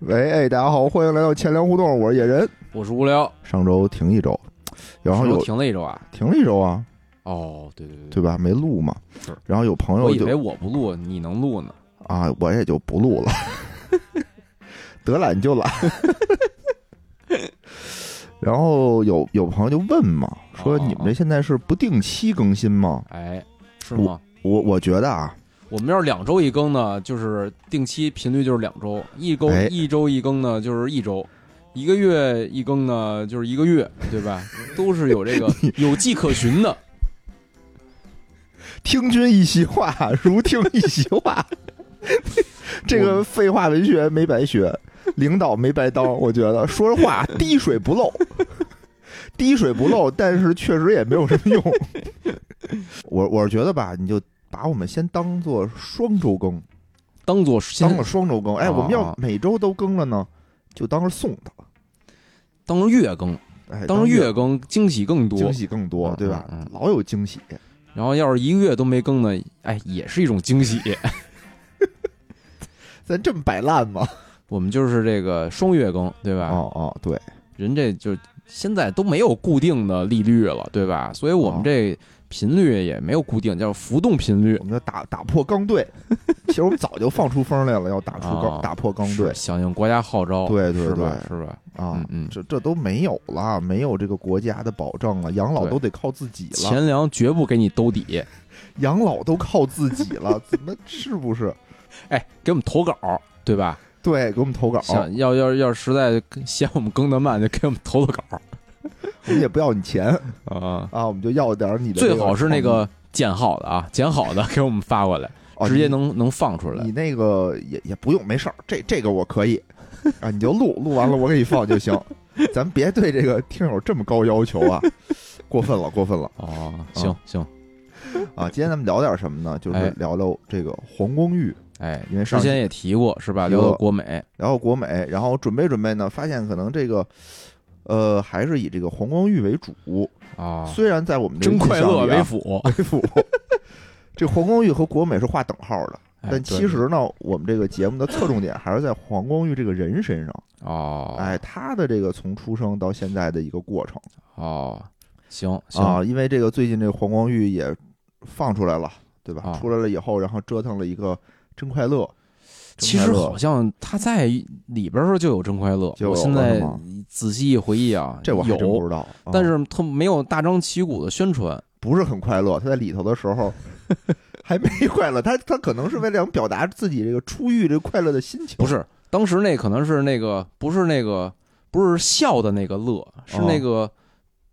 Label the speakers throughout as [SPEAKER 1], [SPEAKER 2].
[SPEAKER 1] 喂，哎，大家好，欢迎来到钱粮互动，我是野人。
[SPEAKER 2] 我是无聊，
[SPEAKER 1] 上周停一周，然后
[SPEAKER 2] 是
[SPEAKER 1] 有
[SPEAKER 2] 不是停了一周啊。
[SPEAKER 1] 停了一周啊，
[SPEAKER 2] 哦，对对对，
[SPEAKER 1] 对吧？没录嘛
[SPEAKER 2] 是。
[SPEAKER 1] 然后有朋
[SPEAKER 2] 我
[SPEAKER 1] 友
[SPEAKER 2] 以
[SPEAKER 1] 就
[SPEAKER 2] 为我不录，你能录呢。
[SPEAKER 1] 啊，我也就不录了， 得懒就懒。 然后有有朋友就问嘛，说
[SPEAKER 2] 哦哦
[SPEAKER 1] 你们这现在是不定期更新吗？
[SPEAKER 2] 哎，是吗？
[SPEAKER 1] 我我觉得啊，
[SPEAKER 2] 我们要是两周一更呢，就是定期频率就是两周，一周、
[SPEAKER 1] 哎
[SPEAKER 2] 一周一更呢就是一周，一个月一更呢就是一个月，对吧？都是有 这个有迹可循的。
[SPEAKER 1] 听君一席话，如听一席 话。这个废话文学没白学，领导没白当，我觉得说话滴水不 漏，滴水不漏，但是确实也没有什么用。 我我是觉得吧，你就把我们先当做双周更，
[SPEAKER 2] 当做先
[SPEAKER 1] 当个双周更。哎，
[SPEAKER 2] 啊
[SPEAKER 1] 我们要每周都更了呢，就当是送他，
[SPEAKER 2] 当成月更，
[SPEAKER 1] 哎，
[SPEAKER 2] 当成月更惊喜更多
[SPEAKER 1] 惊。喜更多，
[SPEAKER 2] 嗯
[SPEAKER 1] 对吧
[SPEAKER 2] 嗯嗯？
[SPEAKER 1] 老有惊喜。
[SPEAKER 2] 然后要是一个月都没更呢，哎，也是一种惊喜。
[SPEAKER 1] 咱这么摆烂吗？
[SPEAKER 2] 我们就是这个双月更，对吧？
[SPEAKER 1] 哦哦，对，
[SPEAKER 2] 人这就现在都没有固定的利率了，对吧？所以我
[SPEAKER 1] 哦
[SPEAKER 2] 们这频率也没有固定，叫浮动频率
[SPEAKER 1] 我。们就打打破刚队。其实我们早就放出风来了，要打出刚
[SPEAKER 2] 啊
[SPEAKER 1] 打破刚队
[SPEAKER 2] 是响应国家号召，
[SPEAKER 1] 对对
[SPEAKER 2] 是吧？
[SPEAKER 1] 对
[SPEAKER 2] 是吧？
[SPEAKER 1] 啊
[SPEAKER 2] 嗯。嗯，
[SPEAKER 1] 这这都没有了，没有这个国家的保障了，养老
[SPEAKER 2] 对
[SPEAKER 1] 都得靠自己了，
[SPEAKER 2] 钱粮绝不给你兜底。
[SPEAKER 1] 养老都靠自己了， 怎么是不是？
[SPEAKER 2] 哎，给我们投稿，对吧？
[SPEAKER 1] 对，给我们投稿，
[SPEAKER 2] 想要要要实在嫌我们更得慢，就给我们投投稿
[SPEAKER 1] 我们也不要你钱
[SPEAKER 2] 啊。
[SPEAKER 1] 啊，我们就要点儿你的这个。
[SPEAKER 2] 最好是那个剪好的啊，剪好的 给我们发过来，
[SPEAKER 1] 哦
[SPEAKER 2] 直接
[SPEAKER 1] 你
[SPEAKER 2] 能能放出来哦
[SPEAKER 1] 你。那个也也不用，没事儿，这这个我可以啊，你就录，录完了我给你放就行， 咱别对这个听友这么高要求啊， 过分了，过分了
[SPEAKER 2] 哦，行
[SPEAKER 1] 啊
[SPEAKER 2] 行，
[SPEAKER 1] 啊！今天咱们聊点什么呢？就是
[SPEAKER 2] 哎
[SPEAKER 1] 聊聊这个皇宫玉，
[SPEAKER 2] 哎，
[SPEAKER 1] 因为
[SPEAKER 2] 之
[SPEAKER 1] 上期
[SPEAKER 2] 前也提过是吧？
[SPEAKER 1] 提
[SPEAKER 2] 聊
[SPEAKER 1] 过
[SPEAKER 2] 到国美，
[SPEAKER 1] 然后国美，然后准备准备呢，发现可能这个，呃，还是以这个黄光裕为主。
[SPEAKER 2] 啊，
[SPEAKER 1] 虽然在我们这个
[SPEAKER 2] 真
[SPEAKER 1] 印象
[SPEAKER 2] 快乐
[SPEAKER 1] 里啊
[SPEAKER 2] 为辅。
[SPEAKER 1] 为辅， 这黄光裕和国美是划等号的。
[SPEAKER 2] 哎
[SPEAKER 1] 但
[SPEAKER 2] 对
[SPEAKER 1] 其实呢，我们这个节目的侧重点还是在黄光裕这个人身上。
[SPEAKER 2] 哦，
[SPEAKER 1] 哎，他的这个从出生到现在的一个过程
[SPEAKER 2] 哦，行行、
[SPEAKER 1] 啊，因为这个最近这个黄光裕也放出来了，对吧？
[SPEAKER 2] 啊
[SPEAKER 1] 出来了以后，然后折腾了一个真快乐。真
[SPEAKER 2] 其实
[SPEAKER 1] 快乐
[SPEAKER 2] 好像他在里边儿时候就有真快乐，
[SPEAKER 1] 就有
[SPEAKER 2] 我现
[SPEAKER 1] 了
[SPEAKER 2] 在
[SPEAKER 1] 是吗
[SPEAKER 2] 仔细一回忆啊，
[SPEAKER 1] 这我还真不
[SPEAKER 2] 有，
[SPEAKER 1] 知道，啊
[SPEAKER 2] 但是他没有大张旗鼓的宣传。
[SPEAKER 1] 不是很快乐。他在里头的时 候还没快乐，他他可能是为了想表达自己这个出狱这个快乐的心情。
[SPEAKER 2] 不是，当时那可能是那个，不是那个，不是笑的那个乐，
[SPEAKER 1] 啊
[SPEAKER 2] 是那个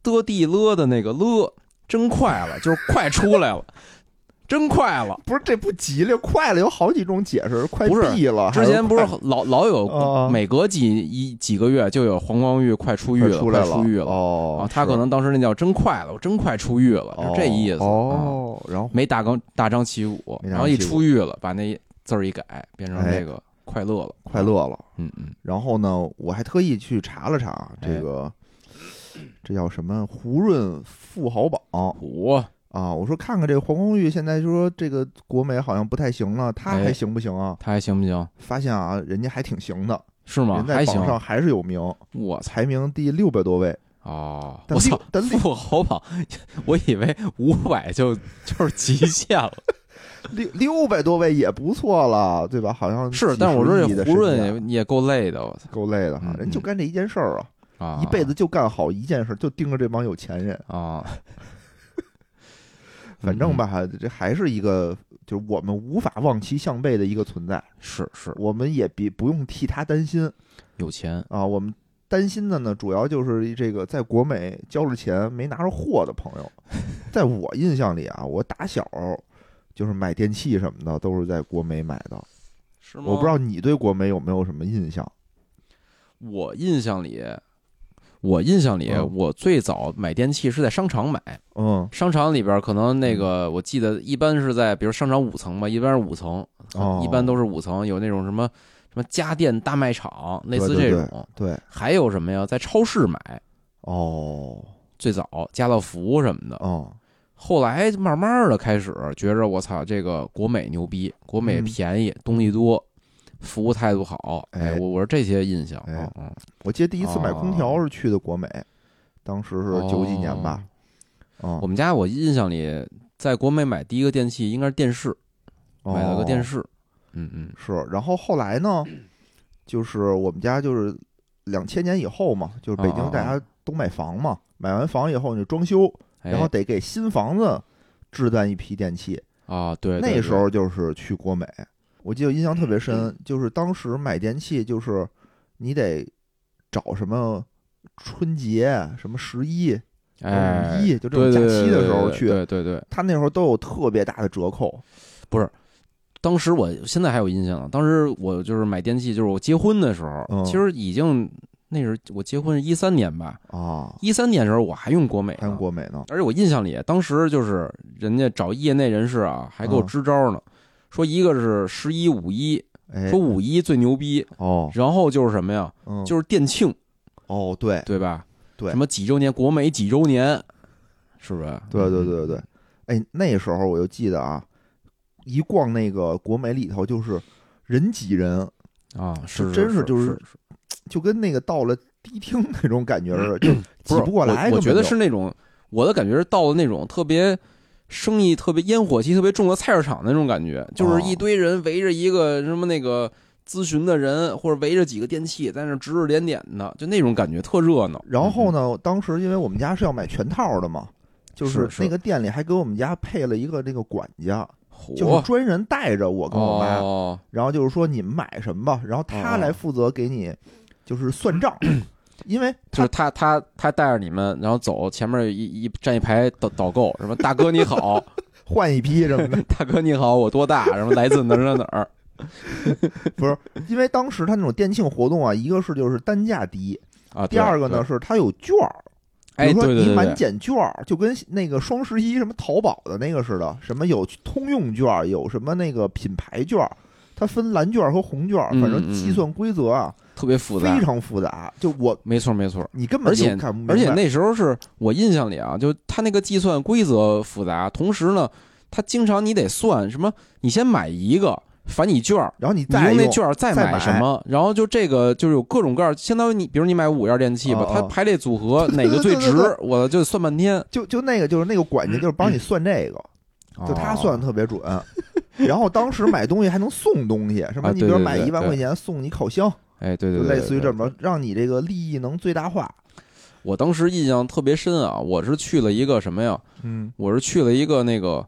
[SPEAKER 2] 的地了的那个了，真快了，就是快出来了， 真快了。
[SPEAKER 1] 不是这不吉利，快了有好几种解释，快
[SPEAKER 2] 不是
[SPEAKER 1] 毙了。
[SPEAKER 2] 之前不
[SPEAKER 1] 啊还
[SPEAKER 2] 是
[SPEAKER 1] 有
[SPEAKER 2] 老老有
[SPEAKER 1] 啊
[SPEAKER 2] 每隔几一几个月就有黄光裕快出狱
[SPEAKER 1] 快
[SPEAKER 2] 了，
[SPEAKER 1] 出来
[SPEAKER 2] 快出狱了，
[SPEAKER 1] 哦
[SPEAKER 2] 啊，，他可
[SPEAKER 1] 是
[SPEAKER 2] 能当时那叫真快了，我真快出狱了，
[SPEAKER 1] 哦
[SPEAKER 2] 就这意思。啊，
[SPEAKER 1] 哦，然后
[SPEAKER 2] 没大纲大张旗鼓，
[SPEAKER 1] 没大张旗鼓
[SPEAKER 2] 然后一出狱了，把那字儿一改，变成
[SPEAKER 1] 哎
[SPEAKER 2] 这个快乐了，
[SPEAKER 1] 快。乐了。
[SPEAKER 2] 嗯嗯，
[SPEAKER 1] 然后呢，我还特意去查了查
[SPEAKER 2] 哎
[SPEAKER 1] 这个，这叫什么胡润富豪榜
[SPEAKER 2] 我
[SPEAKER 1] 啊？我说看看这个黄光裕现在就说这个国美好像不太行了，他还
[SPEAKER 2] 哎
[SPEAKER 1] 行不行啊？
[SPEAKER 2] 他还行不行？
[SPEAKER 1] 发现啊，人家还挺行的，
[SPEAKER 2] 是吗
[SPEAKER 1] 人？在
[SPEAKER 2] 还行
[SPEAKER 1] 榜。上还是有名，
[SPEAKER 2] 我操！
[SPEAKER 1] 排名第六百多位。
[SPEAKER 2] 哦，
[SPEAKER 1] 但
[SPEAKER 2] 我操！
[SPEAKER 1] 但
[SPEAKER 2] 富豪榜，我以为五百就就是极限 了。
[SPEAKER 1] 六六百多位也不错了，对吧？好像
[SPEAKER 2] 是，
[SPEAKER 1] 几
[SPEAKER 2] 但是我说
[SPEAKER 1] 十亿的
[SPEAKER 2] 这胡
[SPEAKER 1] 身
[SPEAKER 2] 润
[SPEAKER 1] 价
[SPEAKER 2] 也也够累的，我操！
[SPEAKER 1] 够累的哈，
[SPEAKER 2] 嗯
[SPEAKER 1] 人就干这一件事儿啊，
[SPEAKER 2] 啊，
[SPEAKER 1] 一辈子就干好一件事，就盯着这帮有钱人。
[SPEAKER 2] 啊，嗯
[SPEAKER 1] 反正吧，这还是一个就是我们无法望其项背的一个存在，
[SPEAKER 2] 是是，
[SPEAKER 1] 我们也别不用替他担心
[SPEAKER 2] 有钱
[SPEAKER 1] 啊，我们。担心的呢，主要就是这个在国美交了钱没拿着货的朋友，在我印象里啊，我打小就是买电器什么的都是在国美买的，
[SPEAKER 2] 是吗？
[SPEAKER 1] 我不知道你对国美有没有什么印象？
[SPEAKER 2] 我印象里，我印象里，
[SPEAKER 1] 嗯
[SPEAKER 2] 我最早买电器是在商场买，
[SPEAKER 1] 嗯，
[SPEAKER 2] 商场里边可能那个我记得一般是在，比如商场五层嘛，一般是五层，
[SPEAKER 1] 哦
[SPEAKER 2] 啊一般都是五层，有那种什么什么家电大卖场，类似
[SPEAKER 1] 对
[SPEAKER 2] 这
[SPEAKER 1] 对
[SPEAKER 2] 种，
[SPEAKER 1] 对，
[SPEAKER 2] 还有什么呀，在超市买，
[SPEAKER 1] 哦
[SPEAKER 2] 最早家乐福什么的，
[SPEAKER 1] 哦，
[SPEAKER 2] 后来慢慢的开始觉着我操，这个国美牛逼，国美
[SPEAKER 1] 嗯
[SPEAKER 2] 便宜，东西多，服务态度好，哎，
[SPEAKER 1] 哎
[SPEAKER 2] 我我是这些印象。
[SPEAKER 1] 哎
[SPEAKER 2] 嗯嗯，
[SPEAKER 1] 我记得第一次买空
[SPEAKER 2] 哦
[SPEAKER 1] 调是去的国美，当时是九几年吧，啊
[SPEAKER 2] 我，们家我印象里，在国美买第一个电器应该是电视，买了个电
[SPEAKER 1] 哦
[SPEAKER 2] 视。嗯嗯，
[SPEAKER 1] 是，然后后来呢，就是我们家就是两千年以后嘛，就是北
[SPEAKER 2] 哦哦
[SPEAKER 1] 京大家都买房嘛，买完房以后你就装修，
[SPEAKER 2] 哎
[SPEAKER 1] 然后得给新房子置办一批电器，
[SPEAKER 2] 啊，对，对
[SPEAKER 1] 那时候就是去国美，我记得印象特别深，就是当时买电器，就是你得找什么春节、什么十一、
[SPEAKER 2] 对哎
[SPEAKER 1] 五，一，就这种假期的时候
[SPEAKER 2] 对
[SPEAKER 1] 去，
[SPEAKER 2] 对对对对对，
[SPEAKER 1] 他那时候都有特别大的折扣。
[SPEAKER 2] 当时我现在还有印象呢。当时我就是买电器，就是我结婚的时候，
[SPEAKER 1] 嗯
[SPEAKER 2] 其实已经那是我结婚一三年吧，
[SPEAKER 1] 啊，
[SPEAKER 2] 一三年的时候我还用国美呢，
[SPEAKER 1] 还有国美呢，
[SPEAKER 2] 而且我印象里，当时就是人家找业内人士啊，还给
[SPEAKER 1] 嗯
[SPEAKER 2] 我支招呢，说一个是十一五一，
[SPEAKER 1] 哎
[SPEAKER 2] 说，五一最牛逼，
[SPEAKER 1] 哦，
[SPEAKER 2] 然后就是什么呀，
[SPEAKER 1] 嗯，
[SPEAKER 2] 就是店庆，
[SPEAKER 1] 哦，对，
[SPEAKER 2] 对吧？
[SPEAKER 1] 对
[SPEAKER 2] 什么几周年，国美几周年，是不是？
[SPEAKER 1] 对对对对对，哎，那时候我就记得啊，一逛那个国美里头，就是人挤人，
[SPEAKER 2] 啊，是
[SPEAKER 1] 真
[SPEAKER 2] 是
[SPEAKER 1] 是就是
[SPEAKER 2] 是
[SPEAKER 1] 就跟那个到了迪厅那种感觉似的，就
[SPEAKER 2] 不
[SPEAKER 1] 挤
[SPEAKER 2] 是
[SPEAKER 1] 不过来
[SPEAKER 2] 我我
[SPEAKER 1] 根本
[SPEAKER 2] 觉得
[SPEAKER 1] 就是
[SPEAKER 2] 那种，我的感觉是到了那种特别。生意特别烟火气特别重的菜市场那种感觉，
[SPEAKER 1] 哦
[SPEAKER 2] 就是一堆人围着一个什么那个咨询的人，或者围着几个电器在那指指点点的，就那种感觉特热闹。
[SPEAKER 1] 然后
[SPEAKER 2] 呢？
[SPEAKER 1] 呢，当时因为我们家是要买全套的嘛，就是
[SPEAKER 2] 嗯是
[SPEAKER 1] 那个店里还给我们家配了一个这个管家，
[SPEAKER 2] 嚯
[SPEAKER 1] 就是专人带着我跟我妈，
[SPEAKER 2] 嗯哦、
[SPEAKER 1] 然后就是说你们买什么吧，然后他来负责给你就是算 账，因为
[SPEAKER 2] 就
[SPEAKER 1] 他
[SPEAKER 2] 是他他他带着你们，然后走，前面一一站一排导导购，什么大哥你好，
[SPEAKER 1] 换一批什么的，
[SPEAKER 2] 大哥你好，我 多大，什么来自哪儿哪儿哪儿，
[SPEAKER 1] 因为当时他那种店庆活动啊，一个是就是单价低，
[SPEAKER 2] 啊，
[SPEAKER 1] 第
[SPEAKER 2] 对
[SPEAKER 1] 二个呢，是他有券儿。
[SPEAKER 2] 对哎，
[SPEAKER 1] 比如
[SPEAKER 2] 对
[SPEAKER 1] 说
[SPEAKER 2] 对
[SPEAKER 1] 你
[SPEAKER 2] 对
[SPEAKER 1] 满
[SPEAKER 2] 对，
[SPEAKER 1] 减券儿，就跟那个双十一什么淘宝的那个似的，什么有通用券儿，有什么那个品牌券儿，它分蓝券儿和红券儿，
[SPEAKER 2] 嗯
[SPEAKER 1] 反正计算规则啊
[SPEAKER 2] 特别复杂
[SPEAKER 1] 非，常复杂。就我
[SPEAKER 2] 没错没错。
[SPEAKER 1] 你根本
[SPEAKER 2] 嗯而且
[SPEAKER 1] 就看不明白，
[SPEAKER 2] 而且那时候是我印象里啊，就他那个计算规则复杂，同时呢，他经常你得算什么，你先买一个返你券儿，
[SPEAKER 1] 然后你
[SPEAKER 2] 你
[SPEAKER 1] 再
[SPEAKER 2] 那券儿再
[SPEAKER 1] 再
[SPEAKER 2] 买
[SPEAKER 1] 买
[SPEAKER 2] 什么，然后就这个就是有各种各样，相当于你，比如你买五样电器吧
[SPEAKER 1] 哦，哦
[SPEAKER 2] 它排列组合哪个最
[SPEAKER 1] 对对对
[SPEAKER 2] 值
[SPEAKER 1] 对，
[SPEAKER 2] 我就算半天。
[SPEAKER 1] 就就那个就是那个管
[SPEAKER 2] 嗯
[SPEAKER 1] 家就是帮你算这个，
[SPEAKER 2] 哦
[SPEAKER 1] 就
[SPEAKER 2] 啊
[SPEAKER 1] 他算的特 别准。然后当时买东西还能送东西，什么
[SPEAKER 2] 啊
[SPEAKER 1] 你比
[SPEAKER 2] 对
[SPEAKER 1] 如
[SPEAKER 2] 对
[SPEAKER 1] 买
[SPEAKER 2] 对
[SPEAKER 1] 一万
[SPEAKER 2] 对
[SPEAKER 1] 块钱送你烤箱，
[SPEAKER 2] 哎，对对
[SPEAKER 1] 就
[SPEAKER 2] 对，
[SPEAKER 1] 类似于
[SPEAKER 2] 对
[SPEAKER 1] 这。么着，让你这个利益能最大化。
[SPEAKER 2] 我当时印象特别深啊，我是去了一个什么呀？
[SPEAKER 1] 嗯，
[SPEAKER 2] 我是去了一个那个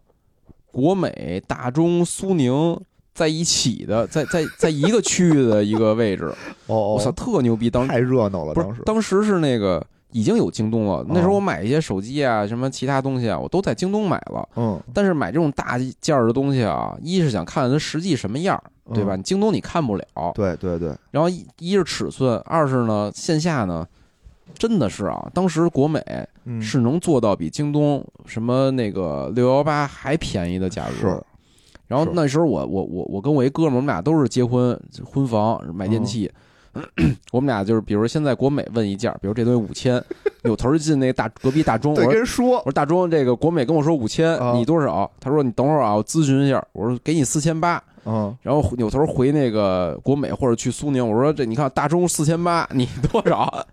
[SPEAKER 2] 国美、大中、苏宁在一起的，在在在一个区域的一个位置。
[SPEAKER 1] 哦，
[SPEAKER 2] 我操，特牛逼！当
[SPEAKER 1] 太热闹了，哦
[SPEAKER 2] 不
[SPEAKER 1] 当
[SPEAKER 2] 是
[SPEAKER 1] 时
[SPEAKER 2] 当时是那个已经有京东了，那时候我买一些手机啊，什么其他东西啊，我都在京东买了。
[SPEAKER 1] 嗯，
[SPEAKER 2] 但是买这种大件儿的东西啊，一是想看看它实际什么样儿，对吧？
[SPEAKER 1] 嗯？
[SPEAKER 2] 你京东你看不了，
[SPEAKER 1] 对对对。
[SPEAKER 2] 然后一一是尺寸，二是呢线下呢，真的是啊，当时国美
[SPEAKER 1] 嗯，
[SPEAKER 2] 是能做到比京东什么那个六幺八还便宜的价格
[SPEAKER 1] 是。
[SPEAKER 2] 然后
[SPEAKER 1] 是
[SPEAKER 2] 那时候我我我我跟我一哥们儿，我们俩都是结婚婚房买电器，
[SPEAKER 1] 嗯
[SPEAKER 2] 我们俩就是比如现在国美问一价，比如这东西 五千，扭头就进那大隔壁大中，我
[SPEAKER 1] 对，
[SPEAKER 2] 说
[SPEAKER 1] 跟人说
[SPEAKER 2] 我说大中这个国美跟我说五千，
[SPEAKER 1] 啊
[SPEAKER 2] 你多少？他说你等会儿啊，我咨询一下。我说给你四 千八，
[SPEAKER 1] 嗯，
[SPEAKER 2] 然后扭头回那个国美或者去苏宁，我说这你看大中四千八，你多少？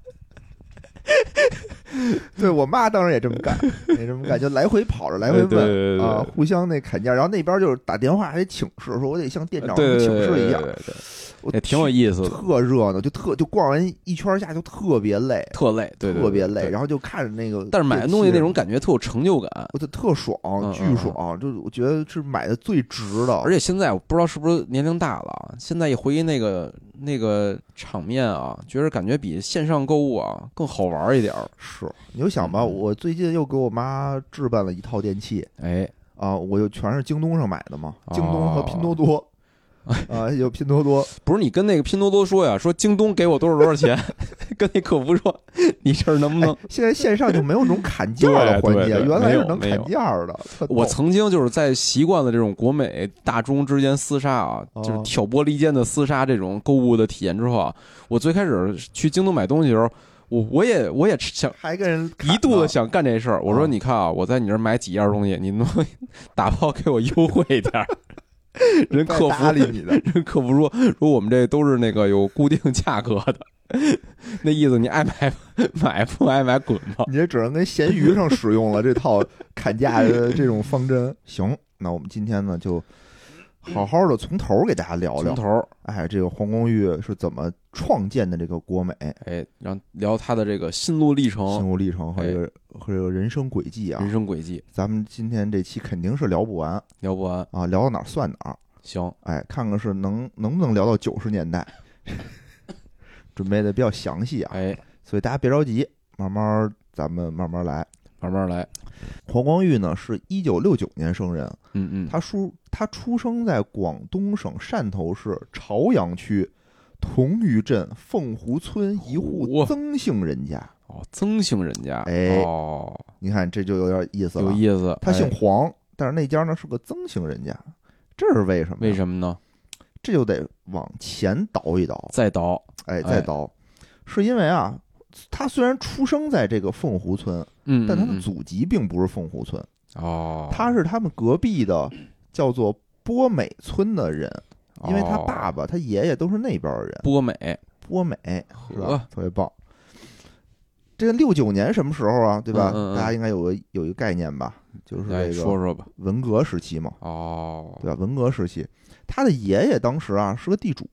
[SPEAKER 1] 嗯对我妈当时也这么 干，也这么干，就来回跑着来回
[SPEAKER 2] 对
[SPEAKER 1] 问
[SPEAKER 2] 对对对
[SPEAKER 1] 啊，互相那砍价，然后那边就是打电话还得请示，说我得向店长
[SPEAKER 2] 对
[SPEAKER 1] 请
[SPEAKER 2] 对对
[SPEAKER 1] 示
[SPEAKER 2] 对
[SPEAKER 1] 一
[SPEAKER 2] 对
[SPEAKER 1] 下，
[SPEAKER 2] 对对，
[SPEAKER 1] 我
[SPEAKER 2] 也挺有意思的，
[SPEAKER 1] 特热闹，就特就逛完一圈下就特别累，
[SPEAKER 2] 特累，对对对
[SPEAKER 1] 特别累，
[SPEAKER 2] 对
[SPEAKER 1] 然后就看着那个，
[SPEAKER 2] 但是买的东西那种。感觉特有成就感，
[SPEAKER 1] 我就特爽
[SPEAKER 2] 嗯，
[SPEAKER 1] 巨爽！就是我觉得是买的最值的，
[SPEAKER 2] 而且现在我不知道是不是年龄大了啊，现在一回忆那个那个场面啊，觉得感觉比线上购物啊更好玩一点儿。
[SPEAKER 1] 是你就想吧，
[SPEAKER 2] 嗯嗯
[SPEAKER 1] 我最近又给我妈置办了一套电器，
[SPEAKER 2] 哎，
[SPEAKER 1] 啊，我就全是京东上买的嘛，
[SPEAKER 2] 哦
[SPEAKER 1] 京东和拼多多，啊，有拼多多，
[SPEAKER 2] 不是你跟那个拼多多说呀，说京东给我多少多少钱， 跟那客服说你这儿能不能
[SPEAKER 1] 哎？现在线上就没有那种砍价的环
[SPEAKER 2] 对
[SPEAKER 1] 节，
[SPEAKER 2] 对对
[SPEAKER 1] 原来
[SPEAKER 2] 没有
[SPEAKER 1] 是能砍价的。特逗
[SPEAKER 2] 我曾经就是在习惯了这种国美、大中之间厮杀啊，
[SPEAKER 1] 哦
[SPEAKER 2] 就是挑拨离间的厮杀这种购物的体验之后啊，我最开始去京东买东西的时候，我我也我也想
[SPEAKER 1] 还跟人砍呢
[SPEAKER 2] 一度的想干这事儿，我说
[SPEAKER 1] 嗯
[SPEAKER 2] 你看啊，我在你这儿买几样东西，你能不能 打包给我优惠点儿？人客服
[SPEAKER 1] 搭理你的，
[SPEAKER 2] 人客服说说我们这都是那个有固定价格的， 那意思你爱买买不爱买滚吧。
[SPEAKER 1] 你这只能跟闲鱼上使用了这套砍价的这种方针。行，那我们今天呢就好好的从头给大家聊
[SPEAKER 2] 从
[SPEAKER 1] 聊，
[SPEAKER 2] 头儿
[SPEAKER 1] 哎，这个黄光裕是怎么创建的这个国美，
[SPEAKER 2] 哎，然后聊他的这个心路历程、
[SPEAKER 1] 心路历程和这个和这个人生轨迹啊
[SPEAKER 2] 哦哎人。生轨迹，
[SPEAKER 1] 咱们今天这期肯定是聊不完
[SPEAKER 2] 聊不完。
[SPEAKER 1] 啊，聊到哪儿算哪儿。
[SPEAKER 2] 行，
[SPEAKER 1] 哎，看看是能能不能聊到九十年代， 准备的比较详细啊，
[SPEAKER 2] 哎，
[SPEAKER 1] 所以大家别着急，慢慢儿咱们慢慢儿来。
[SPEAKER 2] 慢慢来。
[SPEAKER 1] 黄光裕呢是一九六九年生人，
[SPEAKER 2] 嗯嗯，
[SPEAKER 1] 他出他出生在广东省汕头市潮阳区同余镇凤湖村一户
[SPEAKER 2] 嚯
[SPEAKER 1] 曾姓人家。
[SPEAKER 2] 哦，曾姓人家，
[SPEAKER 1] 哎
[SPEAKER 2] 哦，
[SPEAKER 1] 你看这就有点意思
[SPEAKER 2] 有
[SPEAKER 1] 了，
[SPEAKER 2] 意思。
[SPEAKER 1] 他姓
[SPEAKER 2] 哎
[SPEAKER 1] 黄，但是那家呢是个曾姓人家，这是为什么呀？
[SPEAKER 2] 为什么呢？
[SPEAKER 1] 这就得往前倒一倒。
[SPEAKER 2] 再倒，
[SPEAKER 1] 哎，
[SPEAKER 2] 哎
[SPEAKER 1] 再倒，是因为啊，他虽然出生在这个凤湖村，
[SPEAKER 2] 嗯，
[SPEAKER 1] 但他
[SPEAKER 2] 嗯
[SPEAKER 1] 的
[SPEAKER 2] 嗯
[SPEAKER 1] 祖籍并不是凤湖村，
[SPEAKER 2] 哦，
[SPEAKER 1] 他是他们隔壁的叫做波美村的人，因为他
[SPEAKER 2] 哦
[SPEAKER 1] 爸爸、他爷爷都是那边的人，
[SPEAKER 2] 波美，
[SPEAKER 1] 波美是
[SPEAKER 2] 呵
[SPEAKER 1] 吧？特别棒。这个六九年什么时候啊？对吧？
[SPEAKER 2] 嗯嗯嗯
[SPEAKER 1] 大家应该有个有一个概念吧，就是
[SPEAKER 2] 哎，
[SPEAKER 1] 这
[SPEAKER 2] 说
[SPEAKER 1] 个
[SPEAKER 2] 说吧。
[SPEAKER 1] 文革时期嘛，
[SPEAKER 2] 哦
[SPEAKER 1] 对吧？文革时期，他的爷爷当时啊是个地主，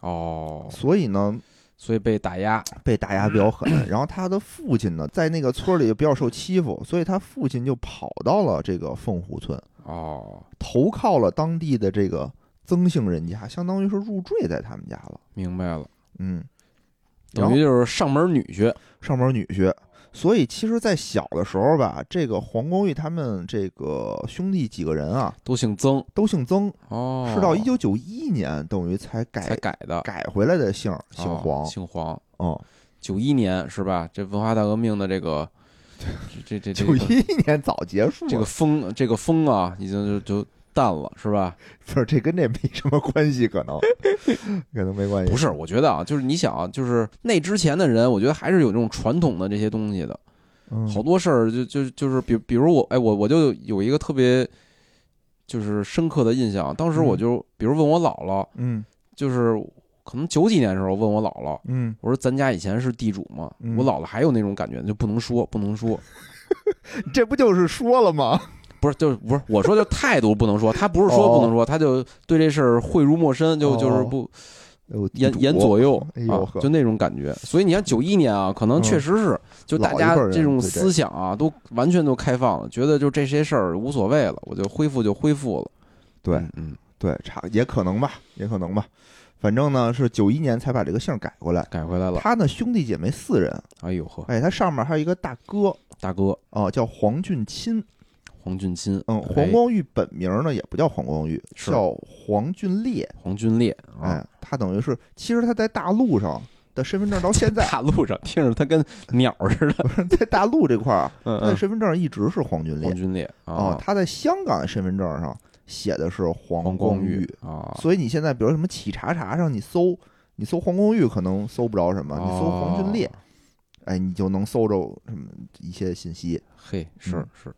[SPEAKER 2] 哦，
[SPEAKER 1] 所以呢
[SPEAKER 2] 所以被打压。
[SPEAKER 1] 被打压比较狠， 然后他的父亲呢，在那个村里比较受欺负，所以他父亲就跑到了这个凤湖村，
[SPEAKER 2] 哦，
[SPEAKER 1] 投靠了当地的这个曾姓人家，相当于是入赘在他们家了。
[SPEAKER 2] 明白了，
[SPEAKER 1] 嗯，然
[SPEAKER 2] 等
[SPEAKER 1] 后
[SPEAKER 2] 于就是上门女婿。
[SPEAKER 1] 上门女婿，所以其实，在小的时候吧，这个黄光裕他们这个兄弟几个人啊，
[SPEAKER 2] 都姓曾
[SPEAKER 1] 都姓曾，
[SPEAKER 2] 哦，
[SPEAKER 1] 是到一九九一年等于才
[SPEAKER 2] 才
[SPEAKER 1] 改
[SPEAKER 2] 改的，
[SPEAKER 1] 改回来的姓儿，姓
[SPEAKER 2] 哦
[SPEAKER 1] 黄。
[SPEAKER 2] 姓黄。
[SPEAKER 1] 嗯，
[SPEAKER 2] 九一年是吧？这文化大革命的这个，这这这
[SPEAKER 1] 九
[SPEAKER 2] 这个
[SPEAKER 1] 一年早结束了，
[SPEAKER 2] 这个风，这个风啊，已经就就淡了是吧？
[SPEAKER 1] 不是，这跟这没什么关系，可能可能没关系。
[SPEAKER 2] 不是，我觉得啊，就是你想啊，就是那之前的人，我觉得还是有这种传统的这些东西的。
[SPEAKER 1] 嗯，
[SPEAKER 2] 好多事儿就就就是比比如我哎我我就有一个特别就是深刻的印象，啊当时我就比如问我姥姥，
[SPEAKER 1] 嗯
[SPEAKER 2] 就是可能九几年的时候问我姥姥，
[SPEAKER 1] 嗯，
[SPEAKER 2] 我说咱家以前是地主嘛，
[SPEAKER 1] 嗯
[SPEAKER 2] 我姥姥还有那种感觉，就不能说不能说，
[SPEAKER 1] 这不就是说了吗？
[SPEAKER 2] 不是就是不是我说就态度不能说，他不是说不
[SPEAKER 1] 哦
[SPEAKER 2] 能说，他就对这事儿讳如陌生，就就是不
[SPEAKER 1] 有
[SPEAKER 2] 言言呃左右
[SPEAKER 1] 哎呦
[SPEAKER 2] 啊
[SPEAKER 1] 呵，嗯
[SPEAKER 2] 就那种感觉。所以你看九一年啊，可能确实是就大家这种思想啊，都完全都开放了，觉得就这些事儿无所谓了，我就恢复就恢复了。
[SPEAKER 1] 对
[SPEAKER 2] 嗯，嗯，
[SPEAKER 1] 对，差也可能吧，也可能吧。反正呢是九一年才把这个姓改过来。
[SPEAKER 2] 改回来了。
[SPEAKER 1] 他呢兄弟姐妹四人，
[SPEAKER 2] 哎呦呵，
[SPEAKER 1] 哎，他上面还有一个大哥
[SPEAKER 2] 大哥
[SPEAKER 1] 啊、叫黄俊钦。
[SPEAKER 2] 黄俊钦，
[SPEAKER 1] 嗯，
[SPEAKER 2] 哎
[SPEAKER 1] 黄光裕本名呢也不叫黄光裕，
[SPEAKER 2] 是
[SPEAKER 1] 叫黄俊烈。
[SPEAKER 2] 黄俊烈啊，
[SPEAKER 1] 哎，他等于是，其实他在大陆上的身份证 到现在，啊
[SPEAKER 2] 大路上听着他跟鸟似 的。
[SPEAKER 1] 在大陆这块儿啊，
[SPEAKER 2] 嗯
[SPEAKER 1] 他的
[SPEAKER 2] 嗯，
[SPEAKER 1] 身份证一直是黄俊烈
[SPEAKER 2] 黄。俊烈
[SPEAKER 1] 哦，
[SPEAKER 2] 啊，
[SPEAKER 1] 他在香港的身份证上写的是黄
[SPEAKER 2] 黄光
[SPEAKER 1] 裕
[SPEAKER 2] 裕，啊，
[SPEAKER 1] 所以你现在比如什么企查查上你搜，你搜黄光裕可能搜不着什啊么，你搜黄俊烈
[SPEAKER 2] 哦，，
[SPEAKER 1] 哎，你就能搜着什么一些信息。
[SPEAKER 2] 嘿，是
[SPEAKER 1] 嗯
[SPEAKER 2] 是，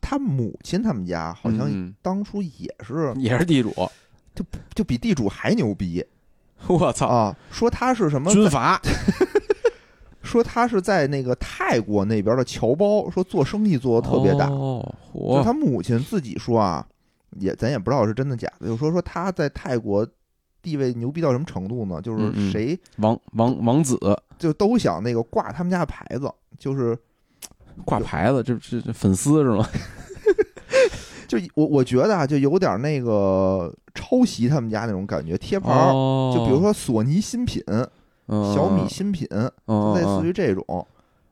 [SPEAKER 1] 他母亲他们家好像
[SPEAKER 2] 嗯
[SPEAKER 1] 当初也是
[SPEAKER 2] 嗯也是地主，
[SPEAKER 1] 就比地主还牛逼
[SPEAKER 2] 我操，
[SPEAKER 1] 啊，说他是什么，
[SPEAKER 2] 军阀
[SPEAKER 1] 说他是在那个泰国那边的侨胞，说做生意做的特别大，
[SPEAKER 2] 哦，
[SPEAKER 1] 就是
[SPEAKER 2] 嚯，
[SPEAKER 1] 他母亲自己说啊，也咱也不知道是真的假的，就说说他在泰国地位牛逼到什么程度呢？就
[SPEAKER 2] 嗯嗯
[SPEAKER 1] 是谁
[SPEAKER 2] 王王王子，
[SPEAKER 1] 就都想那个挂他们家的牌子，就是
[SPEAKER 2] 挂牌子，这这这粉丝是吗？
[SPEAKER 1] 就我我觉得啊，就有点那个抄袭他们家那种感觉，贴牌儿。
[SPEAKER 2] 哦
[SPEAKER 1] 就比如说索尼新品、小米，新品，
[SPEAKER 2] 嗯、哦
[SPEAKER 1] 类似
[SPEAKER 2] 于
[SPEAKER 1] 于这种，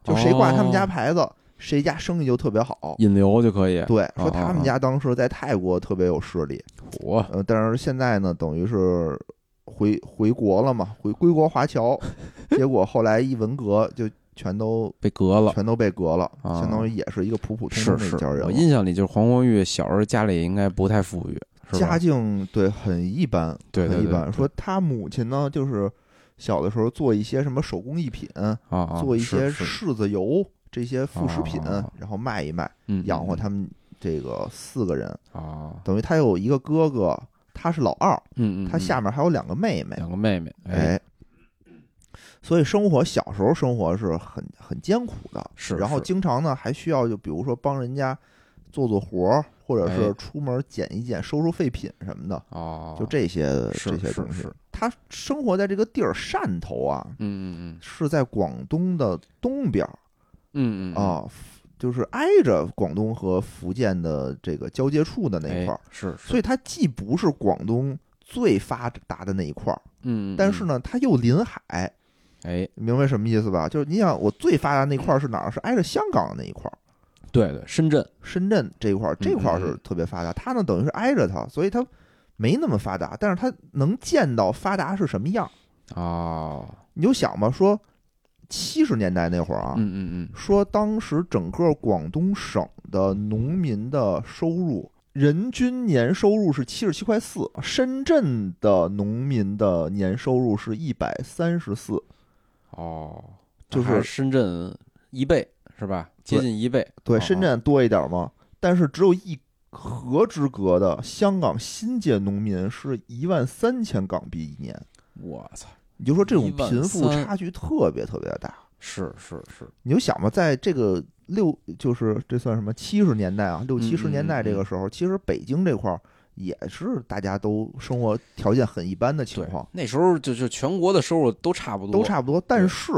[SPEAKER 1] 就谁挂他们家牌子，谁家生意就特别好。
[SPEAKER 2] 引流就可以。
[SPEAKER 1] 对，
[SPEAKER 2] 哦
[SPEAKER 1] 说他们家当时在泰国特别有势力，
[SPEAKER 2] 我
[SPEAKER 1] 呃，但是现在呢，等于是回回国了嘛，回归国华 侨，结果后来一文革就全都
[SPEAKER 2] 被革了。
[SPEAKER 1] 全都被革了，
[SPEAKER 2] 啊
[SPEAKER 1] 相当于也是一个普普通通
[SPEAKER 2] 是
[SPEAKER 1] 的一
[SPEAKER 2] 是
[SPEAKER 1] 家人，了
[SPEAKER 2] 我。印象里就是黄光裕小时候家里应该不太富裕，是吧
[SPEAKER 1] 家？境对很一般，
[SPEAKER 2] 对对
[SPEAKER 1] 很一
[SPEAKER 2] 对
[SPEAKER 1] 般。说他母亲呢，就是小的时候做一些什么手工艺品，
[SPEAKER 2] 啊啊，
[SPEAKER 1] 做一些
[SPEAKER 2] 是是
[SPEAKER 1] 柿子油这些副食品，
[SPEAKER 2] 啊
[SPEAKER 1] 然后卖一卖，
[SPEAKER 2] 嗯
[SPEAKER 1] 养活他们这个四个人。
[SPEAKER 2] 啊，
[SPEAKER 1] 等于他有一个哥哥，他是老二，
[SPEAKER 2] 嗯嗯，
[SPEAKER 1] 他下面还有两个妹妹，
[SPEAKER 2] 两个妹妹，哎，
[SPEAKER 1] 哎，所以生活小时候生活是很很艰苦的，
[SPEAKER 2] 是
[SPEAKER 1] 然后
[SPEAKER 2] 是
[SPEAKER 1] 经常呢还需要就比如说帮人家做做活儿，或者
[SPEAKER 2] 哎
[SPEAKER 1] 是出门捡一捡、收收废品什么的，
[SPEAKER 2] 哦，
[SPEAKER 1] 就，这些
[SPEAKER 2] 是
[SPEAKER 1] 这些
[SPEAKER 2] 是
[SPEAKER 1] 东西
[SPEAKER 2] 是。
[SPEAKER 1] 他生活在这个地儿汕头啊，
[SPEAKER 2] 嗯嗯
[SPEAKER 1] 是在广东的东边儿
[SPEAKER 2] 嗯嗯嗯，
[SPEAKER 1] 啊。就是挨着广东和福建的这个交界处的那一块儿，
[SPEAKER 2] 哎是，是
[SPEAKER 1] 所以它既不是广东最发达的那一块儿，
[SPEAKER 2] 嗯，嗯
[SPEAKER 1] 但是，呢，它又临海，
[SPEAKER 2] 嗯哎，
[SPEAKER 1] 明白什么意思吧？就是你想，我最发达那块儿是哪儿？是挨着香港的那一块儿，
[SPEAKER 2] 对对，深圳，
[SPEAKER 1] 深圳这一块儿，这块儿是特别发达。它呢，等于是挨着它，所以它没那么发达，但是它能见到发达是什么样。
[SPEAKER 2] 哦，
[SPEAKER 1] 你就想吧，说七十年代那会儿啊，
[SPEAKER 2] 嗯嗯嗯，
[SPEAKER 1] 说当时整个广东省的农民的收入。人均年收入是七十七块四，深圳的农民的年收入是一百三十四，
[SPEAKER 2] 哦，
[SPEAKER 1] 就
[SPEAKER 2] 那还
[SPEAKER 1] 是
[SPEAKER 2] 深圳一倍是吧？接近一倍，
[SPEAKER 1] 对，
[SPEAKER 2] 哦
[SPEAKER 1] 深圳多一点嘛，但是只有一河之隔的香港新界农民是一万三千港币一年，
[SPEAKER 2] 我操，
[SPEAKER 1] 你就说这种
[SPEAKER 2] 13,000
[SPEAKER 1] 贫富差距特别特别大。
[SPEAKER 2] 是是是，
[SPEAKER 1] 你就想吧，在这个六就是这算什么七十年代啊，六
[SPEAKER 2] 嗯
[SPEAKER 1] 七十年代这个时候，其实北京这块儿也是大家都生活条件很一般的情
[SPEAKER 2] 对
[SPEAKER 1] 况，，
[SPEAKER 2] 那时候就就全国的收入都差不多，
[SPEAKER 1] 都差嗯不多。但是，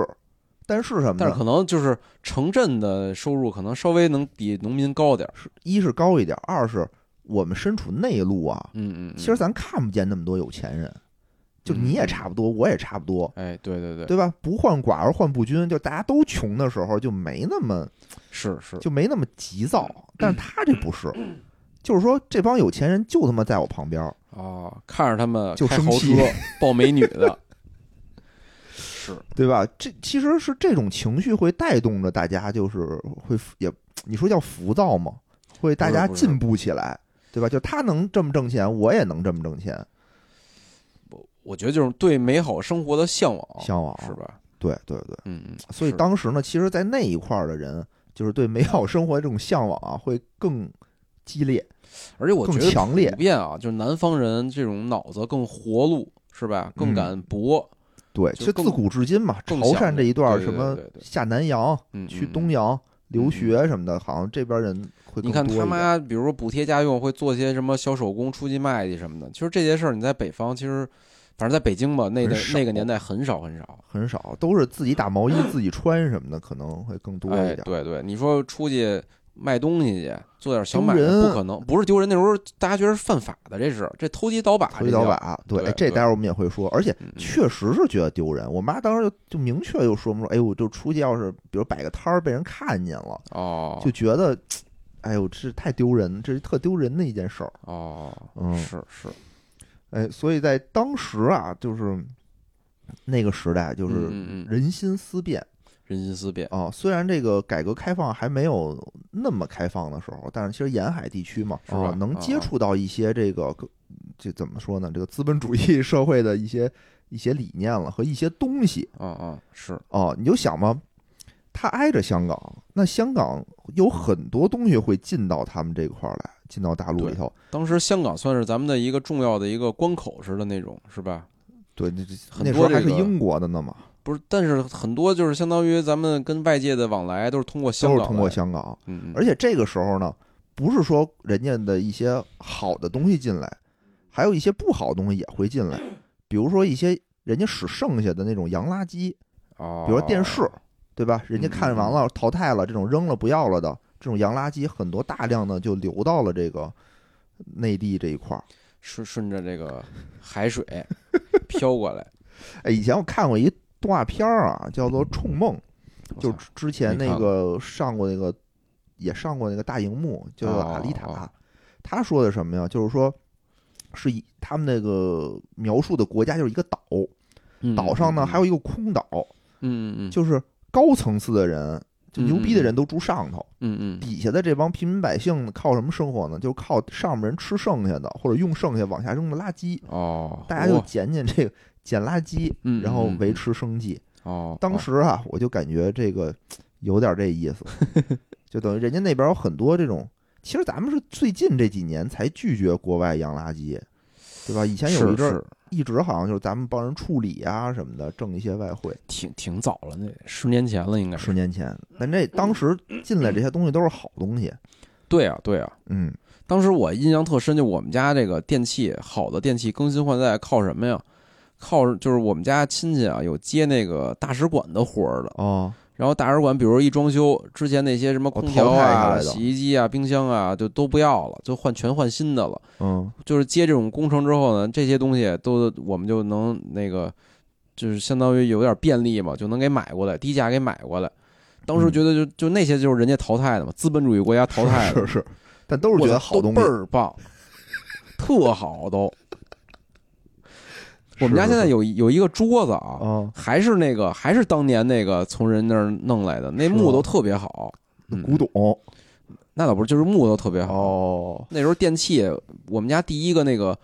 [SPEAKER 1] 但是什么
[SPEAKER 2] 但是
[SPEAKER 1] 呢？
[SPEAKER 2] 可能就是城镇的收入可能稍微能比农民高点儿，
[SPEAKER 1] 是一是高一点，二是我们身处内陆啊，
[SPEAKER 2] 嗯嗯，嗯
[SPEAKER 1] 其实咱看不见那么多有钱人，就你也差不多，我也差不多，
[SPEAKER 2] 哎，对对对，
[SPEAKER 1] 对吧？不患寡而患不均，就大家都穷的时候就没那么
[SPEAKER 2] 是是，嗯
[SPEAKER 1] 就没那么急躁，但是他这不是。 就是说，这帮有钱人就他妈在我旁边儿，
[SPEAKER 2] 哦，看着他们
[SPEAKER 1] 就
[SPEAKER 2] 开
[SPEAKER 1] 生
[SPEAKER 2] 豪
[SPEAKER 1] 气
[SPEAKER 2] 车抱美女的，是
[SPEAKER 1] 对吧？这其实是这种情绪会带动着大家，就是会也你说叫浮躁吗？会大家
[SPEAKER 2] 不是不是
[SPEAKER 1] 进步起来，对吧？就他能这么挣钱，我也能这么挣钱，
[SPEAKER 2] 我觉得就是对美好生活的向往，
[SPEAKER 1] 向往
[SPEAKER 2] 哦是吧？
[SPEAKER 1] 对对对。
[SPEAKER 2] 嗯嗯，
[SPEAKER 1] 所以
[SPEAKER 2] 是
[SPEAKER 1] 当时呢，其实，在那一块儿的人，就是对美好生活这种向往啊，会更激烈。
[SPEAKER 2] 而且我觉
[SPEAKER 1] 更
[SPEAKER 2] 得
[SPEAKER 1] 强烈
[SPEAKER 2] 普遍啊，就是南方人这种脑子更活路，是
[SPEAKER 1] 嗯
[SPEAKER 2] 吧？更敢搏，
[SPEAKER 1] 对，
[SPEAKER 2] 就
[SPEAKER 1] 其实
[SPEAKER 2] 更
[SPEAKER 1] 自古至今嘛，潮
[SPEAKER 2] 更想
[SPEAKER 1] 汕这一段儿
[SPEAKER 2] 对
[SPEAKER 1] 什
[SPEAKER 2] 对
[SPEAKER 1] 么
[SPEAKER 2] 对对
[SPEAKER 1] 下南洋、
[SPEAKER 2] 嗯，
[SPEAKER 1] 去
[SPEAKER 2] 嗯
[SPEAKER 1] 东。
[SPEAKER 2] 嗯
[SPEAKER 1] 洋留学什么的，好像这边人会更
[SPEAKER 2] 你看
[SPEAKER 1] 多
[SPEAKER 2] 他
[SPEAKER 1] 一点。
[SPEAKER 2] 妈，比如说补贴家用，会做些什么小手工、出去卖去什么的。其实这些事儿，你在北方，其实反正在北京吧，那
[SPEAKER 1] 很
[SPEAKER 2] 个
[SPEAKER 1] 少
[SPEAKER 2] 那个年代很少很少。
[SPEAKER 1] 很少，都是自己打毛衣、自己穿什么的，可能会更多
[SPEAKER 2] 哎，
[SPEAKER 1] 一点。
[SPEAKER 2] 对对，你说出去卖东西去，做点小买
[SPEAKER 1] 丢
[SPEAKER 2] 卖，
[SPEAKER 1] 人
[SPEAKER 2] 不可能，不是丢人。那时候大家觉得是犯法的，这是这偷鸡倒把，
[SPEAKER 1] 推倒
[SPEAKER 2] 这叫，
[SPEAKER 1] 把，对，
[SPEAKER 2] 对
[SPEAKER 1] 哎这待会儿我们也会说，而且
[SPEAKER 2] 嗯嗯
[SPEAKER 1] 确实是觉得丢人。我妈当时就就明确就说我们说，哎呦，就出去要是比如摆个摊儿被人看见了，
[SPEAKER 2] 哦，
[SPEAKER 1] 就觉得，哎呦，这太丢人，这是特丢人的一件事儿。
[SPEAKER 2] 哦，
[SPEAKER 1] 嗯
[SPEAKER 2] 是是，
[SPEAKER 1] 哎，所以在当时啊，就是那个时代，就
[SPEAKER 2] 嗯嗯
[SPEAKER 1] 是
[SPEAKER 2] 嗯
[SPEAKER 1] 人心思变
[SPEAKER 2] 人心思变，
[SPEAKER 1] 啊。虽然这个改革开放还没有那么开放的时候，但是其实沿海地区嘛，
[SPEAKER 2] 是吧
[SPEAKER 1] 啊能
[SPEAKER 2] 啊
[SPEAKER 1] 接
[SPEAKER 2] 啊
[SPEAKER 1] 触到一些这个这怎么说呢？这个资本主义社会的一些一些理念了和一些东西
[SPEAKER 2] 嗯嗯，是，
[SPEAKER 1] 啊。你就想吧，它挨着香港，那香港有很多东西会进到他们这块儿来，进到大陆里
[SPEAKER 2] 对
[SPEAKER 1] 头。
[SPEAKER 2] 当时香港算是咱们的一个重要的一个关口似的那种，是吧？
[SPEAKER 1] 对，那这
[SPEAKER 2] 很
[SPEAKER 1] 那时
[SPEAKER 2] 多
[SPEAKER 1] 候还是
[SPEAKER 2] 这个
[SPEAKER 1] 英国的呢嘛，
[SPEAKER 2] 不是，但是很多就是相当于咱们跟外界的往来都是通过香
[SPEAKER 1] 都
[SPEAKER 2] 港
[SPEAKER 1] 是
[SPEAKER 2] 来，
[SPEAKER 1] 通过香港。
[SPEAKER 2] 嗯，嗯，
[SPEAKER 1] 而且这个时候呢，不是说人家的一些好的东西进来，还有一些不好的东西也会进来，比如说一些人家使剩下的那种洋垃圾，
[SPEAKER 2] 哦，
[SPEAKER 1] 比如说电视，对吧？人家
[SPEAKER 2] 嗯
[SPEAKER 1] 看完了淘汰了，这种扔了不要了的这种洋垃圾，很多大量的就流到了这个内地这一块儿。
[SPEAKER 2] 顺顺着这个海水飘过来，
[SPEAKER 1] 哎，以前我看过一动画片儿啊，叫做《冲梦》，
[SPEAKER 2] 嗯 我
[SPEAKER 1] 就
[SPEAKER 2] 操
[SPEAKER 1] 之之前
[SPEAKER 2] 没
[SPEAKER 1] 那
[SPEAKER 2] 看
[SPEAKER 1] 个上过那个，也上过那个大荧幕，叫做
[SPEAKER 2] 哦
[SPEAKER 1] 阿丽塔。
[SPEAKER 2] 哦哦
[SPEAKER 1] 他说的什么呀？就是说，是以他们那个描述的国家就是一个岛，
[SPEAKER 2] 嗯
[SPEAKER 1] 岛上呢
[SPEAKER 2] 嗯
[SPEAKER 1] 还有一个空岛，
[SPEAKER 2] 嗯嗯，
[SPEAKER 1] 就是高层次的人，就牛逼的人都住上头，
[SPEAKER 2] 嗯嗯嗯
[SPEAKER 1] 底下的这帮平民百姓靠什么生活呢？就靠上面人吃剩下的，或者用剩下往下扔的垃圾，
[SPEAKER 2] 哦，
[SPEAKER 1] 大家就
[SPEAKER 2] 哇
[SPEAKER 1] 捡捡这个捡垃圾，
[SPEAKER 2] 嗯
[SPEAKER 1] 然后
[SPEAKER 2] 嗯嗯
[SPEAKER 1] 维持生计。
[SPEAKER 2] 哦，
[SPEAKER 1] 当时啊，我就感觉这个有点这意 思，就等于人家那边有很多这种，其实咱们是最近这几年才拒绝国外洋垃圾，对吧？以前有
[SPEAKER 2] 是
[SPEAKER 1] 一阵儿
[SPEAKER 2] 是
[SPEAKER 1] 一直好像就是咱们帮人处理啊什么的，挣一些外汇。
[SPEAKER 2] 挺挺早了，那十年前了应该
[SPEAKER 1] 十。年前，但这当时进来这些东西都是好东西，
[SPEAKER 2] 对啊，对啊，
[SPEAKER 1] 嗯，
[SPEAKER 2] 当时我印象特深，就我们家这个电器，好的电器更新换代靠什么呀？靠就是我们家亲戚啊，有接那个大使馆的活儿的。
[SPEAKER 1] 哦，
[SPEAKER 2] 然后大使馆，比如一装修，之前那些什么
[SPEAKER 1] 哦
[SPEAKER 2] 空调
[SPEAKER 1] 淘汰下来
[SPEAKER 2] 啊、
[SPEAKER 1] 的
[SPEAKER 2] 洗衣机啊、冰箱啊，就都不要了，就换全换新的了。
[SPEAKER 1] 嗯，
[SPEAKER 2] 就是接这种工程之后呢，这些东西都我们就能那个，就是相当于有点便利嘛，就能给买过来，低价给买过来。当
[SPEAKER 1] 嗯
[SPEAKER 2] 时觉得就就那些就是人家淘汰的嘛，资本主义国家淘汰
[SPEAKER 1] 是，
[SPEAKER 2] 的
[SPEAKER 1] 是是，但都是觉得好东
[SPEAKER 2] 我操
[SPEAKER 1] 西
[SPEAKER 2] 都倍。儿棒，特好 都。
[SPEAKER 1] 是
[SPEAKER 2] 我们家
[SPEAKER 1] 是
[SPEAKER 2] 现在
[SPEAKER 1] 是
[SPEAKER 2] 有一有一个桌子啊，
[SPEAKER 1] 啊，
[SPEAKER 2] 还是那个还是当年那个从人那儿弄来的，那
[SPEAKER 1] 是吗啊
[SPEAKER 2] 木头特别好，嗯
[SPEAKER 1] 古董
[SPEAKER 2] 那倒不是，就是木头特别好。
[SPEAKER 1] 哦，
[SPEAKER 2] 那时候电器，我们家第一个那个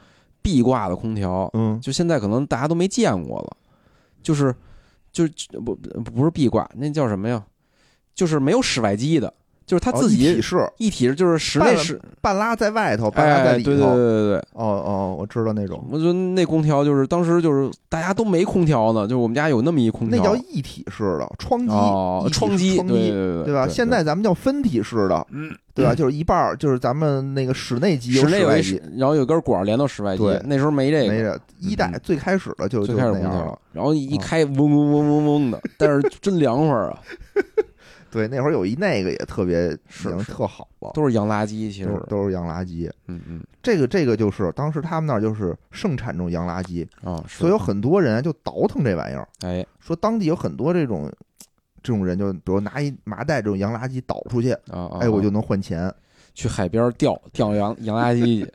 [SPEAKER 2] 壁挂的空调，
[SPEAKER 1] 嗯，
[SPEAKER 2] 就现在可能大家都没见过了，就是就就不不是壁挂，那叫什么呀？就是没有室外机的，就是它
[SPEAKER 1] 哦
[SPEAKER 2] 自
[SPEAKER 1] 一
[SPEAKER 2] 己
[SPEAKER 1] 体式
[SPEAKER 2] 一体式，就是室
[SPEAKER 1] 半
[SPEAKER 2] 内
[SPEAKER 1] 了
[SPEAKER 2] 室，
[SPEAKER 1] 半拉在外头，半拉在
[SPEAKER 2] 哎，
[SPEAKER 1] 里
[SPEAKER 2] 对
[SPEAKER 1] 头。
[SPEAKER 2] 对对对对，
[SPEAKER 1] 哦哦，我知道那种，
[SPEAKER 2] 我觉得那空调就是当时就是大家都没空调呢，就是我们家有那么一空
[SPEAKER 1] 那
[SPEAKER 2] 调，
[SPEAKER 1] 叫一体式的窗机，
[SPEAKER 2] 哦
[SPEAKER 1] 一，体
[SPEAKER 2] 窗机，
[SPEAKER 1] 窗
[SPEAKER 2] 对
[SPEAKER 1] 机，
[SPEAKER 2] 对嗯
[SPEAKER 1] 对吧？现在咱们叫分体式的，对吧？就是一半儿就是咱们那个室内机，
[SPEAKER 2] 室内
[SPEAKER 1] 有
[SPEAKER 2] 有一
[SPEAKER 1] 室外机，
[SPEAKER 2] 室然后有根管连到室外机
[SPEAKER 1] 对，
[SPEAKER 2] 那时候没这
[SPEAKER 1] 没
[SPEAKER 2] 个，
[SPEAKER 1] 这一代
[SPEAKER 2] 嗯
[SPEAKER 1] 最开始的就
[SPEAKER 2] 最
[SPEAKER 1] 就
[SPEAKER 2] 开始
[SPEAKER 1] 那
[SPEAKER 2] 空
[SPEAKER 1] 样了嗯
[SPEAKER 2] 调。，然后一开嗡嗡嗡嗡嗡的，但是真凉快儿啊，
[SPEAKER 1] 对，那会儿有一那个也特别
[SPEAKER 2] 是
[SPEAKER 1] 已经
[SPEAKER 2] 是
[SPEAKER 1] 特好了，
[SPEAKER 2] 都是洋垃圾，其
[SPEAKER 1] 都
[SPEAKER 2] 实
[SPEAKER 1] 是，都是洋垃圾。
[SPEAKER 2] 嗯嗯
[SPEAKER 1] 这个这个就是当时他们那儿就是盛产这种洋垃圾，
[SPEAKER 2] 啊，
[SPEAKER 1] 所以有很多人就倒腾这玩意儿，
[SPEAKER 2] 以哎
[SPEAKER 1] 说当地有很多这种这种人，就比如拿一麻袋这种洋垃圾倒出去，
[SPEAKER 2] 啊啊，
[SPEAKER 1] 哎，我
[SPEAKER 2] 啊
[SPEAKER 1] 就能换钱。
[SPEAKER 2] 去海边钓钓洋洋垃圾去，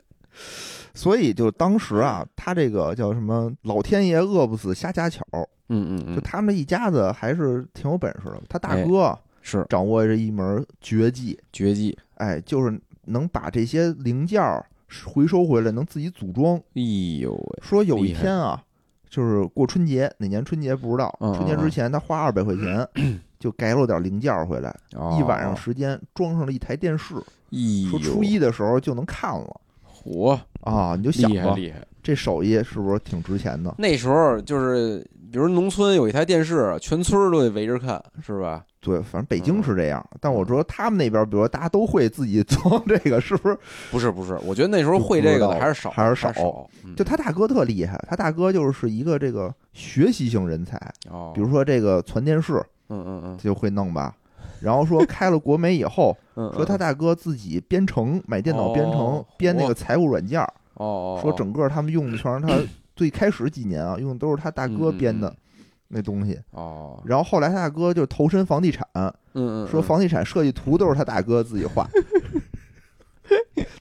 [SPEAKER 1] 所以就当时啊，他这个叫什么“老天爷饿不死瞎家巧”，
[SPEAKER 2] 嗯嗯
[SPEAKER 1] 就
[SPEAKER 2] 嗯，
[SPEAKER 1] 他们一家子还是挺有本事的。他大哥
[SPEAKER 2] 是
[SPEAKER 1] 掌握着一门绝技，
[SPEAKER 2] 绝技，
[SPEAKER 1] 哎，就是能把这些零件儿回收回来，能自己组装。
[SPEAKER 2] 哎呦喂，
[SPEAKER 1] 说有一
[SPEAKER 2] 厉害
[SPEAKER 1] 天啊，就是过春节哪年春节不知道
[SPEAKER 2] 嗯，
[SPEAKER 1] 春节之前他花二百块钱 就改了点零件儿回来，
[SPEAKER 2] 哦
[SPEAKER 1] 一晚上，时间装上了一台电视，
[SPEAKER 2] 哎
[SPEAKER 1] 说
[SPEAKER 2] 呦，
[SPEAKER 1] 初一的时候就能看了
[SPEAKER 2] 嚯，
[SPEAKER 1] 啊！你就想
[SPEAKER 2] 厉害
[SPEAKER 1] 吧，
[SPEAKER 2] 厉害。
[SPEAKER 1] 这手艺是不是挺值钱的？
[SPEAKER 2] 那时候就是，比如农村有一台电视，全村儿都得围着看，是吧？
[SPEAKER 1] 对，反正北京
[SPEAKER 2] 嗯
[SPEAKER 1] 是这样，但我说他们那边，比如说大家都会自己 装这个，是不是？
[SPEAKER 2] 不是不是，我觉得那时候会这个的还是少，
[SPEAKER 1] 还是
[SPEAKER 2] 是
[SPEAKER 1] 少
[SPEAKER 2] 少。嗯
[SPEAKER 1] 就他大哥特厉害，他大哥就是一个这个学习型人才，
[SPEAKER 2] 哦，
[SPEAKER 1] 比如说这个传电视
[SPEAKER 2] 嗯嗯嗯
[SPEAKER 1] 就会弄吧，然后说开了国美以后，
[SPEAKER 2] 嗯，
[SPEAKER 1] 说他大哥自己编程，买电脑编程
[SPEAKER 2] 哦，
[SPEAKER 1] 编那
[SPEAKER 2] 嚯
[SPEAKER 1] 个财务软件儿，
[SPEAKER 2] 嗯哦哦
[SPEAKER 1] 说整个他们用的全是他 最开始几年啊，用的都是他大哥
[SPEAKER 2] 嗯嗯
[SPEAKER 1] 编的
[SPEAKER 2] 嗯
[SPEAKER 1] 那东西。
[SPEAKER 2] 哦，
[SPEAKER 1] 然后后来他大哥就投身房地产，
[SPEAKER 2] 嗯嗯，
[SPEAKER 1] 说
[SPEAKER 2] 嗯
[SPEAKER 1] 房地产设计图都是他大哥自己画，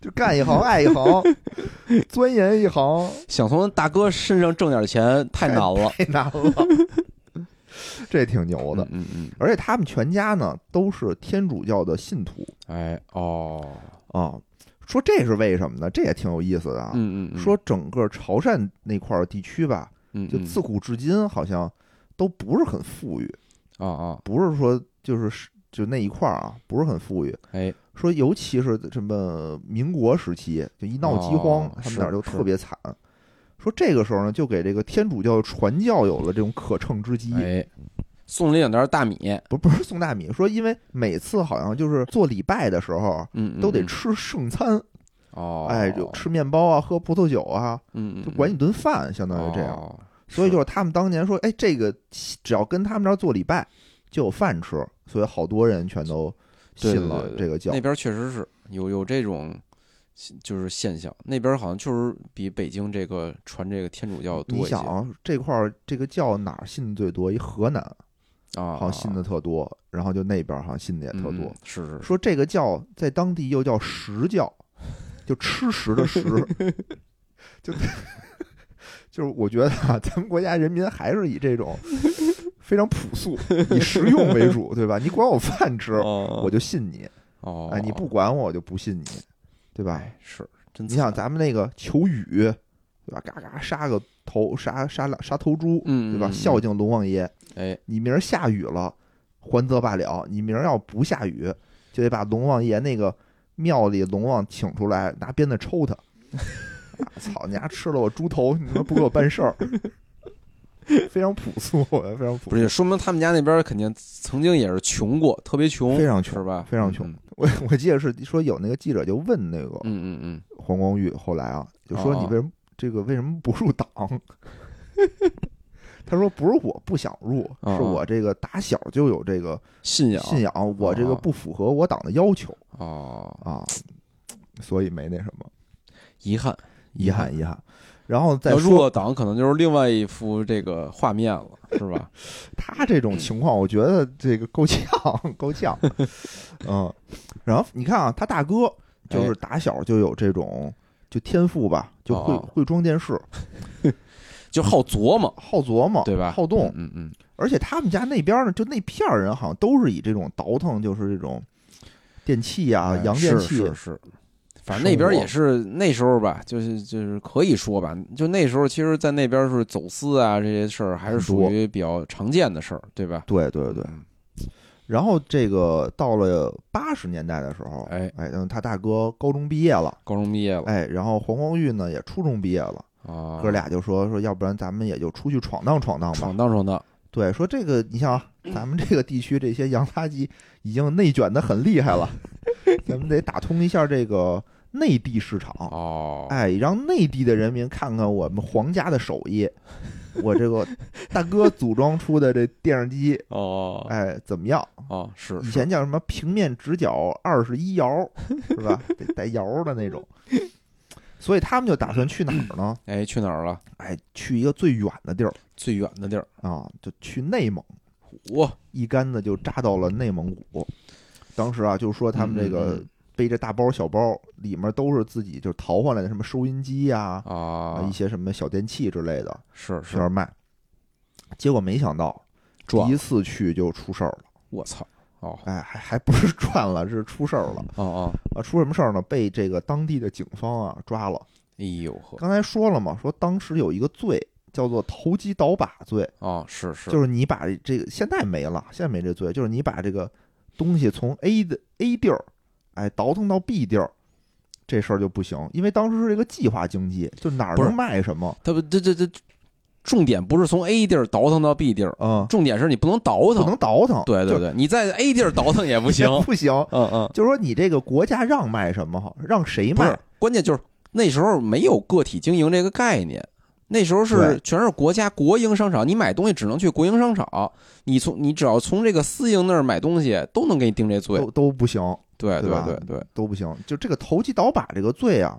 [SPEAKER 1] 就干一行爱一行，钻研一行
[SPEAKER 2] 想从大哥身上挣点钱太
[SPEAKER 1] 哎
[SPEAKER 2] 难了，
[SPEAKER 1] 太难了， 这挺牛的。
[SPEAKER 2] 嗯嗯，嗯
[SPEAKER 1] 而且他们全家呢都是天主教的信徒
[SPEAKER 2] 哎哦，
[SPEAKER 1] 啊，说这是为什么呢？这也挺有意思的啊。
[SPEAKER 2] 嗯嗯嗯，
[SPEAKER 1] 说整个潮汕那块儿地区吧，
[SPEAKER 2] 嗯
[SPEAKER 1] 就
[SPEAKER 2] 嗯
[SPEAKER 1] 自古至今好像都不是很富裕，
[SPEAKER 2] 啊啊，
[SPEAKER 1] 不是说就是就那一块儿啊，不是很富裕。
[SPEAKER 2] 哎
[SPEAKER 1] 说尤其是什么民国时期，就一闹饥荒，
[SPEAKER 2] 哦
[SPEAKER 1] 他们
[SPEAKER 2] 是
[SPEAKER 1] 那儿就是特别惨。说这个时候呢，就给这个天主教传教有了这种可乘之机，
[SPEAKER 2] 哎，送了两袋大米，
[SPEAKER 1] 不不是送大米，说因为每次好像就是做礼拜的时候
[SPEAKER 2] 嗯，嗯
[SPEAKER 1] 都得
[SPEAKER 2] 嗯
[SPEAKER 1] 吃圣餐，
[SPEAKER 2] 哦，
[SPEAKER 1] 哎，就吃面包啊，喝葡萄酒啊，
[SPEAKER 2] 嗯，嗯
[SPEAKER 1] 就管你顿饭，相当于这样。，
[SPEAKER 2] 嗯
[SPEAKER 1] 所以就是他们当年说，哎，这个只要跟他们这儿做礼拜就有饭吃，所以好多人全都
[SPEAKER 2] 对
[SPEAKER 1] 信
[SPEAKER 2] 对
[SPEAKER 1] 了
[SPEAKER 2] 对
[SPEAKER 1] 这个教。
[SPEAKER 2] 那边确实是有有这种现就是现象，那边好像确实比北京这个传这个天主教
[SPEAKER 1] 你
[SPEAKER 2] 多一些
[SPEAKER 1] 想啊，这块儿这个教哪儿信最多？一河南
[SPEAKER 2] 啊，
[SPEAKER 1] 好像信的特多，然后就那边儿好像信的也
[SPEAKER 2] 嗯
[SPEAKER 1] 特多
[SPEAKER 2] 嗯。是是是
[SPEAKER 1] 说这个教在当地又叫食教，就吃食的 食，就就是我觉得啊，咱们国家人民还是以这 种非常朴素、以实用为主，对吧？你管我饭吃，
[SPEAKER 2] 哦
[SPEAKER 1] 我就信你。
[SPEAKER 2] 哦，哎
[SPEAKER 1] 哎，你不管我，我就不信你，对吧？
[SPEAKER 2] 是真
[SPEAKER 1] 你想
[SPEAKER 2] 惨
[SPEAKER 1] 咱们那个求雨，对吧？嘎嘎杀个头，杀杀两杀头猪，
[SPEAKER 2] 嗯
[SPEAKER 1] 对吧？
[SPEAKER 2] 嗯嗯
[SPEAKER 1] 孝敬龙王爷，
[SPEAKER 2] 哎
[SPEAKER 1] 你明儿下雨了，还则罢了；你明儿要不下雨，就得把龙王爷那个庙里龙王请出来，拿鞭子抽他。啊操你丫吃了我猪头，你他妈不给我办事儿，非常朴素，我觉得非常朴
[SPEAKER 2] 不
[SPEAKER 1] 素，
[SPEAKER 2] 是，说明他们家那边肯定曾经也是穷过，特别穷，
[SPEAKER 1] 非常穷
[SPEAKER 2] 是吧？
[SPEAKER 1] 非常穷
[SPEAKER 2] 嗯。
[SPEAKER 1] 我我记得是说有那个记者就问那个
[SPEAKER 2] 嗯嗯嗯，
[SPEAKER 1] 黄光裕，后来啊，就说
[SPEAKER 2] 哦
[SPEAKER 1] 你为什么这个为什么不入党？ 他说不是我不想入，
[SPEAKER 2] 哦
[SPEAKER 1] 是我这个打小就有这个
[SPEAKER 2] 信仰啊
[SPEAKER 1] 信仰，我这个不符合我党的要求
[SPEAKER 2] 哦，
[SPEAKER 1] 啊，所以没那什么，
[SPEAKER 2] 遗憾，
[SPEAKER 1] 遗憾遗憾。然后再
[SPEAKER 2] 要入
[SPEAKER 1] 说
[SPEAKER 2] 了党，可能就是另外一幅这个画面了，是吧？
[SPEAKER 1] 他这种情况，我觉得这个够呛，够呛。 嗯，然后你看啊，他大哥就是
[SPEAKER 2] 哎
[SPEAKER 1] 打小就有这种就天赋吧，就会
[SPEAKER 2] 哦
[SPEAKER 1] 会装电视，
[SPEAKER 2] 就好琢磨，
[SPEAKER 1] 好琢磨，
[SPEAKER 2] 对吧？
[SPEAKER 1] 好动，
[SPEAKER 2] 嗯嗯
[SPEAKER 1] 而且他们家那边呢，就那片儿人好像都是以这种倒腾，就是这种电器啊、
[SPEAKER 2] 哎
[SPEAKER 1] 洋电
[SPEAKER 2] 是
[SPEAKER 1] 器，
[SPEAKER 2] 是是。反正那边也是那时候吧，就是就是可以说吧，就那时候其实，在那边是走私啊这些事儿，还是属于比较常见的事儿，对吧？
[SPEAKER 1] 对对对。
[SPEAKER 2] 嗯
[SPEAKER 1] 然后这个到了八十年代的时候，
[SPEAKER 2] 哎，
[SPEAKER 1] 哎，嗯，他大哥高中毕业了，
[SPEAKER 2] 高中毕业了
[SPEAKER 1] 哎，然后黄光裕呢也初中毕业了，
[SPEAKER 2] 啊，
[SPEAKER 1] 哎哥俩就说说，要不然咱们也就出去闯荡闯荡吧
[SPEAKER 2] 闯。荡闯荡，
[SPEAKER 1] 对，说这个你像啊咱们这个地区这些洋垃圾已经内卷的很厉害 了，咱们得打通一下这个内地市场。
[SPEAKER 2] 哦，
[SPEAKER 1] 哎，让内地的人民看看我们皇家的手艺，我这个大哥组装出的这电视机，
[SPEAKER 2] 哦，
[SPEAKER 1] 哎，怎么样？
[SPEAKER 2] 哦，是
[SPEAKER 1] 以前叫什么平面直角二十一摇，是吧？得带摇的那种。所以他们就打算去哪儿呢？
[SPEAKER 2] 哎，去哪儿了？
[SPEAKER 1] 哎，去一个最远的地儿
[SPEAKER 2] 最远的地儿，啊
[SPEAKER 1] 啊，就去内蒙，
[SPEAKER 2] 哇，
[SPEAKER 1] 一竿子就扎到了内蒙古。当时啊，就说他们这个
[SPEAKER 2] 嗯
[SPEAKER 1] 背着大包小包，里面都是自己就淘换来的什么收音机呀、啊，
[SPEAKER 2] 啊
[SPEAKER 1] 一，些什么小电器之类的。
[SPEAKER 2] 是
[SPEAKER 1] 去
[SPEAKER 2] 是
[SPEAKER 1] 那，儿卖。结果没想到，第
[SPEAKER 2] 撞
[SPEAKER 1] 一，次去就出事儿了。
[SPEAKER 2] 我操，哦
[SPEAKER 1] 哎，还还不是赚了，是出事儿了
[SPEAKER 2] 哦哦，
[SPEAKER 1] 啊！出什么事儿呢？被这个当地的警方啊抓了。
[SPEAKER 2] 哎呦呵，
[SPEAKER 1] 刚才说了嘛，说当时有一个罪叫做投机倒把罪，
[SPEAKER 2] 哦是是，
[SPEAKER 1] 就是你把这个现在没了，现在没这罪，就是你把这个东西从 A 的 A 地儿，哎，倒腾到 B 地儿。这事儿就不行，因为当时是一个计划经济，就哪儿
[SPEAKER 2] 不是
[SPEAKER 1] 能卖什么，
[SPEAKER 2] 他不这这这，重点不是从 A 地儿倒腾到 B 地儿，
[SPEAKER 1] 嗯，
[SPEAKER 2] 重点是你不能倒
[SPEAKER 1] 不
[SPEAKER 2] 腾
[SPEAKER 1] 能，倒腾，
[SPEAKER 2] 对对
[SPEAKER 1] 就，
[SPEAKER 2] 对，你在 A 地儿倒腾也 不行，
[SPEAKER 1] 不行，
[SPEAKER 2] 嗯嗯，
[SPEAKER 1] 就是说你这个国家让卖什么好，让谁
[SPEAKER 2] 不是
[SPEAKER 1] 卖？，
[SPEAKER 2] 关键就是那时候没有个体经营这个概念。那时候是
[SPEAKER 1] 对
[SPEAKER 2] 全是国家国营商场，你买东西只能去国营商场，你从你只要从这个私营那儿买东西，都能给你定这罪。
[SPEAKER 1] 都都不行，
[SPEAKER 2] 对
[SPEAKER 1] 对
[SPEAKER 2] 对
[SPEAKER 1] 吧
[SPEAKER 2] 对对，
[SPEAKER 1] 都不行。就这个投机倒把这个罪啊，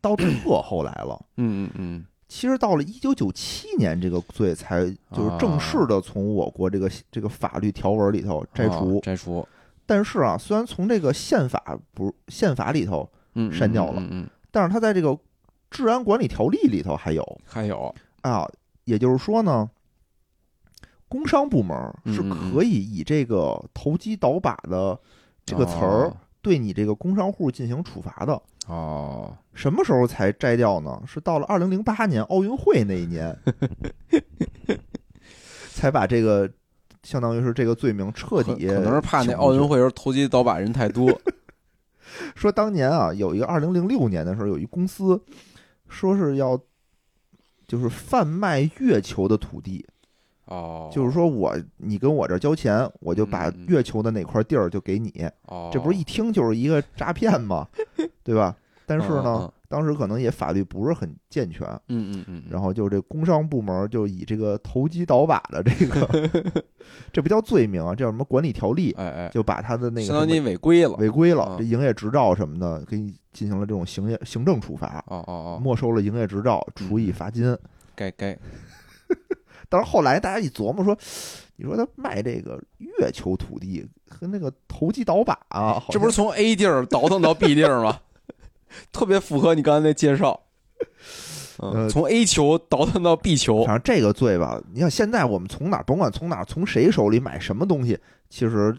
[SPEAKER 1] 到特后来了。
[SPEAKER 2] 嗯嗯嗯，
[SPEAKER 1] 其实到了一九九七年，这个罪才
[SPEAKER 2] 啊
[SPEAKER 1] 就是正式的从我国这个这个法律条文里头摘除
[SPEAKER 2] 哦。摘除，
[SPEAKER 1] 但是啊，虽然从这个宪法不宪法里头，
[SPEAKER 2] 嗯，嗯
[SPEAKER 1] 删掉了
[SPEAKER 2] 嗯嗯，嗯
[SPEAKER 1] 但是它在这个治安管理条例里头还有
[SPEAKER 2] 还有，
[SPEAKER 1] 啊。也就是说呢，工商部门是
[SPEAKER 2] 嗯嗯嗯
[SPEAKER 1] 可以以这个投机倒把的这个词儿对你这个工商户进行处罚的。
[SPEAKER 2] 哦哦，
[SPEAKER 1] 什么时候才摘掉呢？是到了二零零八年奥运会那一 年，才把这个相当于是这个罪名彻
[SPEAKER 2] 可
[SPEAKER 1] 底。
[SPEAKER 2] 可能是怕那奥运。会时候投机倒把人 太多，
[SPEAKER 1] 说当年啊，有一个二零零六年的时候，有一公司说是要就是贩卖月球的土地，
[SPEAKER 2] 哦，
[SPEAKER 1] 就是说我你跟我这儿交钱，我就把
[SPEAKER 2] 嗯嗯
[SPEAKER 1] 月球的哪块地儿就给你。
[SPEAKER 2] 哦，
[SPEAKER 1] 这不是一听就是一个诈骗吗？ 对吧？但是
[SPEAKER 2] 嗯嗯
[SPEAKER 1] 呢
[SPEAKER 2] 嗯，
[SPEAKER 1] 当时可能也法律不是很健全，
[SPEAKER 2] 嗯嗯嗯，
[SPEAKER 1] 然
[SPEAKER 2] 后
[SPEAKER 1] 后就这工商部门就以这个投机倒把的这个，这不叫罪名啊，叫什么管理条例，
[SPEAKER 2] 哎哎，
[SPEAKER 1] 就把他的那
[SPEAKER 2] 相当于
[SPEAKER 1] 个
[SPEAKER 2] 违规了，
[SPEAKER 1] 违规
[SPEAKER 2] 嗯
[SPEAKER 1] 了，这营业执照什么的给你进行了这种行业行政处罚，
[SPEAKER 2] 哦哦嗯哦，
[SPEAKER 1] 没收了营业执照，处以罚金。
[SPEAKER 2] 该该，
[SPEAKER 1] 但是后来大家一琢磨说，你说他卖这个月球土地和那个投机倒把啊，好像
[SPEAKER 2] 这不是从 A 地儿倒腾到 B 地儿吗？ 特别符合你刚才那介绍，嗯，
[SPEAKER 1] 呃
[SPEAKER 2] 从 A 球倒腾到 B 球，
[SPEAKER 1] 反正这个罪吧，你看现在我们从哪儿甭管从哪儿从谁手里买什么东西，其实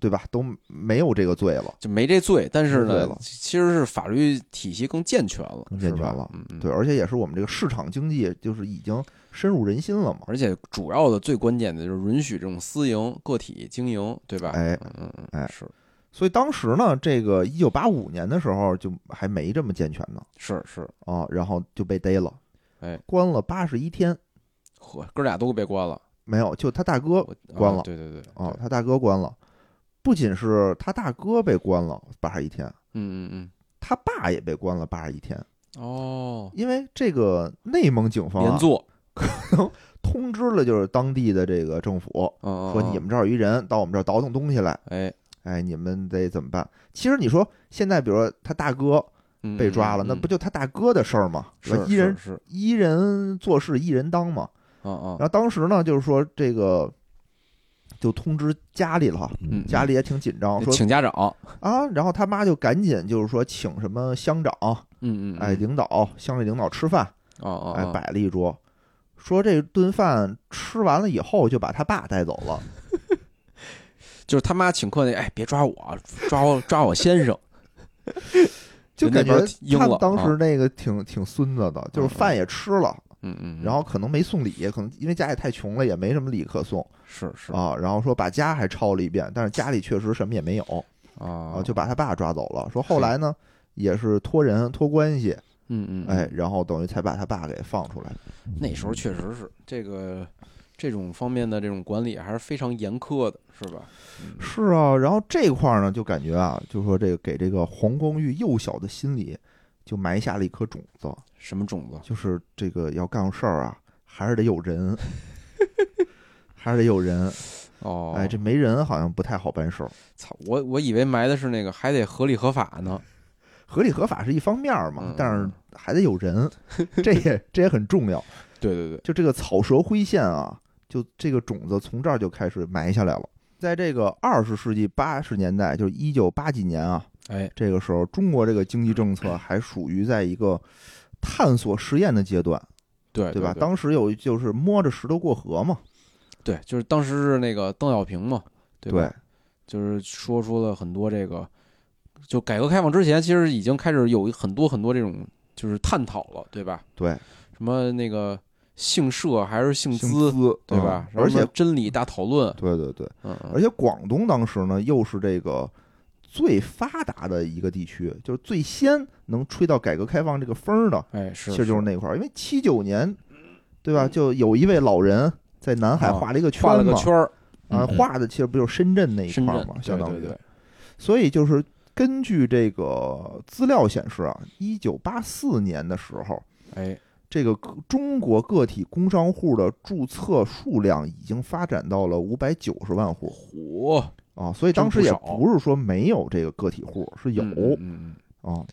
[SPEAKER 1] 对吧，都没有这个罪了，
[SPEAKER 2] 就没这罪，但是
[SPEAKER 1] 没罪
[SPEAKER 2] 呢
[SPEAKER 1] 了，
[SPEAKER 2] 其实是法律体系更健全了，
[SPEAKER 1] 更健全
[SPEAKER 2] 是吧
[SPEAKER 1] 了
[SPEAKER 2] 嗯嗯，
[SPEAKER 1] 对，而且也是我们这个市场经济就是已经深入人心了嘛，
[SPEAKER 2] 而且主要的最关键的就是允许这种私营个体经营，对吧？
[SPEAKER 1] 哎
[SPEAKER 2] 嗯嗯嗯，
[SPEAKER 1] 哎
[SPEAKER 2] 是，
[SPEAKER 1] 所以当时呢，这个一九八五年的时候就还没这么健全呢
[SPEAKER 2] 是是，
[SPEAKER 1] 啊，然后就被逮了，
[SPEAKER 2] 哎，
[SPEAKER 1] 关了八十一天，
[SPEAKER 2] 呵，哥俩都被关了，
[SPEAKER 1] 没有，就他大哥
[SPEAKER 2] 我啊
[SPEAKER 1] 关了
[SPEAKER 2] 对对对，
[SPEAKER 1] 啊，
[SPEAKER 2] 对
[SPEAKER 1] 他大哥关了，不仅是他大哥被关了八十一天，
[SPEAKER 2] 嗯嗯
[SPEAKER 1] 他爸也被关了八十一天，
[SPEAKER 2] 嗯，哦，
[SPEAKER 1] 因为这个内蒙警方、
[SPEAKER 2] 连
[SPEAKER 1] 啊、
[SPEAKER 2] 坐，
[SPEAKER 1] 通知了就是当地的这个政府，
[SPEAKER 2] 嗯，
[SPEAKER 1] 说你
[SPEAKER 2] 嗯，
[SPEAKER 1] 们这儿有一人到我们这儿倒腾东西来，
[SPEAKER 2] 哎，
[SPEAKER 1] 哎，你们得怎么办？其实你说现在，比如说他大哥
[SPEAKER 2] 嗯
[SPEAKER 1] 被抓了，那不就他大哥的事儿吗？
[SPEAKER 2] 嗯嗯是
[SPEAKER 1] 一人
[SPEAKER 2] 是，是
[SPEAKER 1] 一人做事一人当嘛。
[SPEAKER 2] 嗯
[SPEAKER 1] 然
[SPEAKER 2] 嗯
[SPEAKER 1] 后当时呢，就是说这个就通知家里了，
[SPEAKER 2] 嗯，
[SPEAKER 1] 家里也挺紧张，说
[SPEAKER 2] 请家长，
[SPEAKER 1] 啊，然后他妈就赶紧就是说请什么乡长、
[SPEAKER 2] 嗯嗯，嗯
[SPEAKER 1] 哎，领导、乡里领导吃饭，
[SPEAKER 2] 哦哦，
[SPEAKER 1] 哎
[SPEAKER 2] 哦，
[SPEAKER 1] 摆了一桌，说这顿饭吃完了以后就把他爸带走了。
[SPEAKER 2] 就是他妈请客那，哎，别抓我，抓我抓我先生，
[SPEAKER 1] 就感觉
[SPEAKER 2] 那边阴
[SPEAKER 1] 他
[SPEAKER 2] 了
[SPEAKER 1] 们当时
[SPEAKER 2] 啊
[SPEAKER 1] 那个挺挺孙子的，就是饭也吃了，
[SPEAKER 2] 嗯嗯，嗯
[SPEAKER 1] 然后可能没送礼，可能因为家里太穷了，也没什么礼可送
[SPEAKER 2] 是是
[SPEAKER 1] 啊。然后说把家还抄了一遍，但是家里确实什么也没有啊，
[SPEAKER 2] 啊
[SPEAKER 1] 就把他爸抓走了。说后来呢，也是托人托关系，
[SPEAKER 2] 嗯嗯，嗯
[SPEAKER 1] 哎，，然后等于才把他爸给放出来。
[SPEAKER 2] 那时候确实是这个这种方面的这种管理还是非常严苛的，是吧？嗯
[SPEAKER 1] 是啊，然后这块儿呢，就感觉啊，就说这个给这个黄光裕幼小的心里就埋下了一颗种子，
[SPEAKER 2] 什么种子？
[SPEAKER 1] 就是这个要干事儿啊，还是得有人， 还是得有人。
[SPEAKER 2] 哦，
[SPEAKER 1] 哎，这没人好像不太好办事儿。
[SPEAKER 2] 操，我我以为埋的是那个，还得合理合法呢。
[SPEAKER 1] 合理合法是一方面儿嘛
[SPEAKER 2] 嗯，
[SPEAKER 1] 但是还得有 人，这也这也很重要。
[SPEAKER 2] 对对对，
[SPEAKER 1] 就这个草蛇灰线啊，就这个种子从这儿就开始埋下来了。在这个二十世纪八十年代，就是一九八几年啊，
[SPEAKER 2] 哎，
[SPEAKER 1] 这个时候中国这个经济政策
[SPEAKER 2] 嗯
[SPEAKER 1] 还属于在一个探索实验的阶段，
[SPEAKER 2] 对
[SPEAKER 1] 对吧？
[SPEAKER 2] 哎对
[SPEAKER 1] 当时有就是摸着石头过河嘛，
[SPEAKER 2] 对，就是当时是那个邓小平嘛，对吧？
[SPEAKER 1] 对
[SPEAKER 2] 就是说出了很多这个，就改革开放之前，其实已经开始有很多很多这种就是探讨了，对吧？
[SPEAKER 1] 对，
[SPEAKER 2] 什么那个姓社还是姓
[SPEAKER 1] 薪
[SPEAKER 2] 资，
[SPEAKER 1] 资
[SPEAKER 2] 对吧？
[SPEAKER 1] 嗯而
[SPEAKER 2] 然
[SPEAKER 1] 且
[SPEAKER 2] 后真理大讨论，
[SPEAKER 1] 对对对，
[SPEAKER 2] 嗯
[SPEAKER 1] 而
[SPEAKER 2] 嗯，
[SPEAKER 1] 且广东当时呢，又是这个最发达的一个地区，就是最先能吹到改革开放这个风儿的，
[SPEAKER 2] 哎是，嗯
[SPEAKER 1] 其实就是那块儿。因为七九年，对吧？就有一位老人在南海
[SPEAKER 2] 啊
[SPEAKER 1] 画了一个圈
[SPEAKER 2] 画了
[SPEAKER 1] 嘛，
[SPEAKER 2] 个圈儿，
[SPEAKER 1] 啊，
[SPEAKER 2] 嗯
[SPEAKER 1] 画的其实不就是深圳那一
[SPEAKER 2] 深
[SPEAKER 1] 块儿
[SPEAKER 2] 圳
[SPEAKER 1] 嘛，
[SPEAKER 2] 对
[SPEAKER 1] 相当于。
[SPEAKER 2] 对对，
[SPEAKER 1] 所以就是根据这个资料显示啊，一九八四年的时候。
[SPEAKER 2] 哎，
[SPEAKER 1] 这个个中国个体工商户的注册数量已经发展到了五百九十万户，
[SPEAKER 2] 虎
[SPEAKER 1] 啊，所以
[SPEAKER 2] 真
[SPEAKER 1] 当时
[SPEAKER 2] 不
[SPEAKER 1] 也
[SPEAKER 2] 少
[SPEAKER 1] 不是说没有这个个体户，是有
[SPEAKER 2] 嗯嗯嗯
[SPEAKER 1] 啊，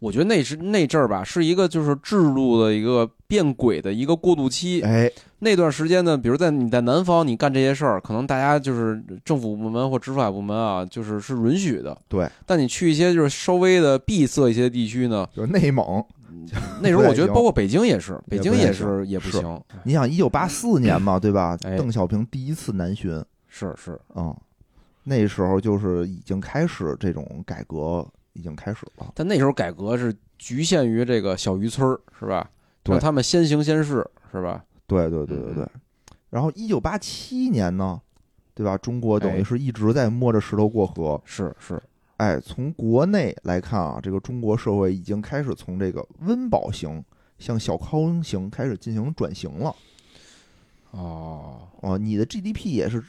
[SPEAKER 2] 我觉得那是那阵儿吧，是一个就是制度的一个变轨的一个过渡期。
[SPEAKER 1] 哎，
[SPEAKER 2] 那段时间呢，比如在你在南方，你干这些事儿，可能大家就是政府部门或执法部门啊，就是是允许的。
[SPEAKER 1] 对，
[SPEAKER 2] 但你去一些就是稍微的闭塞一些地区呢，
[SPEAKER 1] 就是内蒙。
[SPEAKER 2] 那时候我觉得包括北京也是，
[SPEAKER 1] 也
[SPEAKER 2] 北
[SPEAKER 1] 不
[SPEAKER 2] 京也
[SPEAKER 1] 太
[SPEAKER 2] 是也不
[SPEAKER 1] 是
[SPEAKER 2] 行。
[SPEAKER 1] 你想，一九八四年嘛，对吧？
[SPEAKER 2] 哎
[SPEAKER 1] 邓小平第一次南巡
[SPEAKER 2] 是是，
[SPEAKER 1] 啊，那时候就是已经开始这种改革，已经开始了。
[SPEAKER 2] 但那时候改革是局限于这个小渔村儿，是吧？
[SPEAKER 1] 对
[SPEAKER 2] 让他们先行先试，是吧？
[SPEAKER 1] 对对对对
[SPEAKER 2] 嗯
[SPEAKER 1] 对。然后一九八七年呢，对吧？中国等于
[SPEAKER 2] 哎
[SPEAKER 1] 是一直在摸着石头过河。
[SPEAKER 2] 是是，
[SPEAKER 1] 哎，从国内来看啊，这个中国社会已经开始从这个温饱型向小康型开始进行转型了。
[SPEAKER 2] 哦，
[SPEAKER 1] 哦，你的 GDP 也是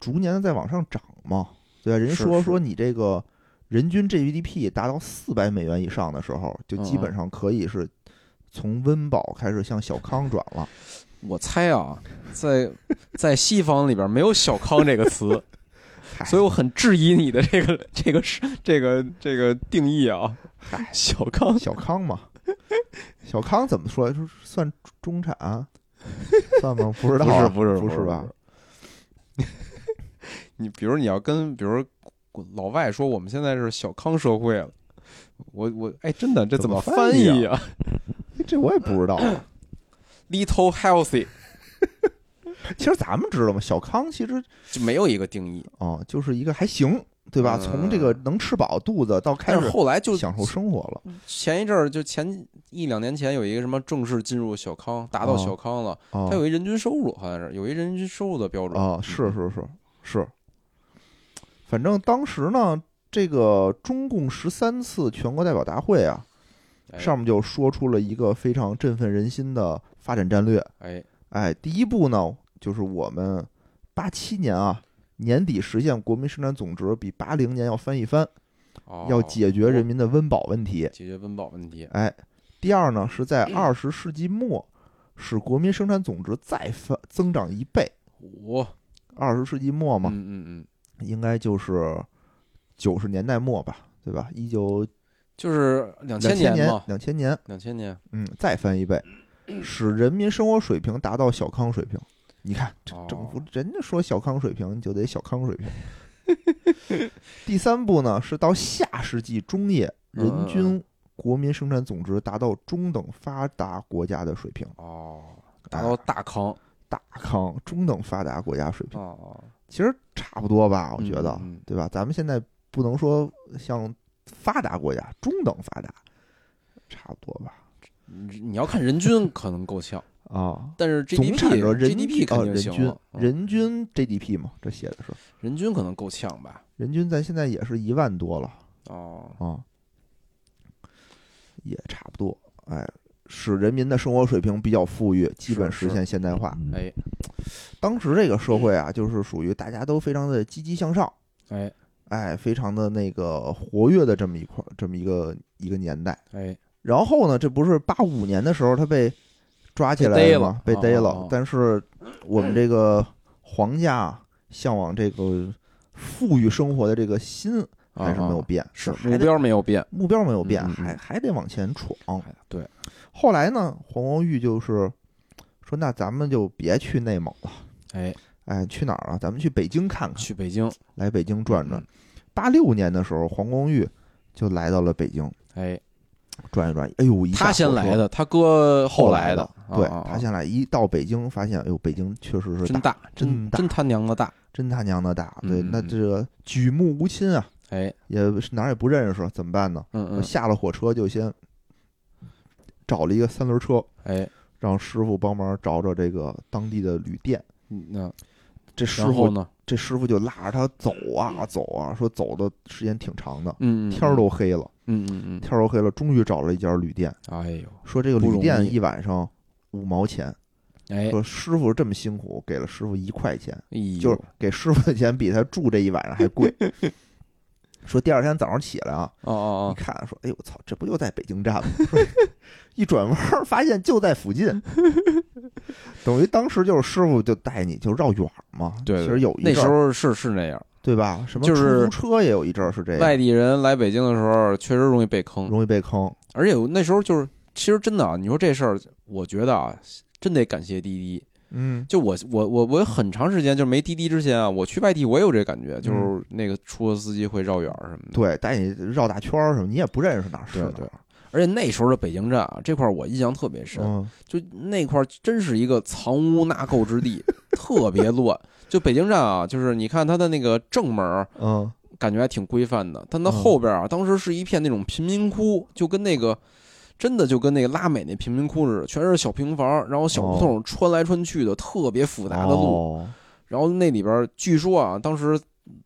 [SPEAKER 1] 逐年的在往上涨嘛，对吧？人家
[SPEAKER 2] 是
[SPEAKER 1] 说
[SPEAKER 2] 是
[SPEAKER 1] 说你这个人均 GDP 达到四百美元以上的时候，就基
[SPEAKER 2] 嗯嗯
[SPEAKER 1] 本上可以是从温饱开始向小康转 了。
[SPEAKER 2] 我猜啊，在在西方里边没有“小康”这个词，
[SPEAKER 1] 嗨
[SPEAKER 2] 所以我很质疑你的这个这个是这个这个定义啊。
[SPEAKER 1] 嗨，
[SPEAKER 2] 小康
[SPEAKER 1] 小康嘛，小康怎么说？就是算中产啊、算吗？不知道
[SPEAKER 2] 不
[SPEAKER 1] 啊、
[SPEAKER 2] 是不是
[SPEAKER 1] 不
[SPEAKER 2] 是
[SPEAKER 1] 吧？？
[SPEAKER 2] 不是 你比如你要跟比如老外说我们现在是小康社会了，我我哎真的这
[SPEAKER 1] 怎么
[SPEAKER 2] 么
[SPEAKER 1] 翻
[SPEAKER 2] 翻
[SPEAKER 1] 译啊
[SPEAKER 2] 译啊
[SPEAKER 1] 这我也不知道啊。
[SPEAKER 2] ？Little healthy
[SPEAKER 1] 其实咱们知道吗？小康其实
[SPEAKER 2] 就没有一个定义，
[SPEAKER 1] 啊、就是一个还行，对吧？从这个能吃饱肚子到开
[SPEAKER 2] 嗯但是
[SPEAKER 1] 始
[SPEAKER 2] 后来就
[SPEAKER 1] 享受生活了
[SPEAKER 2] 前一阵儿就前一两年前有一个什么正式进入小康，达到
[SPEAKER 1] 哦哦
[SPEAKER 2] 小康了。
[SPEAKER 1] 啊。
[SPEAKER 2] 它有一人均收入，好像是有一人均收入的标准
[SPEAKER 1] 啊，是是是是，反正当时呢，这个中共十三次全国代表大会啊，
[SPEAKER 2] 哎
[SPEAKER 1] 上面就说出了一个非常振奋人心的发展战略。
[SPEAKER 2] 哎，
[SPEAKER 1] 哎，第一步呢，就是我们八七年啊年底实现国民生产总值比八零年要翻一番，
[SPEAKER 2] 哦
[SPEAKER 1] 要解决人民的温饱问题。
[SPEAKER 2] 解决温饱问题，
[SPEAKER 1] 哎，第二呢是
[SPEAKER 2] 嗯
[SPEAKER 1] 在二十世纪末，使国民生产总值再翻增长一倍。
[SPEAKER 2] 五，
[SPEAKER 1] 二十世纪末嘛，
[SPEAKER 2] 嗯嗯嗯，
[SPEAKER 1] 应该就是九十年代末吧，对吧？一九
[SPEAKER 2] 就是两
[SPEAKER 1] 两千
[SPEAKER 2] 年
[SPEAKER 1] 年
[SPEAKER 2] 嘛，，嗯
[SPEAKER 1] 两千年，
[SPEAKER 2] 两千年，
[SPEAKER 1] 嗯，再翻一倍，使人民生活水平达到小康水平。你看，这
[SPEAKER 2] 哦
[SPEAKER 1] 政府人家说小康水平，你就得小康水 平。第三步呢，是到下世纪中叶，人
[SPEAKER 2] 嗯
[SPEAKER 1] 均国民生产总值达到中等发达国家的水平，
[SPEAKER 2] 哦，达到
[SPEAKER 1] 哎
[SPEAKER 2] 大康，
[SPEAKER 1] 大康中等发达国家水平，
[SPEAKER 2] 哦，
[SPEAKER 1] 其实差不多吧，我觉得，
[SPEAKER 2] 嗯嗯
[SPEAKER 1] 对吧？咱们现在不能说像发达国家，中等发达，差不多吧？
[SPEAKER 2] 你你要看人均可能够呛，
[SPEAKER 1] 啊，
[SPEAKER 2] 但是 GDP
[SPEAKER 1] 总产值人
[SPEAKER 2] GDP 肯
[SPEAKER 1] 啊，
[SPEAKER 2] 定
[SPEAKER 1] 人
[SPEAKER 2] 行
[SPEAKER 1] 均
[SPEAKER 2] 了，嗯
[SPEAKER 1] 人均 GDP 嘛，这写的是
[SPEAKER 2] 人均可能够呛吧？
[SPEAKER 1] 人均，咱现在也是一万多了
[SPEAKER 2] 哦，
[SPEAKER 1] 啊，也差不多。哎，使人民的生活水平比较富裕，基本
[SPEAKER 2] 是
[SPEAKER 1] 实现现代化。
[SPEAKER 2] 哎
[SPEAKER 1] 当时这个社会啊，就是属于大家都非常的积极向上，
[SPEAKER 2] 哎
[SPEAKER 1] 哎，非常的那个活跃的这么一块这么一个一个年代。
[SPEAKER 2] 哎，
[SPEAKER 1] 然后呢，这不是八五年的时候他被抓起来了吗？
[SPEAKER 2] 被
[SPEAKER 1] 被
[SPEAKER 2] 逮了
[SPEAKER 1] 逮
[SPEAKER 2] 哦
[SPEAKER 1] 了。
[SPEAKER 2] 哦哦
[SPEAKER 1] 但是我们这个皇家向往这个富裕生活的这个心还是没有
[SPEAKER 2] 啊，
[SPEAKER 1] 变，
[SPEAKER 2] 是
[SPEAKER 1] 还
[SPEAKER 2] 目
[SPEAKER 1] 得
[SPEAKER 2] 标没有变，
[SPEAKER 1] 目标没有变，
[SPEAKER 2] 嗯嗯嗯
[SPEAKER 1] 还还得往前闯。
[SPEAKER 2] 哎对，
[SPEAKER 1] 后来呢，黄光裕就是说，那咱们就别去内蒙了，
[SPEAKER 2] 哎，
[SPEAKER 1] 哎，去哪儿啊？咱们去北京看看，
[SPEAKER 2] 去北京，
[SPEAKER 1] 来北京转转
[SPEAKER 2] 嗯。
[SPEAKER 1] 八六年的时候，黄光裕就来到了北京
[SPEAKER 2] 哎，
[SPEAKER 1] 转一转。哎呦，一下
[SPEAKER 2] 他先
[SPEAKER 1] 火车
[SPEAKER 2] 来的，他哥
[SPEAKER 1] 后
[SPEAKER 2] 来
[SPEAKER 1] 的，
[SPEAKER 2] 啊
[SPEAKER 1] 对
[SPEAKER 2] 啊啊
[SPEAKER 1] 他先来，一到北京发现，哎呦，北京确实是
[SPEAKER 2] 真
[SPEAKER 1] 大，
[SPEAKER 2] 大，真
[SPEAKER 1] 哦真大
[SPEAKER 2] 真他娘的大，
[SPEAKER 1] 真他娘的大，
[SPEAKER 2] 嗯
[SPEAKER 1] 对，
[SPEAKER 2] 嗯
[SPEAKER 1] 那
[SPEAKER 2] 嗯
[SPEAKER 1] 这个举目无亲啊，
[SPEAKER 2] 哎，
[SPEAKER 1] 也是哪儿也不认识，怎么办呢？
[SPEAKER 2] 嗯
[SPEAKER 1] 我
[SPEAKER 2] 嗯，
[SPEAKER 1] 下了火车就先找了一个三轮车，
[SPEAKER 2] 哎，
[SPEAKER 1] 让师傅帮忙找找这个当地的旅店。
[SPEAKER 2] 嗯那
[SPEAKER 1] 这师
[SPEAKER 2] 然后
[SPEAKER 1] 傅
[SPEAKER 2] 呢？
[SPEAKER 1] 这师傅就拉着他走啊走啊，说走的时间挺长的，
[SPEAKER 2] 嗯，嗯
[SPEAKER 1] 天儿，都黑了，
[SPEAKER 2] 嗯嗯
[SPEAKER 1] 天儿都黑了，终于找了一家旅店，
[SPEAKER 2] 嗯，哎呦，
[SPEAKER 1] 说这个
[SPEAKER 2] 不
[SPEAKER 1] 旅
[SPEAKER 2] 容易
[SPEAKER 1] 店一晚上五毛钱，
[SPEAKER 2] 哎，
[SPEAKER 1] 说师傅这么辛苦，给了师傅一块钱。
[SPEAKER 2] 哎呦
[SPEAKER 1] 就是给师傅的钱比他住这一晚上还 贵。说第二天早上起来啊，一
[SPEAKER 2] 哦哦
[SPEAKER 1] 看说，哎呦我操，这不又在北京站吗？说一转弯儿发现就在 附近，等于当时就是师傅就带你就绕远儿嘛。
[SPEAKER 2] 对对
[SPEAKER 1] 其实有
[SPEAKER 2] 哦，
[SPEAKER 1] 一
[SPEAKER 2] 那
[SPEAKER 1] 阵
[SPEAKER 2] 时
[SPEAKER 1] 儿
[SPEAKER 2] 候是是那样，
[SPEAKER 1] 对吧？什么
[SPEAKER 2] 就
[SPEAKER 1] 出
[SPEAKER 2] 是
[SPEAKER 1] 租车也有一阵儿是这
[SPEAKER 2] 外
[SPEAKER 1] 样，
[SPEAKER 2] 地人来北京的时候确实容易被坑，
[SPEAKER 1] 容易被坑。
[SPEAKER 2] 而且那时候就是，其实真的啊，你说这事儿，我觉得啊，真得感谢滴滴。
[SPEAKER 1] 嗯
[SPEAKER 2] 就我我我我很长时间就是没滴滴之前啊，我去外地我也有这感觉，就是那个出租司机会绕远儿什么的。
[SPEAKER 1] 对，带你绕大圈儿什么，你也不认识哪儿是
[SPEAKER 2] 对
[SPEAKER 1] 哪儿。
[SPEAKER 2] 对而且那时候的北京站啊，这块儿我印象特别深，
[SPEAKER 1] 嗯，
[SPEAKER 2] 就那块儿真是一个藏污纳垢之地，特别 乱。就北京站啊，就是你看它的那个正门儿，
[SPEAKER 1] 嗯
[SPEAKER 2] 感觉还挺规范的，但它
[SPEAKER 1] 嗯
[SPEAKER 2] 后边啊，当时是一片那种贫民窟，就跟那个真的就跟那个拉美那贫民窟似的，全是小平房，然后小胡同穿来穿去的，特别复杂的路。
[SPEAKER 1] 哦
[SPEAKER 2] 然后那里边据说啊，当时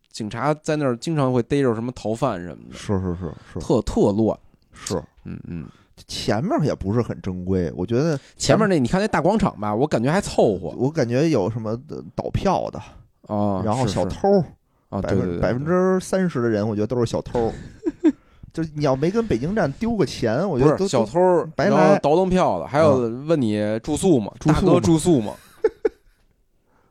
[SPEAKER 2] 警察在那儿经常会逮着什么逃犯什么的，
[SPEAKER 1] 是是是是
[SPEAKER 2] 特特乱。
[SPEAKER 1] 是，
[SPEAKER 2] 嗯嗯，
[SPEAKER 1] 前面也不是很正规，我觉得
[SPEAKER 2] 前面那你看那大广场吧，我感觉还凑合
[SPEAKER 1] 我感觉有什么呃倒票的，
[SPEAKER 2] 啊，
[SPEAKER 1] 然后
[SPEAKER 2] 是
[SPEAKER 1] 小
[SPEAKER 2] 是
[SPEAKER 1] 偷儿，
[SPEAKER 2] 啊，
[SPEAKER 1] 百
[SPEAKER 2] 对对
[SPEAKER 1] 分
[SPEAKER 2] 对，
[SPEAKER 1] 百分
[SPEAKER 2] 对
[SPEAKER 1] 之三十的人，我觉得都是小偷 儿。就是你要没跟北京站丢个钱，我觉得
[SPEAKER 2] 不
[SPEAKER 1] 都
[SPEAKER 2] 是
[SPEAKER 1] 都
[SPEAKER 2] 小偷儿，
[SPEAKER 1] 白
[SPEAKER 2] 然
[SPEAKER 1] 来啊
[SPEAKER 2] 后倒腾票的，还有问你住宿吗？
[SPEAKER 1] 住
[SPEAKER 2] 大
[SPEAKER 1] 宿
[SPEAKER 2] 哥
[SPEAKER 1] 吗
[SPEAKER 2] 住 宿吗？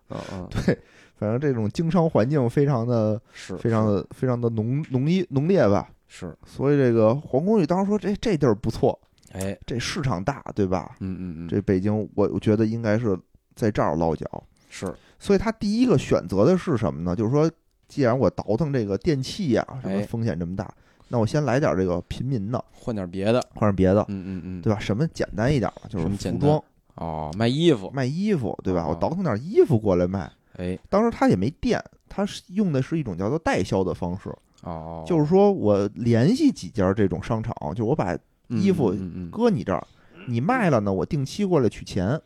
[SPEAKER 2] 嗯嗯，
[SPEAKER 1] 对，反正这种经商环境非常的、
[SPEAKER 2] 是
[SPEAKER 1] 非常的、非常的浓浓一浓烈吧。
[SPEAKER 2] 是，
[SPEAKER 1] 所以这个黄光裕当时说，这这地儿不错，
[SPEAKER 2] 哎，
[SPEAKER 1] 这市场大，对吧？
[SPEAKER 2] 嗯嗯嗯，
[SPEAKER 1] 这北京，我我觉得应该是在这儿落脚。
[SPEAKER 2] 是
[SPEAKER 1] 所以他第一个选择的是什么呢？就是说，既然我倒腾这个电器呀、什么
[SPEAKER 2] 哎
[SPEAKER 1] 风险这么大，那我先来点这个平民的，
[SPEAKER 2] 换点别的，
[SPEAKER 1] 换点别的。
[SPEAKER 2] 嗯嗯嗯，
[SPEAKER 1] 对吧？什么简单一点吧，就
[SPEAKER 2] 什
[SPEAKER 1] 是
[SPEAKER 2] 么简
[SPEAKER 1] 服
[SPEAKER 2] 单
[SPEAKER 1] 装、
[SPEAKER 2] 哦，卖衣服，
[SPEAKER 1] 卖衣服，对吧？我
[SPEAKER 2] 哦
[SPEAKER 1] 倒腾点衣服过来卖。
[SPEAKER 2] 哎，
[SPEAKER 1] 当时他也没店，他是用的是一种叫做代销的方式，
[SPEAKER 2] 哦，
[SPEAKER 1] 就是说我联系几家这种商场，就是我把衣服
[SPEAKER 2] 嗯嗯嗯嗯
[SPEAKER 1] 搁你这儿，你卖了呢，我定期过来取钱。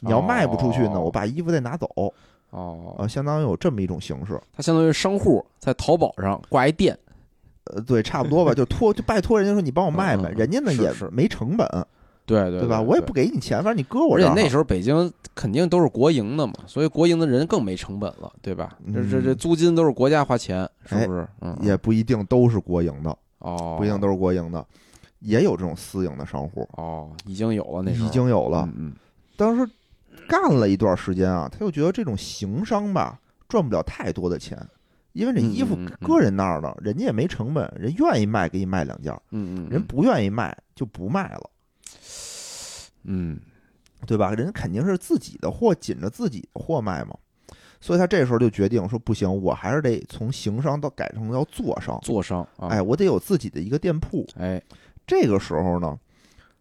[SPEAKER 1] 你要卖不出去呢，
[SPEAKER 2] 哦
[SPEAKER 1] 我把衣服再拿走，
[SPEAKER 2] 哦，
[SPEAKER 1] 呃，相当于有这么一种形式。
[SPEAKER 2] 它相当于商户在淘宝上挂一店，
[SPEAKER 1] 呃对，差不多 吧，就托就拜托人家说你帮我卖卖，
[SPEAKER 2] 嗯嗯嗯
[SPEAKER 1] 人家呢
[SPEAKER 2] 是
[SPEAKER 1] 也
[SPEAKER 2] 是
[SPEAKER 1] 没成本，
[SPEAKER 2] 对对对
[SPEAKER 1] 对吧？我也不。给你钱，反正你搁我
[SPEAKER 2] 而
[SPEAKER 1] 这
[SPEAKER 2] 且
[SPEAKER 1] 儿
[SPEAKER 2] 那
[SPEAKER 1] 好
[SPEAKER 2] 时候北京肯定都是国营的嘛，所以国营的人更没成本了，对吧？这这这
[SPEAKER 1] 嗯哎
[SPEAKER 2] 租金都是国家花钱，是不是？嗯，
[SPEAKER 1] 也不一定都是国营的，
[SPEAKER 2] 哦，
[SPEAKER 1] 不一定都是国营的，也有这种私营的商户，
[SPEAKER 2] 哦，已经有了那时候
[SPEAKER 1] 已经有了。
[SPEAKER 2] 嗯嗯
[SPEAKER 1] 当时干了一段时间啊，他就觉得这种行商吧，赚不了太多的钱，因为这衣服
[SPEAKER 2] 嗯嗯嗯
[SPEAKER 1] 搁人那儿了，人家也没成本，人愿意卖给你卖两件儿，
[SPEAKER 2] 嗯嗯，
[SPEAKER 1] 人不愿意卖就不卖了，
[SPEAKER 2] 嗯
[SPEAKER 1] 对吧？人肯定是自己的货紧着自己的货卖嘛。所以他这时候就决定说，不行，我还是得从行商到改成叫坐商，
[SPEAKER 2] 坐商啊，
[SPEAKER 1] 哎，我得有自己的一个店铺。
[SPEAKER 2] 哎
[SPEAKER 1] 这个时候呢，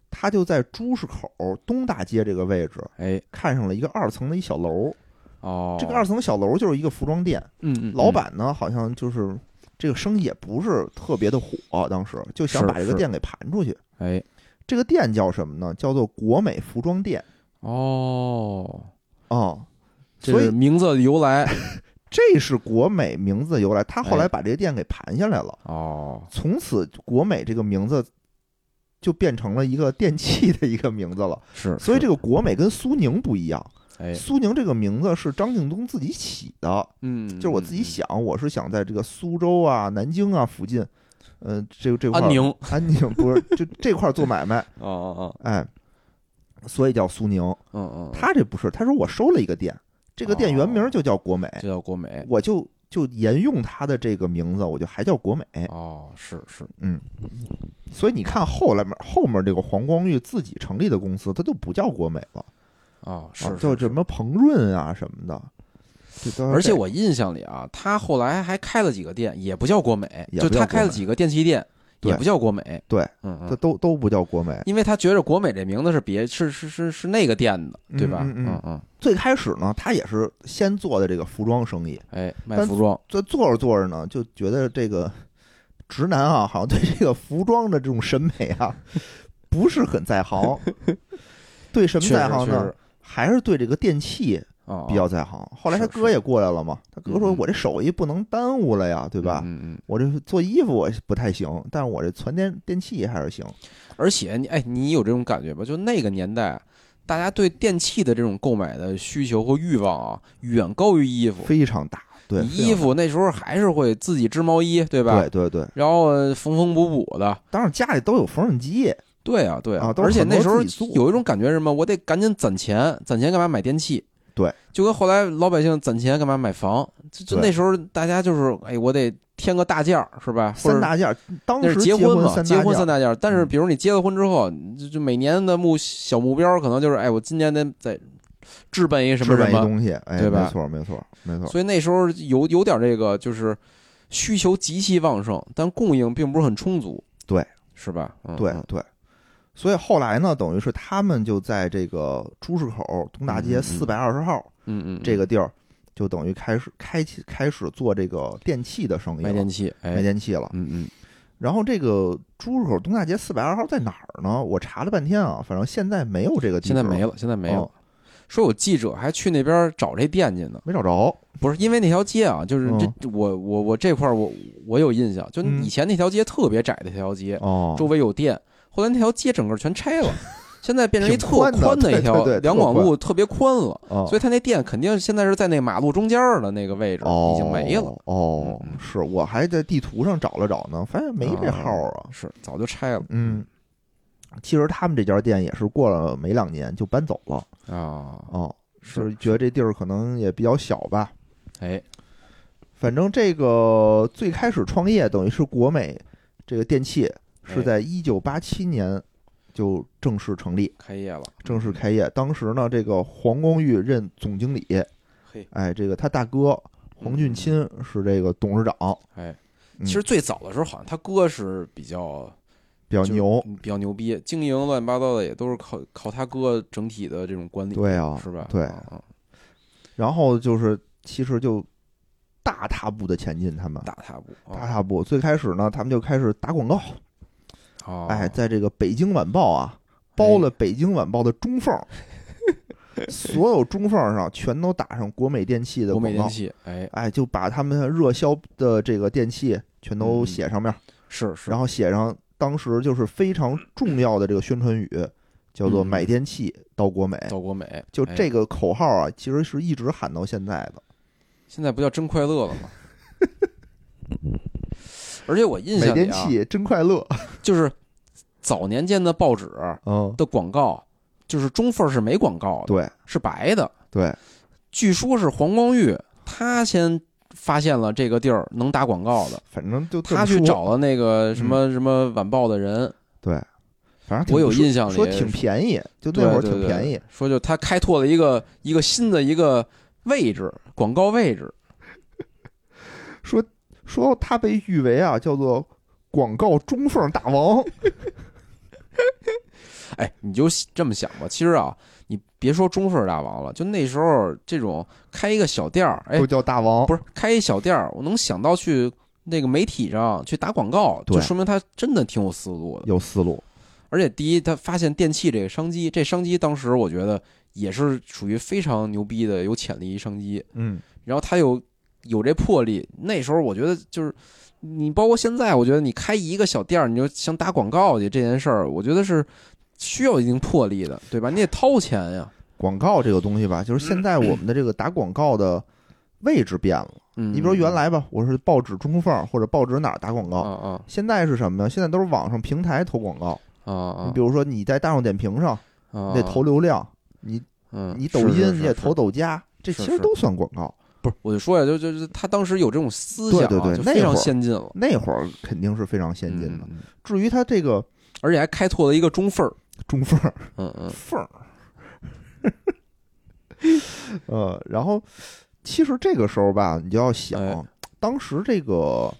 [SPEAKER 1] 他就在朱市口东大街这个位置
[SPEAKER 2] 哎
[SPEAKER 1] 看上了一个二层的一小楼，
[SPEAKER 2] 哦，
[SPEAKER 1] 这个二层小楼就是一个服装店，
[SPEAKER 2] 嗯嗯，
[SPEAKER 1] 老
[SPEAKER 2] 嗯
[SPEAKER 1] 板呢好像就是这个生意也不是特别的火，当时就想
[SPEAKER 2] 是
[SPEAKER 1] 把这个
[SPEAKER 2] 是
[SPEAKER 1] 店给盘出去。
[SPEAKER 2] 哎
[SPEAKER 1] 这个店叫什么呢？叫做国美服装店
[SPEAKER 2] 哦，
[SPEAKER 1] 啊、
[SPEAKER 2] 这
[SPEAKER 1] 所
[SPEAKER 2] 是
[SPEAKER 1] 以
[SPEAKER 2] 名字的由来
[SPEAKER 1] 这是国美名字的由来。他后
[SPEAKER 2] 哎
[SPEAKER 1] 来把这个店给盘下来了，
[SPEAKER 2] 哦，
[SPEAKER 1] 从此国美这个名字就变成了一个电器的一个名字了。
[SPEAKER 2] 是，
[SPEAKER 1] 所以
[SPEAKER 2] 是
[SPEAKER 1] 这个国美跟苏宁不一样，
[SPEAKER 2] 哎
[SPEAKER 1] 苏宁这个名字是张敬东自己起的，
[SPEAKER 2] 嗯，
[SPEAKER 1] 就是我自己想，我是想在这个苏州啊、南京啊附近，嗯、这这块儿
[SPEAKER 2] 安宁哦
[SPEAKER 1] 安宁不是就这块儿做买 卖，
[SPEAKER 2] 哦哦，
[SPEAKER 1] 哎，所以叫苏宁。
[SPEAKER 2] 嗯嗯，
[SPEAKER 1] 他这不是，他说我收了一个店，这个
[SPEAKER 2] 哦
[SPEAKER 1] 店原名就叫国美，
[SPEAKER 2] 嗯这叫国美
[SPEAKER 1] 我就就沿用他的这个名字，我就还叫国美。
[SPEAKER 2] 哦，是是，
[SPEAKER 1] 嗯，所以你看后来面后面这个黄光裕自己成立的公司，它就不叫国美了，
[SPEAKER 2] 哦是
[SPEAKER 1] 啊
[SPEAKER 2] 是
[SPEAKER 1] 叫
[SPEAKER 2] 是
[SPEAKER 1] 什么鹏润啊什么的。这都是
[SPEAKER 2] 而且
[SPEAKER 1] 这
[SPEAKER 2] 我印象里啊，他后来还开了几个店，也不叫国美，
[SPEAKER 1] 也
[SPEAKER 2] 就
[SPEAKER 1] 不叫
[SPEAKER 2] 他
[SPEAKER 1] 国
[SPEAKER 2] 开了
[SPEAKER 1] 美
[SPEAKER 2] 几个电器店，也
[SPEAKER 1] 对
[SPEAKER 2] 不叫国美。
[SPEAKER 1] 对，
[SPEAKER 2] 嗯
[SPEAKER 1] 这
[SPEAKER 2] 嗯，
[SPEAKER 1] 都都不叫国美。
[SPEAKER 2] 因为他觉着国美这名字是别是是是是那个店的，对吧？
[SPEAKER 1] 嗯嗯
[SPEAKER 2] 嗯
[SPEAKER 1] 嗯
[SPEAKER 2] 嗯，
[SPEAKER 1] 最开始呢，他也是先做的这个服装生意，
[SPEAKER 2] 哎，卖
[SPEAKER 1] 但
[SPEAKER 2] 服装，
[SPEAKER 1] 这做着做着呢，就觉得这个直男啊，好像对这个服装的这种审美啊，不是很在 行。对什么
[SPEAKER 2] 确实
[SPEAKER 1] 在行
[SPEAKER 2] 确
[SPEAKER 1] 呢
[SPEAKER 2] 实？
[SPEAKER 1] 还是对这个电器
[SPEAKER 2] 哦，
[SPEAKER 1] 比较在行。后来他
[SPEAKER 2] 是
[SPEAKER 1] 哥
[SPEAKER 2] 是
[SPEAKER 1] 也过来了嘛，他哥说：“
[SPEAKER 2] 嗯嗯
[SPEAKER 1] 我这手艺不能耽误了呀，对
[SPEAKER 2] 对
[SPEAKER 1] 吧？
[SPEAKER 2] 嗯嗯。
[SPEAKER 1] 我这做衣服我不太行，但是我这传电电器还是行。
[SPEAKER 2] 而且你哎，你有这种感觉吧？就那个年代，大家对电器的这种购买的需求和欲望啊，远高于衣服。
[SPEAKER 1] 非常大，对
[SPEAKER 2] 你衣
[SPEAKER 1] 服，
[SPEAKER 2] 服那时候还是会自己织毛衣，对吧？
[SPEAKER 1] 对对对，
[SPEAKER 2] 然后呃缝缝补补的，
[SPEAKER 1] 当然家里都有缝纫机，
[SPEAKER 2] 对啊，对
[SPEAKER 1] 啊都是
[SPEAKER 2] 而且
[SPEAKER 1] 很多
[SPEAKER 2] 那时候
[SPEAKER 1] 自己做
[SPEAKER 2] 有一种感觉是什么？我得赶紧攒钱，攒钱干嘛买电器？
[SPEAKER 1] 对，
[SPEAKER 2] 就跟后来老百姓攒钱干嘛买房？就就
[SPEAKER 1] 对
[SPEAKER 2] 那时候大家就是，哎，我得添个大件儿，是吧？或
[SPEAKER 1] 三
[SPEAKER 2] 者
[SPEAKER 1] 大件儿。当
[SPEAKER 2] 那
[SPEAKER 1] 时
[SPEAKER 2] 是结
[SPEAKER 1] 婚
[SPEAKER 2] 嘛，
[SPEAKER 1] 三
[SPEAKER 2] 结
[SPEAKER 1] 大
[SPEAKER 2] 婚
[SPEAKER 1] 件
[SPEAKER 2] 三
[SPEAKER 1] 儿，
[SPEAKER 2] 大件儿。但是
[SPEAKER 1] 嗯
[SPEAKER 2] 比如你结了婚之后，你就就每年的目小目标可能就是，哎，我今年得再置办一什么
[SPEAKER 1] 置办
[SPEAKER 2] 什
[SPEAKER 1] 一
[SPEAKER 2] 么。
[SPEAKER 1] 东西，哎，
[SPEAKER 2] 对吧
[SPEAKER 1] 没错没错没错。
[SPEAKER 2] 所以那时候有有点这个，就是需求极其旺盛，但供应并不是很充足。
[SPEAKER 1] 对，
[SPEAKER 2] 是吧？嗯、
[SPEAKER 1] 对
[SPEAKER 2] 嗯
[SPEAKER 1] 对，所以后来呢，等于是他们就在这个朱市口东大
[SPEAKER 2] 嗯
[SPEAKER 1] 街
[SPEAKER 2] 嗯
[SPEAKER 1] 四百二十号
[SPEAKER 2] 嗯嗯，
[SPEAKER 1] 这个地儿，就等于开始开启开始做这个电器的生意
[SPEAKER 2] 卖
[SPEAKER 1] 了
[SPEAKER 2] 电，器，哎，
[SPEAKER 1] 卖电器了。
[SPEAKER 2] 嗯嗯。
[SPEAKER 1] 然后这个朱市口东大街四百二十号在哪儿呢？我查了半天啊，反正现在没有这个地址，
[SPEAKER 2] 现在没了，现在没有。
[SPEAKER 1] 哦
[SPEAKER 2] 说有记者还去那边找这店去呢，
[SPEAKER 1] 没找着。
[SPEAKER 2] 不是因为那条街啊，就是
[SPEAKER 1] 嗯
[SPEAKER 2] 这、我我我这块儿我我有印象，就
[SPEAKER 1] 嗯
[SPEAKER 2] 以前那条街特别窄的一条街，
[SPEAKER 1] 哦，
[SPEAKER 2] 周围有店，后来那条街整个全拆 了，现在变成一
[SPEAKER 1] 挺
[SPEAKER 2] 特
[SPEAKER 1] 宽的
[SPEAKER 2] 宽的一
[SPEAKER 1] 对
[SPEAKER 2] 条
[SPEAKER 1] 对对
[SPEAKER 2] 两
[SPEAKER 1] 特
[SPEAKER 2] 广
[SPEAKER 1] 宽
[SPEAKER 2] 路，特别宽了，
[SPEAKER 1] 哦
[SPEAKER 2] 所以他那店肯定现在是在那马路中间儿的那个位置，
[SPEAKER 1] 哦，
[SPEAKER 2] 已经没了，
[SPEAKER 1] 哦
[SPEAKER 2] 嗯，嗯
[SPEAKER 1] 是我还在地图上找了找呢，发现没这号啊。
[SPEAKER 2] 是早就拆了
[SPEAKER 1] 嗯，其实他们这家店也是过了没两年就搬走了。
[SPEAKER 2] 啊，
[SPEAKER 1] 哦，
[SPEAKER 2] 是
[SPEAKER 1] 是觉得这地儿可能也比较小吧。
[SPEAKER 2] 哎，
[SPEAKER 1] 反正这个最开始创业，等于是国美这个电器
[SPEAKER 2] 哎
[SPEAKER 1] 是在一九八七年就正式成立、
[SPEAKER 2] 开业了，
[SPEAKER 1] 正式开业。当时呢，这个黄光裕任总经理，
[SPEAKER 2] 嘿，嗯
[SPEAKER 1] 哎，这个他大哥黄俊钦是这个董事长，
[SPEAKER 2] 哎，
[SPEAKER 1] 嗯
[SPEAKER 2] 其实最早的时候好像他哥是比较。
[SPEAKER 1] 比较
[SPEAKER 2] 就嗯
[SPEAKER 1] 牛。
[SPEAKER 2] 比较牛逼，经营乱七八糟的也都是靠靠他哥整体的这种管理，
[SPEAKER 1] 对啊，
[SPEAKER 2] 是吧？
[SPEAKER 1] 对
[SPEAKER 2] 啊啊
[SPEAKER 1] 然后就是其实就大踏步的前进，他们
[SPEAKER 2] 大踏步，
[SPEAKER 1] 大踏步。最开始呢，他们就开始打广告，
[SPEAKER 2] 啊，
[SPEAKER 1] 哎，在这个《北京晚报》啊，包了《北京晚报》的中 缝，所有中缝上全都打上国美电器的
[SPEAKER 2] 国
[SPEAKER 1] 广
[SPEAKER 2] 美电
[SPEAKER 1] 告，
[SPEAKER 2] 器，哎，嗯
[SPEAKER 1] 哎，就把他们热销的这个电器全都写上面，
[SPEAKER 2] 是是，
[SPEAKER 1] 然后写上当时就是非常重要的这个宣传语，叫做“
[SPEAKER 2] 嗯
[SPEAKER 1] 买电器到国美”
[SPEAKER 2] 到国美
[SPEAKER 1] 就
[SPEAKER 2] 哎
[SPEAKER 1] 这个口号啊，其实是一直喊到现在的。
[SPEAKER 2] 现在不叫真快乐了吗？ 而且我印
[SPEAKER 1] 买
[SPEAKER 2] 象里
[SPEAKER 1] 电
[SPEAKER 2] 啊，
[SPEAKER 1] 器真快乐，
[SPEAKER 2] 就是早年间的报纸
[SPEAKER 1] 嗯，
[SPEAKER 2] 的广告，就是中缝儿是没广告的，
[SPEAKER 1] 对
[SPEAKER 2] 是白的。
[SPEAKER 1] 对，
[SPEAKER 2] 据说是黄光裕他先发现了这个地儿能打广告的，
[SPEAKER 1] 反正就这么
[SPEAKER 2] 他去
[SPEAKER 1] 说，嗯
[SPEAKER 2] 找了那个什么什么晚报的人，
[SPEAKER 1] 对，反正挺
[SPEAKER 2] 我有印象里
[SPEAKER 1] 说挺便宜，就那会儿挺便宜
[SPEAKER 2] 对对对，说就他开拓了一个一个新的一个位置，广告位置，
[SPEAKER 1] 说说他被誉为啊叫做广告中缝大王，
[SPEAKER 2] 哎，你就这么想吧。其实啊，你别说中份大王了，就那时候这种开一个小店儿，哎
[SPEAKER 1] 都，叫大王，
[SPEAKER 2] 不是开一小店儿，我能想到去那个媒体上去打广告，
[SPEAKER 1] 对
[SPEAKER 2] 就说明他真的挺有思路的。
[SPEAKER 1] 有思路，
[SPEAKER 2] 而且第一，他发现电器这个商机，这商机当时我觉得也是属于非常牛逼的、有潜力商机。
[SPEAKER 1] 嗯，
[SPEAKER 2] 然后他又有这魄力，那时候我觉得就是。你包括现在，我觉得你开一个小店儿，你就想打广告去这件事儿，我觉得是需要一定魄力的，对吧？你得掏钱呀，
[SPEAKER 1] 广告这个东西吧，就是
[SPEAKER 2] 嗯
[SPEAKER 1] 现在我们的这个打广告的位置变了。
[SPEAKER 2] 嗯，
[SPEAKER 1] 你比如原来吧，我是报纸中缝或者报纸哪儿打广
[SPEAKER 2] 啊
[SPEAKER 1] 告，
[SPEAKER 2] 啊
[SPEAKER 1] 现在是什么呀？现在都是网上平台投广告。
[SPEAKER 2] 啊啊，
[SPEAKER 1] 你比如说你在大众点评上，
[SPEAKER 2] 如
[SPEAKER 1] 你得投，流量，你
[SPEAKER 2] 嗯，
[SPEAKER 1] 你抖
[SPEAKER 2] 是是
[SPEAKER 1] 音
[SPEAKER 2] 是
[SPEAKER 1] 你也
[SPEAKER 2] 是
[SPEAKER 1] 投抖加，这其实
[SPEAKER 2] 是是
[SPEAKER 1] 都算广告。
[SPEAKER 2] 不是，我就说呀，就就就他当时有这种思想、啊，
[SPEAKER 1] 对对对
[SPEAKER 2] 就
[SPEAKER 1] 那
[SPEAKER 2] 非常
[SPEAKER 1] 会儿
[SPEAKER 2] 先进了，
[SPEAKER 1] 那会儿肯定是非常先进的。
[SPEAKER 2] 嗯，嗯嗯
[SPEAKER 1] 至于它这个
[SPEAKER 2] 而且还开拓了一个中缝儿，
[SPEAKER 1] 中缝儿
[SPEAKER 2] 嗯嗯，
[SPEAKER 1] 缝儿，呃，然后其实这个时候吧，你就要想，
[SPEAKER 2] 哎
[SPEAKER 1] 当时这个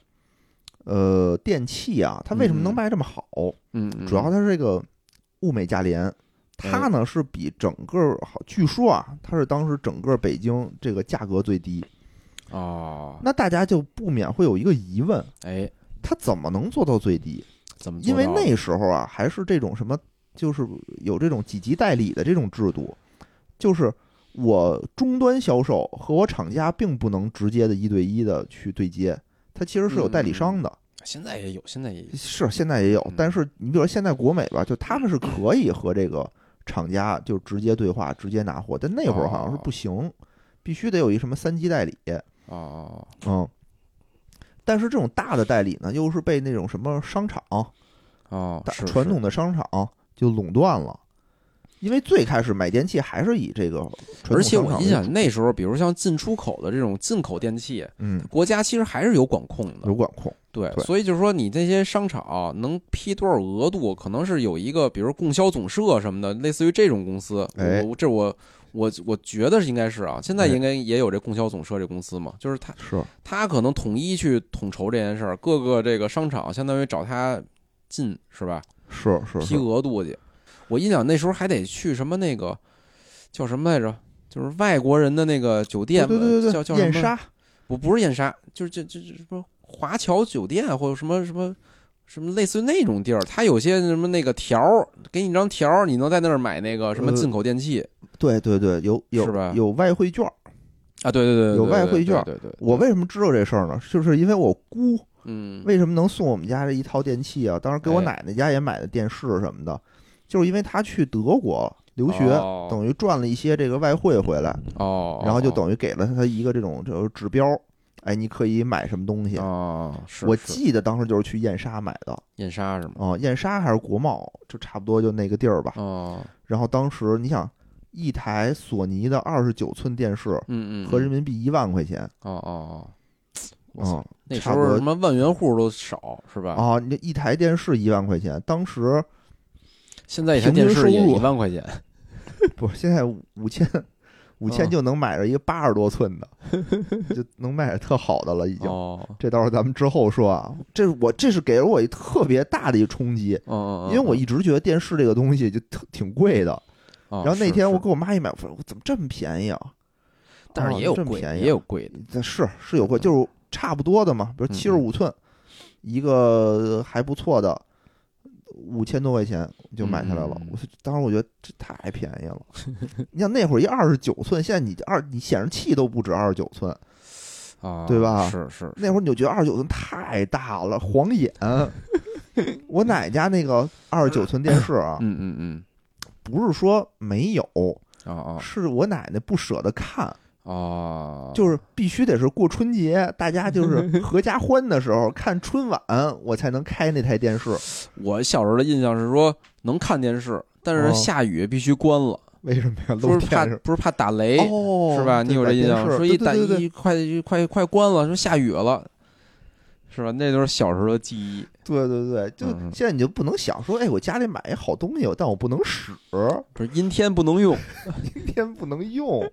[SPEAKER 1] 呃电器啊，它为什么能
[SPEAKER 2] 嗯
[SPEAKER 1] 卖这么好？
[SPEAKER 2] 嗯嗯，
[SPEAKER 1] 主要它是这个物美价廉。它呢是比整个好，据说啊，它是当时整个北京这个价格最低。
[SPEAKER 2] 哦，
[SPEAKER 1] 那大家就不免会有一个疑问：
[SPEAKER 2] 哎，
[SPEAKER 1] 它怎么能做到最低？
[SPEAKER 2] 怎么做
[SPEAKER 1] 因为
[SPEAKER 2] 到
[SPEAKER 1] 那时候啊，还是这种什么，就是有这种几级代理的这种制度，就是我终端销售和我厂家并不能直接的一对一的去对接，它其实是有代理商的，
[SPEAKER 2] 现在也有，现在也有，
[SPEAKER 1] 是现在也有
[SPEAKER 2] 嗯，
[SPEAKER 1] 但是你比如说现在国美吧，就他们是可以和这个厂家就直接对话，直接拿货，但那会儿好像是不行，必须得有一什么三级代理，
[SPEAKER 2] 哦，
[SPEAKER 1] 嗯。但是这种大的代理呢，又是被那种什么商场、
[SPEAKER 2] 哦，
[SPEAKER 1] 大
[SPEAKER 2] 是
[SPEAKER 1] 传
[SPEAKER 2] 是
[SPEAKER 1] 统的商场就垄断了，因为最开始买电器还是以这个传统
[SPEAKER 2] 而且
[SPEAKER 1] 商场为主，
[SPEAKER 2] 我印象那时候，比如像进出口的这种进口电器，
[SPEAKER 1] 嗯
[SPEAKER 2] 国家其实还是有管控的
[SPEAKER 1] 有，管控，
[SPEAKER 2] 对，
[SPEAKER 1] 对
[SPEAKER 2] 所以就是说你这些商场能批多少额度，可能是有一个，比如供销总社什么的，类似于这种公司，
[SPEAKER 1] 哎
[SPEAKER 2] 我这我。我我觉得是应该是啊，现在
[SPEAKER 1] 哎
[SPEAKER 2] 应该也有这供销总社这公司嘛，就是他
[SPEAKER 1] 是
[SPEAKER 2] 他可能统一去统筹这件事儿，各个这个商场相当于找他进是吧？
[SPEAKER 1] 是 是
[SPEAKER 2] 批
[SPEAKER 1] 是，
[SPEAKER 2] 额度去。我印象那时候还得去什么那个叫什么来着？就是外国人的那个酒
[SPEAKER 1] 对
[SPEAKER 2] 店，
[SPEAKER 1] 对对对
[SPEAKER 2] 叫叫
[SPEAKER 1] 对，
[SPEAKER 2] 什
[SPEAKER 1] 燕
[SPEAKER 2] 么？
[SPEAKER 1] 莎
[SPEAKER 2] 不不是燕莎，就是这这这什么华侨酒店或者什么什么什么类似于那种地儿，它有些什么那个条儿，给你一张条儿，你能在那儿买那个什么
[SPEAKER 1] 呃
[SPEAKER 2] 进口电器、
[SPEAKER 1] 对对对，有
[SPEAKER 2] 是
[SPEAKER 1] 有
[SPEAKER 2] 吧
[SPEAKER 1] 有外汇券儿。
[SPEAKER 2] 啊？对对对，对
[SPEAKER 1] 有外
[SPEAKER 2] 对
[SPEAKER 1] 汇券
[SPEAKER 2] 对对对，对
[SPEAKER 1] 我为什么知道这事儿呢？就是因为我姑
[SPEAKER 2] 嗯
[SPEAKER 1] 为什么能送我们家这一套电器啊？当时给我
[SPEAKER 2] 哎
[SPEAKER 1] 奶奶家也买的电视什么的，就是因为她去德国留学，
[SPEAKER 2] 哦
[SPEAKER 1] 等于赚了一些这个外汇回来，
[SPEAKER 2] 哦，
[SPEAKER 1] 然后就
[SPEAKER 2] 懂
[SPEAKER 1] 等于给了她一个这种这种指标，哎，你可以买什么东西。
[SPEAKER 2] 哦，是
[SPEAKER 1] 我
[SPEAKER 2] 是
[SPEAKER 1] 记得当时就是去燕莎买的，
[SPEAKER 2] 燕莎是吗？
[SPEAKER 1] 啊、燕莎还是国贸，就差不多就那个地儿吧。
[SPEAKER 2] 哦，
[SPEAKER 1] 然后当时你想，一台索尼的二十九寸电视
[SPEAKER 2] 嗯嗯，
[SPEAKER 1] 合人
[SPEAKER 2] 嗯
[SPEAKER 1] 民币一万块钱，
[SPEAKER 2] 哦哦哦，我
[SPEAKER 1] 啊
[SPEAKER 2] 操那时
[SPEAKER 1] 差不
[SPEAKER 2] 候
[SPEAKER 1] 多
[SPEAKER 2] 什么万元户都少是吧？
[SPEAKER 1] 啊，你这一台电视一万块钱，当时
[SPEAKER 2] 现在一台
[SPEAKER 1] 平均
[SPEAKER 2] 电视
[SPEAKER 1] 收
[SPEAKER 2] 也
[SPEAKER 1] 入
[SPEAKER 2] 一万块钱，
[SPEAKER 1] 不，现在五千，五千
[SPEAKER 2] 嗯
[SPEAKER 1] 就能买着一个八十多寸 的，就能买着特好的了，已经。
[SPEAKER 2] 哦，
[SPEAKER 1] 这到时候咱们之后说啊，这是我这是给了我一特别大的一冲击，
[SPEAKER 2] 嗯嗯，嗯
[SPEAKER 1] 因为我一直觉得电视这个东西就特挺贵的。
[SPEAKER 2] 哦
[SPEAKER 1] 然后那
[SPEAKER 2] 是
[SPEAKER 1] 天
[SPEAKER 2] 是
[SPEAKER 1] 我给我妈一买，我说我怎么这么便宜啊？
[SPEAKER 2] 但
[SPEAKER 1] 啊
[SPEAKER 2] 是也有
[SPEAKER 1] 这么
[SPEAKER 2] 贵，
[SPEAKER 1] 便宜啊
[SPEAKER 2] 也有贵的，
[SPEAKER 1] 这是是有贵，就是差不多的嘛，比如
[SPEAKER 2] 嗯嗯
[SPEAKER 1] 七十五寸，一个还不错的，五千多块钱就买下来了
[SPEAKER 2] 嗯嗯嗯。
[SPEAKER 1] 我说当时我觉得这太便宜了。你想那会儿一二十九寸，现在你二你显示器都不止二十九寸，
[SPEAKER 2] 啊，
[SPEAKER 1] 对吧
[SPEAKER 2] 是是，
[SPEAKER 1] 那会儿你就觉得二十九寸太大了，晃眼。 我奶家那个二十九寸电视 啊，
[SPEAKER 2] 嗯嗯嗯，
[SPEAKER 1] 不是说没有，
[SPEAKER 2] 哦
[SPEAKER 1] 是我奶奶不舍得看，
[SPEAKER 2] 哦哦，
[SPEAKER 1] 就是必须得是过春节，大家就是 合家欢的时候看春晚，我才能开那台电视。
[SPEAKER 2] 我小时候的印象是说能看电视，但
[SPEAKER 1] 哦
[SPEAKER 2] 是下雨必须关了，
[SPEAKER 1] 为什么呀？
[SPEAKER 2] 不
[SPEAKER 1] 露
[SPEAKER 2] 是怕
[SPEAKER 1] 电视
[SPEAKER 2] 不是怕打雷，
[SPEAKER 1] 哦，
[SPEAKER 2] 是吧？
[SPEAKER 1] 对
[SPEAKER 2] 你有这印象
[SPEAKER 1] 把电？视
[SPEAKER 2] 说一
[SPEAKER 1] 对
[SPEAKER 2] 打
[SPEAKER 1] 对对
[SPEAKER 2] 一快快快关了，说下雨了，是吧？那都是小时候的记忆。
[SPEAKER 1] 对对对，就
[SPEAKER 2] 嗯嗯
[SPEAKER 1] 现在你就不能想说，哎，我家里买一好东西，但我不能使，
[SPEAKER 2] 不是阴天不能用，
[SPEAKER 1] 今天不能 用，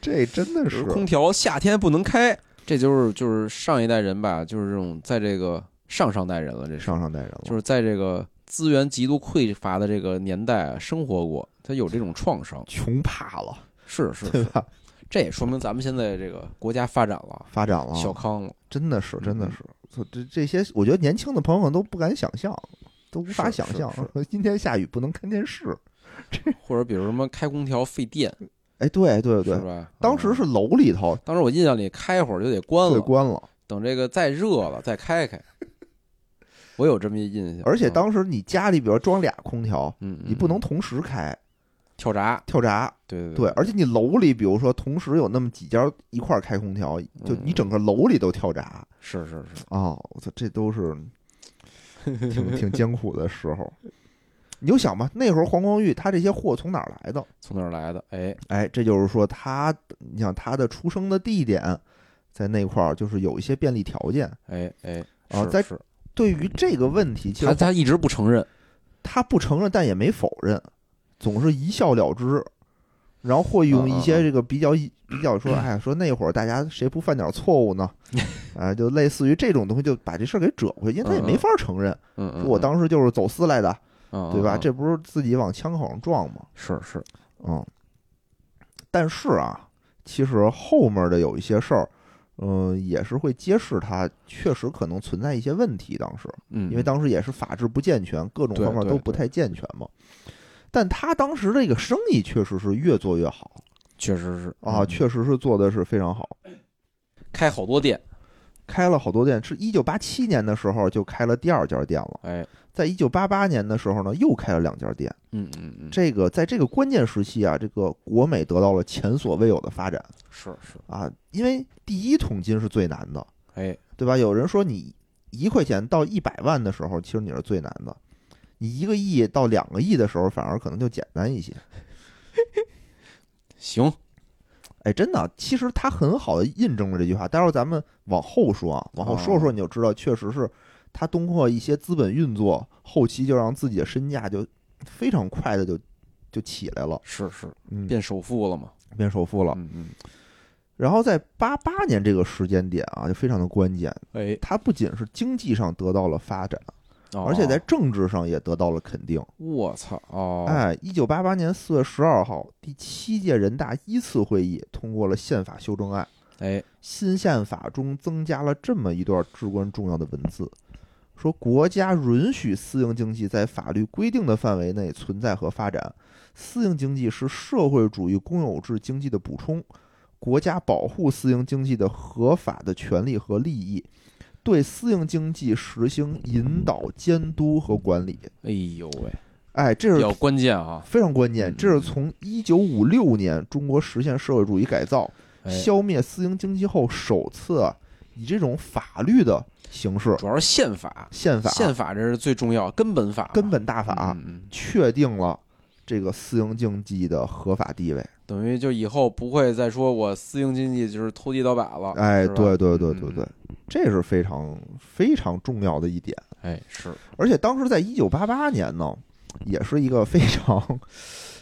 [SPEAKER 1] 这真的是
[SPEAKER 2] 空调夏天不能开，这就是就是上一代人吧，就是这种在这个上上代人了，这是
[SPEAKER 1] 上上代人了。
[SPEAKER 2] 就是在这个资源极度匮乏的这个年代啊生活过，他有这种 创伤，
[SPEAKER 1] 穷怕了，
[SPEAKER 2] 是是
[SPEAKER 1] 对
[SPEAKER 2] 是，
[SPEAKER 1] 吧？
[SPEAKER 2] 这也说明咱们现在这个国家发展了，
[SPEAKER 1] 发展了，啊
[SPEAKER 2] 小康了，
[SPEAKER 1] 真的是，
[SPEAKER 2] 嗯
[SPEAKER 1] 真的是，这这这些，我觉得年轻的朋友都不敢想象，都无法
[SPEAKER 2] 是
[SPEAKER 1] 想
[SPEAKER 2] 是
[SPEAKER 1] 象
[SPEAKER 2] 是，
[SPEAKER 1] 说今天下雨不能看电视。
[SPEAKER 2] 或者比如什么开空调费电，
[SPEAKER 1] 哎，对对
[SPEAKER 2] 是
[SPEAKER 1] 对，
[SPEAKER 2] 吧？
[SPEAKER 1] 当时是
[SPEAKER 2] 嗯，
[SPEAKER 1] 楼里头
[SPEAKER 2] 当时我印象里开一会儿就得关
[SPEAKER 1] 对
[SPEAKER 2] 了，
[SPEAKER 1] 关了，
[SPEAKER 2] 等这个再热了再 开开。我有这么一印象，
[SPEAKER 1] 而且
[SPEAKER 2] 嗯
[SPEAKER 1] 当时你家里比如装俩空调，
[SPEAKER 2] 嗯，
[SPEAKER 1] 你不
[SPEAKER 2] 嗯
[SPEAKER 1] 能同时开
[SPEAKER 2] 跳闸，
[SPEAKER 1] 跳闸，
[SPEAKER 2] 对对
[SPEAKER 1] 对，而且你楼里比如说同时有那么几家一块儿开空调，就你整个楼里都跳闸啊
[SPEAKER 2] 是是是，！
[SPEAKER 1] 哦我操，这都 是挺挺艰苦的时候。你就想吧，那会儿黄光裕他这些货从哪儿来的？
[SPEAKER 2] 从哪儿来的？哎，
[SPEAKER 1] 哎，这就是说他，你想他的出生的地点，在那块儿就是有一些便利条件。
[SPEAKER 2] 哎哎，
[SPEAKER 1] 啊
[SPEAKER 2] 是
[SPEAKER 1] 在
[SPEAKER 2] 是
[SPEAKER 1] 对于这个问题，其
[SPEAKER 2] 他
[SPEAKER 1] 实
[SPEAKER 2] 他一直不承认，
[SPEAKER 1] 他不承认，但也没否认，总是一笑了之，然后会用一
[SPEAKER 2] 嗯嗯
[SPEAKER 1] 些
[SPEAKER 2] 嗯
[SPEAKER 1] 这个比较比较 说，哎，说那会儿大家谁不犯点错误呢？啊，就类似于这种东西，就把这事儿给折回去，因为他也
[SPEAKER 2] 嗯嗯
[SPEAKER 1] 没法承认，
[SPEAKER 2] 嗯
[SPEAKER 1] 说
[SPEAKER 2] 嗯，
[SPEAKER 1] 我
[SPEAKER 2] 嗯
[SPEAKER 1] 当时就是走私来的，
[SPEAKER 2] 嗯
[SPEAKER 1] 对吧？
[SPEAKER 2] 嗯
[SPEAKER 1] 这不是自己往枪口上撞吗？
[SPEAKER 2] 是是，
[SPEAKER 1] 嗯，但是啊，其实后面的有一些事儿，嗯、也是会揭示它确实可能存在一些问题。当时，
[SPEAKER 2] 嗯，
[SPEAKER 1] 因为当时也是法制不健全，各种
[SPEAKER 2] 对
[SPEAKER 1] 方面
[SPEAKER 2] 对
[SPEAKER 1] 都不
[SPEAKER 2] 对
[SPEAKER 1] 太健全嘛。但他当时这个生意确实是越做越好
[SPEAKER 2] 确实是
[SPEAKER 1] 啊，
[SPEAKER 2] 嗯
[SPEAKER 1] 确实是做的是非常好，
[SPEAKER 2] 开好多店，
[SPEAKER 1] 开了好多店。是一九八七年的时候就开了第二家店了，
[SPEAKER 2] 哎，
[SPEAKER 1] 在一九八八年的时候呢又开了两家店。
[SPEAKER 2] 嗯嗯嗯，
[SPEAKER 1] 这个在这个关键时期啊，这个国美得到了前所未有的发展。
[SPEAKER 2] 是是，
[SPEAKER 1] 啊，因为第一桶金是最难的，
[SPEAKER 2] 哎，
[SPEAKER 1] 对吧？有人说你一块钱到一百万的时候，其实你是最难的；你一个亿到两个亿的时候，反而可能就简单一些。
[SPEAKER 2] 行，
[SPEAKER 1] 哎，真的，其实它很好的印证了这句话。待会儿咱们往后说啊，往后说
[SPEAKER 2] 哦
[SPEAKER 1] 说你就知道，确实是它通过一些资本运作，后期就让自己的身价就非常快的就就起来了，
[SPEAKER 2] 是是，
[SPEAKER 1] 嗯，啊
[SPEAKER 2] 变首富了嘛，
[SPEAKER 1] 变首富了。
[SPEAKER 2] 嗯嗯，
[SPEAKER 1] 然后在八八年这个时间点啊，就非常的关键，
[SPEAKER 2] 哎，
[SPEAKER 1] 它不仅是经济上得到了发展。
[SPEAKER 2] 哦
[SPEAKER 1] 而且在，政治上也得到了肯定。
[SPEAKER 2] 我操，哦，
[SPEAKER 1] 哎，一九八八年四月十二号，第七届人大一次会议通过了宪法修正案，
[SPEAKER 2] 哎，
[SPEAKER 1] 新宪法中增加了这么一段至关重要的文字，说国家允许私营经济在法律规定的范围内存在和发展，私营经济是社会主义公有制经济的补充，国家保护私营经济的合法的权利和利益。对私营经济实行引导、监督和管理，
[SPEAKER 2] 哎呦喂，
[SPEAKER 1] 哎，这
[SPEAKER 2] 比
[SPEAKER 1] 是
[SPEAKER 2] 较关键啊，
[SPEAKER 1] 非常关键
[SPEAKER 2] 嗯。
[SPEAKER 1] 这是从一九五六年中国实现社会主义改造、
[SPEAKER 2] 哎
[SPEAKER 1] 消灭私营经济后首次啊以这种法律的形式，
[SPEAKER 2] 主要是宪法，
[SPEAKER 1] 宪法、
[SPEAKER 2] 宪法这是最重要根本法嘛，
[SPEAKER 1] 根本大法、
[SPEAKER 2] 嗯，嗯嗯
[SPEAKER 1] 确定了这个私营经济的合法地位。
[SPEAKER 2] 等于就以后不会再说我私营经济就是偷鸡倒把了，
[SPEAKER 1] 哎，
[SPEAKER 2] 哦是吧
[SPEAKER 1] 对对对对
[SPEAKER 2] 嗯
[SPEAKER 1] 对，这是非常非常重要的一点。
[SPEAKER 2] 哎，是，
[SPEAKER 1] 而且当时在一九八八年呢，也是一个非常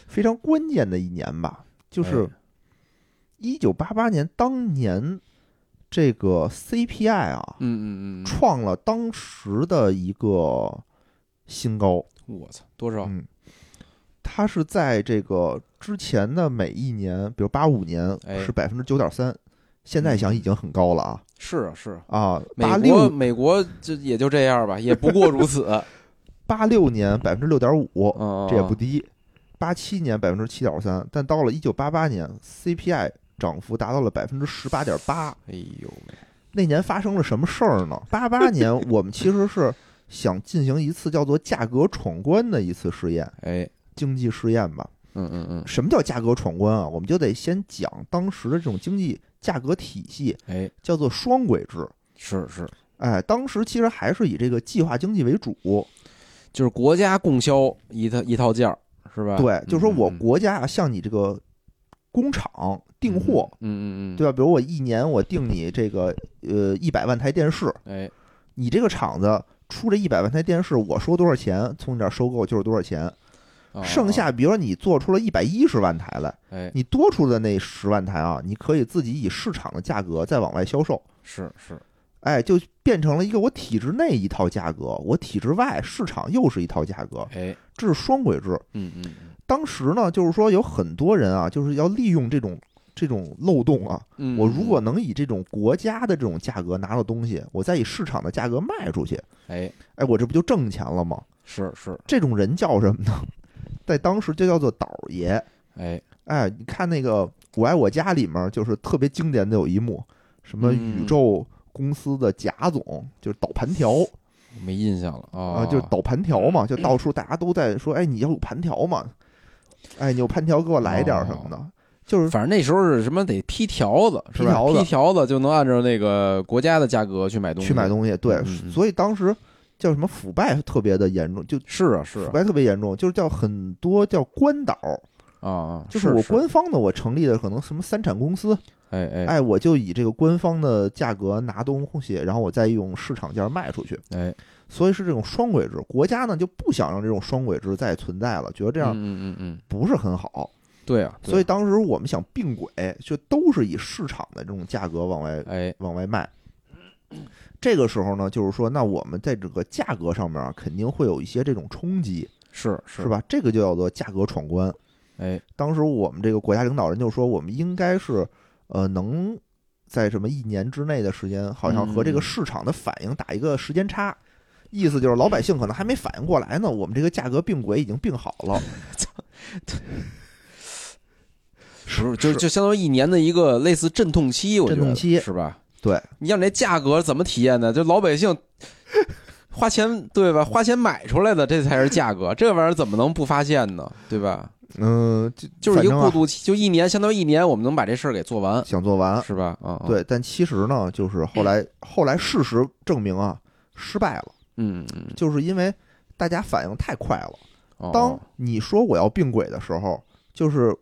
[SPEAKER 1] 非常关键的一年吧，就是
[SPEAKER 2] 哎
[SPEAKER 1] 一九八八年当年这个 CPI 啊，
[SPEAKER 2] 嗯嗯嗯嗯，
[SPEAKER 1] 创了当时的一个新高，
[SPEAKER 2] 我操，多少？
[SPEAKER 1] 嗯，它是在这个之前的每一年，比如八五年
[SPEAKER 2] 哎
[SPEAKER 1] 是百分之九点三。现在想已经很高了啊
[SPEAKER 2] 是啊是啊。
[SPEAKER 1] 啊！八
[SPEAKER 2] 美国
[SPEAKER 1] 六
[SPEAKER 2] 美国就也就这样吧，也不过如 此。
[SPEAKER 1] 八六年百分之六点五，
[SPEAKER 2] 嗯，
[SPEAKER 1] 这也不低。八七年百分之七点三，但到了一九八八年，CPI 涨幅达到了百分之十八点八。
[SPEAKER 2] 哎呦喂，
[SPEAKER 1] 那年发生了什么事儿呢？八 八年我们其实是想进行一次叫做价格闯关的一次试验，
[SPEAKER 2] 哎，
[SPEAKER 1] 经济试验吧。
[SPEAKER 2] 嗯嗯嗯，
[SPEAKER 1] 什么叫价格闯关啊？我们就得先讲当时的这种经济价格体系，
[SPEAKER 2] 哎，
[SPEAKER 1] 叫做双轨制。
[SPEAKER 2] 是是，
[SPEAKER 1] 哎，当时其实还是以这个计划经济为主，
[SPEAKER 2] 就是国家供销一套一套价儿是吧？
[SPEAKER 1] 对，
[SPEAKER 2] 嗯
[SPEAKER 1] 就是说我
[SPEAKER 2] 嗯
[SPEAKER 1] 国家啊向你这个工厂订货，
[SPEAKER 2] 嗯嗯嗯，
[SPEAKER 1] 对吧？比如我一年我订你这个呃一百万台电视，
[SPEAKER 2] 哎，
[SPEAKER 1] 你这个厂子出这一百万台电视，我收多少钱，从你这儿收购就是多少钱。
[SPEAKER 2] 哦
[SPEAKER 1] 剩下比如说你做出了一百一十万台来，
[SPEAKER 2] 哎
[SPEAKER 1] 你多出的那十万台啊，你可以自己以市场的价格再往外销售。
[SPEAKER 2] 是是，
[SPEAKER 1] 哎，就变成了一个我体制内一套价格，我体制外市场又是一套价格，
[SPEAKER 2] 哎，
[SPEAKER 1] 这是双轨制。
[SPEAKER 2] 嗯嗯嗯
[SPEAKER 1] 当时呢，就是说有很多人啊，就是要利用这种这种漏洞啊。
[SPEAKER 2] 嗯，
[SPEAKER 1] 我如果能以这种国家的这种价格拿到东西，我再以市场的价格卖出去，
[SPEAKER 2] 哎
[SPEAKER 1] 哎，我这不就挣钱了吗？
[SPEAKER 2] 是是
[SPEAKER 1] 这种人叫什么呢？在当时就叫做倒爷。
[SPEAKER 2] 哎
[SPEAKER 1] 哎，你看那个《我爱我家》里面，就是特别经典的有一幕，什么宇
[SPEAKER 2] 嗯
[SPEAKER 1] 宙公司的贾总就是倒盘条
[SPEAKER 2] 哦我没印象了
[SPEAKER 1] 啊，
[SPEAKER 2] 啊，
[SPEAKER 1] 就倒盘条嘛，就到处大家都在说，哎，你要有盘条嘛，哎，你有盘条给我来点儿什么
[SPEAKER 2] 哦
[SPEAKER 1] 的，就是
[SPEAKER 2] 反正那时候是什么得批条子是
[SPEAKER 1] 批
[SPEAKER 2] 吧？
[SPEAKER 1] 条子
[SPEAKER 2] 批条子就能按照那个国家的价格去买东西，
[SPEAKER 1] 去买东西。对，
[SPEAKER 2] 嗯嗯
[SPEAKER 1] 所以当时叫什么腐败特别的严重，就是
[SPEAKER 2] 啊是
[SPEAKER 1] 腐
[SPEAKER 2] 啊
[SPEAKER 1] 败特别严重，就是叫很多叫官倒，
[SPEAKER 2] 啊啊，
[SPEAKER 1] 就是我官方的，我成立的可能什么三产公司，
[SPEAKER 2] 哎哎
[SPEAKER 1] 哎，我就以这个官方的价格拿东西，然后我再用市场价卖出去，
[SPEAKER 2] 哎，
[SPEAKER 1] 所以是这种双轨制。国家呢就不想让这种双轨制再存在了，觉得这样
[SPEAKER 2] 嗯嗯嗯嗯，
[SPEAKER 1] 不是很好，
[SPEAKER 2] 对啊，对啊
[SPEAKER 1] 所以当时我们想并轨，就都是以市场的这种价格往外
[SPEAKER 2] 哎
[SPEAKER 1] 往外卖。这个时候呢，就是说，那我们在这个价格上面啊肯定会有一些这种冲击，
[SPEAKER 2] 是是
[SPEAKER 1] 是？吧？这个就叫做价格闯关。
[SPEAKER 2] 哎
[SPEAKER 1] 当时我们这个国家领导人就说，我们应该是呃能在什么一年之内的时间，好像和这
[SPEAKER 2] 嗯
[SPEAKER 1] 个市场的反应打一个时间差。意思就是老百姓可能还没反应过来呢，我们这个价格并轨已经并好 了。
[SPEAKER 2] 不是就就相当于一年的一个类似阵痛期，我觉得
[SPEAKER 1] 阵痛期
[SPEAKER 2] 是吧？
[SPEAKER 1] 对，
[SPEAKER 2] 你让这价格怎么体验呢？就老 百姓花钱对吧？花钱买出来的，这才是价格，这玩意儿怎么能不发现呢？对吧？
[SPEAKER 1] 嗯，
[SPEAKER 2] 就是一个
[SPEAKER 1] 反正啊
[SPEAKER 2] 过渡期，就一年，相当于一年，我们能把这事儿给做完，
[SPEAKER 1] 想做完，
[SPEAKER 2] 是吧？啊，啊，
[SPEAKER 1] 对，但其实呢，就是后来后来事实证明啊，失败了，
[SPEAKER 2] 嗯嗯嗯
[SPEAKER 1] 就是因为大家反应太快了。
[SPEAKER 2] 哦，
[SPEAKER 1] 当
[SPEAKER 2] 哦
[SPEAKER 1] 你说我要并轨的时候，就是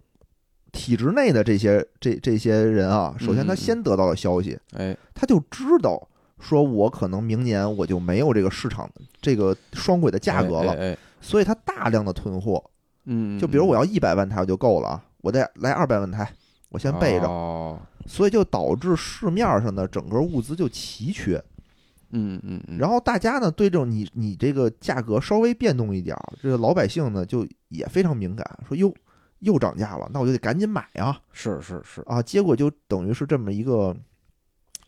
[SPEAKER 1] 体制内的这些这这些人啊，首先他
[SPEAKER 2] 嗯嗯
[SPEAKER 1] 先得到了消息，
[SPEAKER 2] 哎
[SPEAKER 1] 他就知道说我可能明年我就没有这个市场这个双轨的价格
[SPEAKER 2] 哎
[SPEAKER 1] 了，
[SPEAKER 2] 哎哎
[SPEAKER 1] 所以他大量的囤货。
[SPEAKER 2] 嗯，
[SPEAKER 1] 就比如我要
[SPEAKER 2] 要
[SPEAKER 1] 一百万台我就够了啊，我再来二百万台，我先备着，
[SPEAKER 2] 哦，
[SPEAKER 1] 所以就导致市面上的整个物资就奇缺。
[SPEAKER 2] 嗯嗯嗯，
[SPEAKER 1] 然后大家呢对这种你你这个价格稍微变动一点儿，这个老百姓呢就也非常敏感，说哟又涨价了，那我就得赶紧买啊
[SPEAKER 2] 是是是，
[SPEAKER 1] 啊！结果就等于是这么一个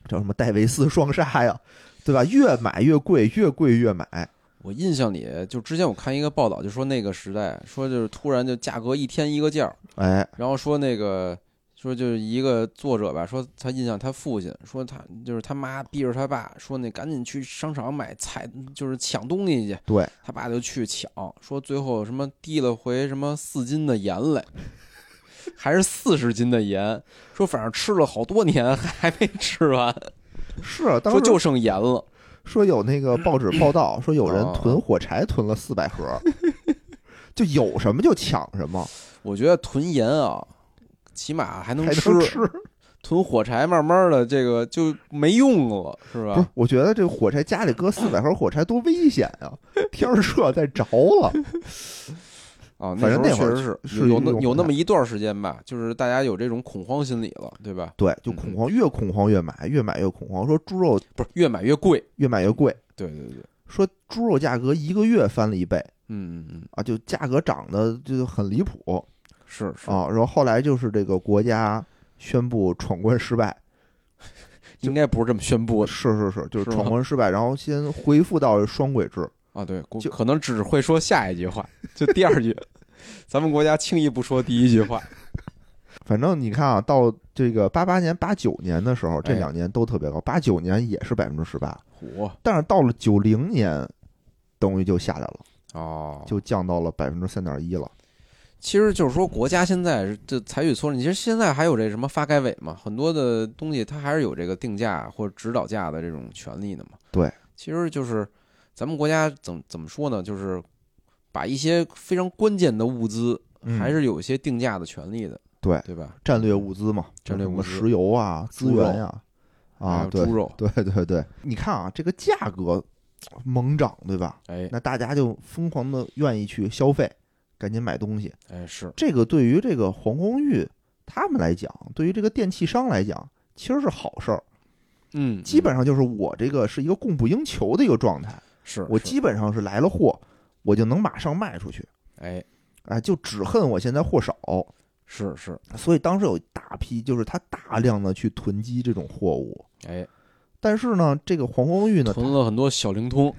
[SPEAKER 1] 叫什么戴维斯双杀呀，对吧？越买越贵，越贵越买。
[SPEAKER 2] 我印象里就之前我看一个报道，就说那个时代，说就是突然就价格一天一个价儿，
[SPEAKER 1] 哎，
[SPEAKER 2] 然后说那个说就是一个作者吧，说他印象他父亲说他就是他妈逼着他爸说那赶紧去商场买菜，就是抢东西去。
[SPEAKER 1] 对，
[SPEAKER 2] 他爸就去抢，说最后什么提了回什么四斤的盐来，还是四十斤的盐，说反正吃了好多年还没吃完，
[SPEAKER 1] 是啊当
[SPEAKER 2] 说
[SPEAKER 1] 时
[SPEAKER 2] 就剩盐了。
[SPEAKER 1] 说有那个报纸报道说有人
[SPEAKER 2] 哦
[SPEAKER 1] 囤火柴囤了四百盒，就有什么就抢什么，
[SPEAKER 2] 我觉得囤盐啊，起码还能
[SPEAKER 1] 还能
[SPEAKER 2] 吃，
[SPEAKER 1] 吃。
[SPEAKER 2] 囤火柴慢慢的这个就没用了，是
[SPEAKER 1] 不是
[SPEAKER 2] 吧？，
[SPEAKER 1] 我觉得这火柴家里搁四百盒火柴多危险呀、天儿热再着了。
[SPEAKER 2] 啊，
[SPEAKER 1] 反正那
[SPEAKER 2] 那时
[SPEAKER 1] 会
[SPEAKER 2] 候
[SPEAKER 1] 儿
[SPEAKER 2] 确实
[SPEAKER 1] 是
[SPEAKER 2] 有有
[SPEAKER 1] 一
[SPEAKER 2] 那
[SPEAKER 1] 种
[SPEAKER 2] 有那
[SPEAKER 1] 很
[SPEAKER 2] 么一段时间吧，就是大家有这种恐慌心理了，对吧？
[SPEAKER 1] 对，就恐慌，越恐慌越买，越买越恐慌。说猪肉
[SPEAKER 2] 不是越买越贵，
[SPEAKER 1] 越买越贵，
[SPEAKER 2] 对对对，
[SPEAKER 1] 说猪肉价格一个月翻了一倍
[SPEAKER 2] 嗯嗯嗯，
[SPEAKER 1] 啊，就价格涨得就很离谱
[SPEAKER 2] 是是，
[SPEAKER 1] 啊。然后后来就是这个国家宣布闯关失败，
[SPEAKER 2] 应该不是这么宣布的
[SPEAKER 1] 是是是，就是
[SPEAKER 2] 是吗
[SPEAKER 1] 闯关失败，然后先恢复到双轨制。
[SPEAKER 2] 啊，对，国
[SPEAKER 1] 就
[SPEAKER 2] 可能只会 说下一句话，就第二句，咱们国家轻易不说第一句话，
[SPEAKER 1] 反正你看啊，到这个八八年、八九年的时候，这
[SPEAKER 2] 哎
[SPEAKER 1] 两年都特别高，八九年也是百分之十八，
[SPEAKER 2] 虎
[SPEAKER 1] 但是到了九零年，等于就下来了，
[SPEAKER 2] 哦，
[SPEAKER 1] 就降到了百分之三点一了。
[SPEAKER 2] 其实就是说国家现在是这采取措施，你其实现在还有这什么发改委嘛，很多的东西它还是有这个定价或者指导价的这种权利的嘛。
[SPEAKER 1] 对，
[SPEAKER 2] 其实就是咱们国家怎么怎么说呢，就是把一些非常关键的物资
[SPEAKER 1] 嗯
[SPEAKER 2] 还是有一些定价的权利的，
[SPEAKER 1] 对
[SPEAKER 2] 对吧？
[SPEAKER 1] 战略物资嘛，
[SPEAKER 2] 战略
[SPEAKER 1] 什么
[SPEAKER 2] 物资
[SPEAKER 1] 石油啊、资源呀、啊，
[SPEAKER 2] 还有
[SPEAKER 1] 对
[SPEAKER 2] 猪肉，
[SPEAKER 1] 对对对，你看啊，这个价格猛涨，对吧？
[SPEAKER 2] 哎
[SPEAKER 1] 那大家就疯狂的愿意去消费，赶紧买东西。
[SPEAKER 2] 哎是，
[SPEAKER 1] 这个对于这个黄光裕他们来讲，对于这个电器商来讲，其实是好事儿。
[SPEAKER 2] 嗯，
[SPEAKER 1] 基本上就是我这个是一个供不应求的一个状态，
[SPEAKER 2] 嗯是
[SPEAKER 1] 我
[SPEAKER 2] 是
[SPEAKER 1] 基本上是来了货，我就能马上卖出去。
[SPEAKER 2] 哎
[SPEAKER 1] 哎，就只恨我现在货少，
[SPEAKER 2] 是是
[SPEAKER 1] 所以当时有大批，就是他大量的去囤积这种货物。
[SPEAKER 2] 哎，
[SPEAKER 1] 但是呢，这个黄光裕呢，
[SPEAKER 2] 囤了很多小灵通，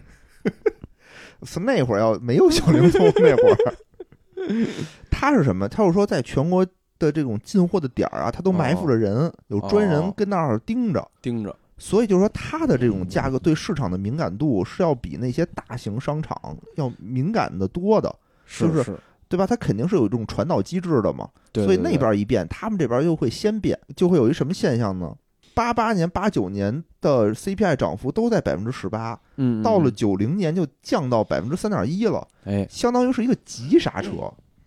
[SPEAKER 1] 是那会儿要没有小灵通那会儿，他是什么？他是说在全国的这种进货的点儿啊，他都埋伏着人，有专人跟那儿盯着。
[SPEAKER 2] 盯着
[SPEAKER 1] 所以就是说，它的这种价格对市场的敏感度是要比那些大型商场要敏感的多的，就是
[SPEAKER 2] 是，
[SPEAKER 1] 对吧？它肯定是有一种传导机制的嘛。
[SPEAKER 2] 对
[SPEAKER 1] 所以
[SPEAKER 2] 对
[SPEAKER 1] 那
[SPEAKER 2] 对
[SPEAKER 1] 边一变，他们这边又会先变，就会有一什么现象呢？八八年、八九年的 CPI 涨幅都在百分之十八，
[SPEAKER 2] 嗯嗯
[SPEAKER 1] 到了
[SPEAKER 2] 嗯
[SPEAKER 1] 九零年就降到百分之三点一了，
[SPEAKER 2] 哎
[SPEAKER 1] 相当于是一个急刹车，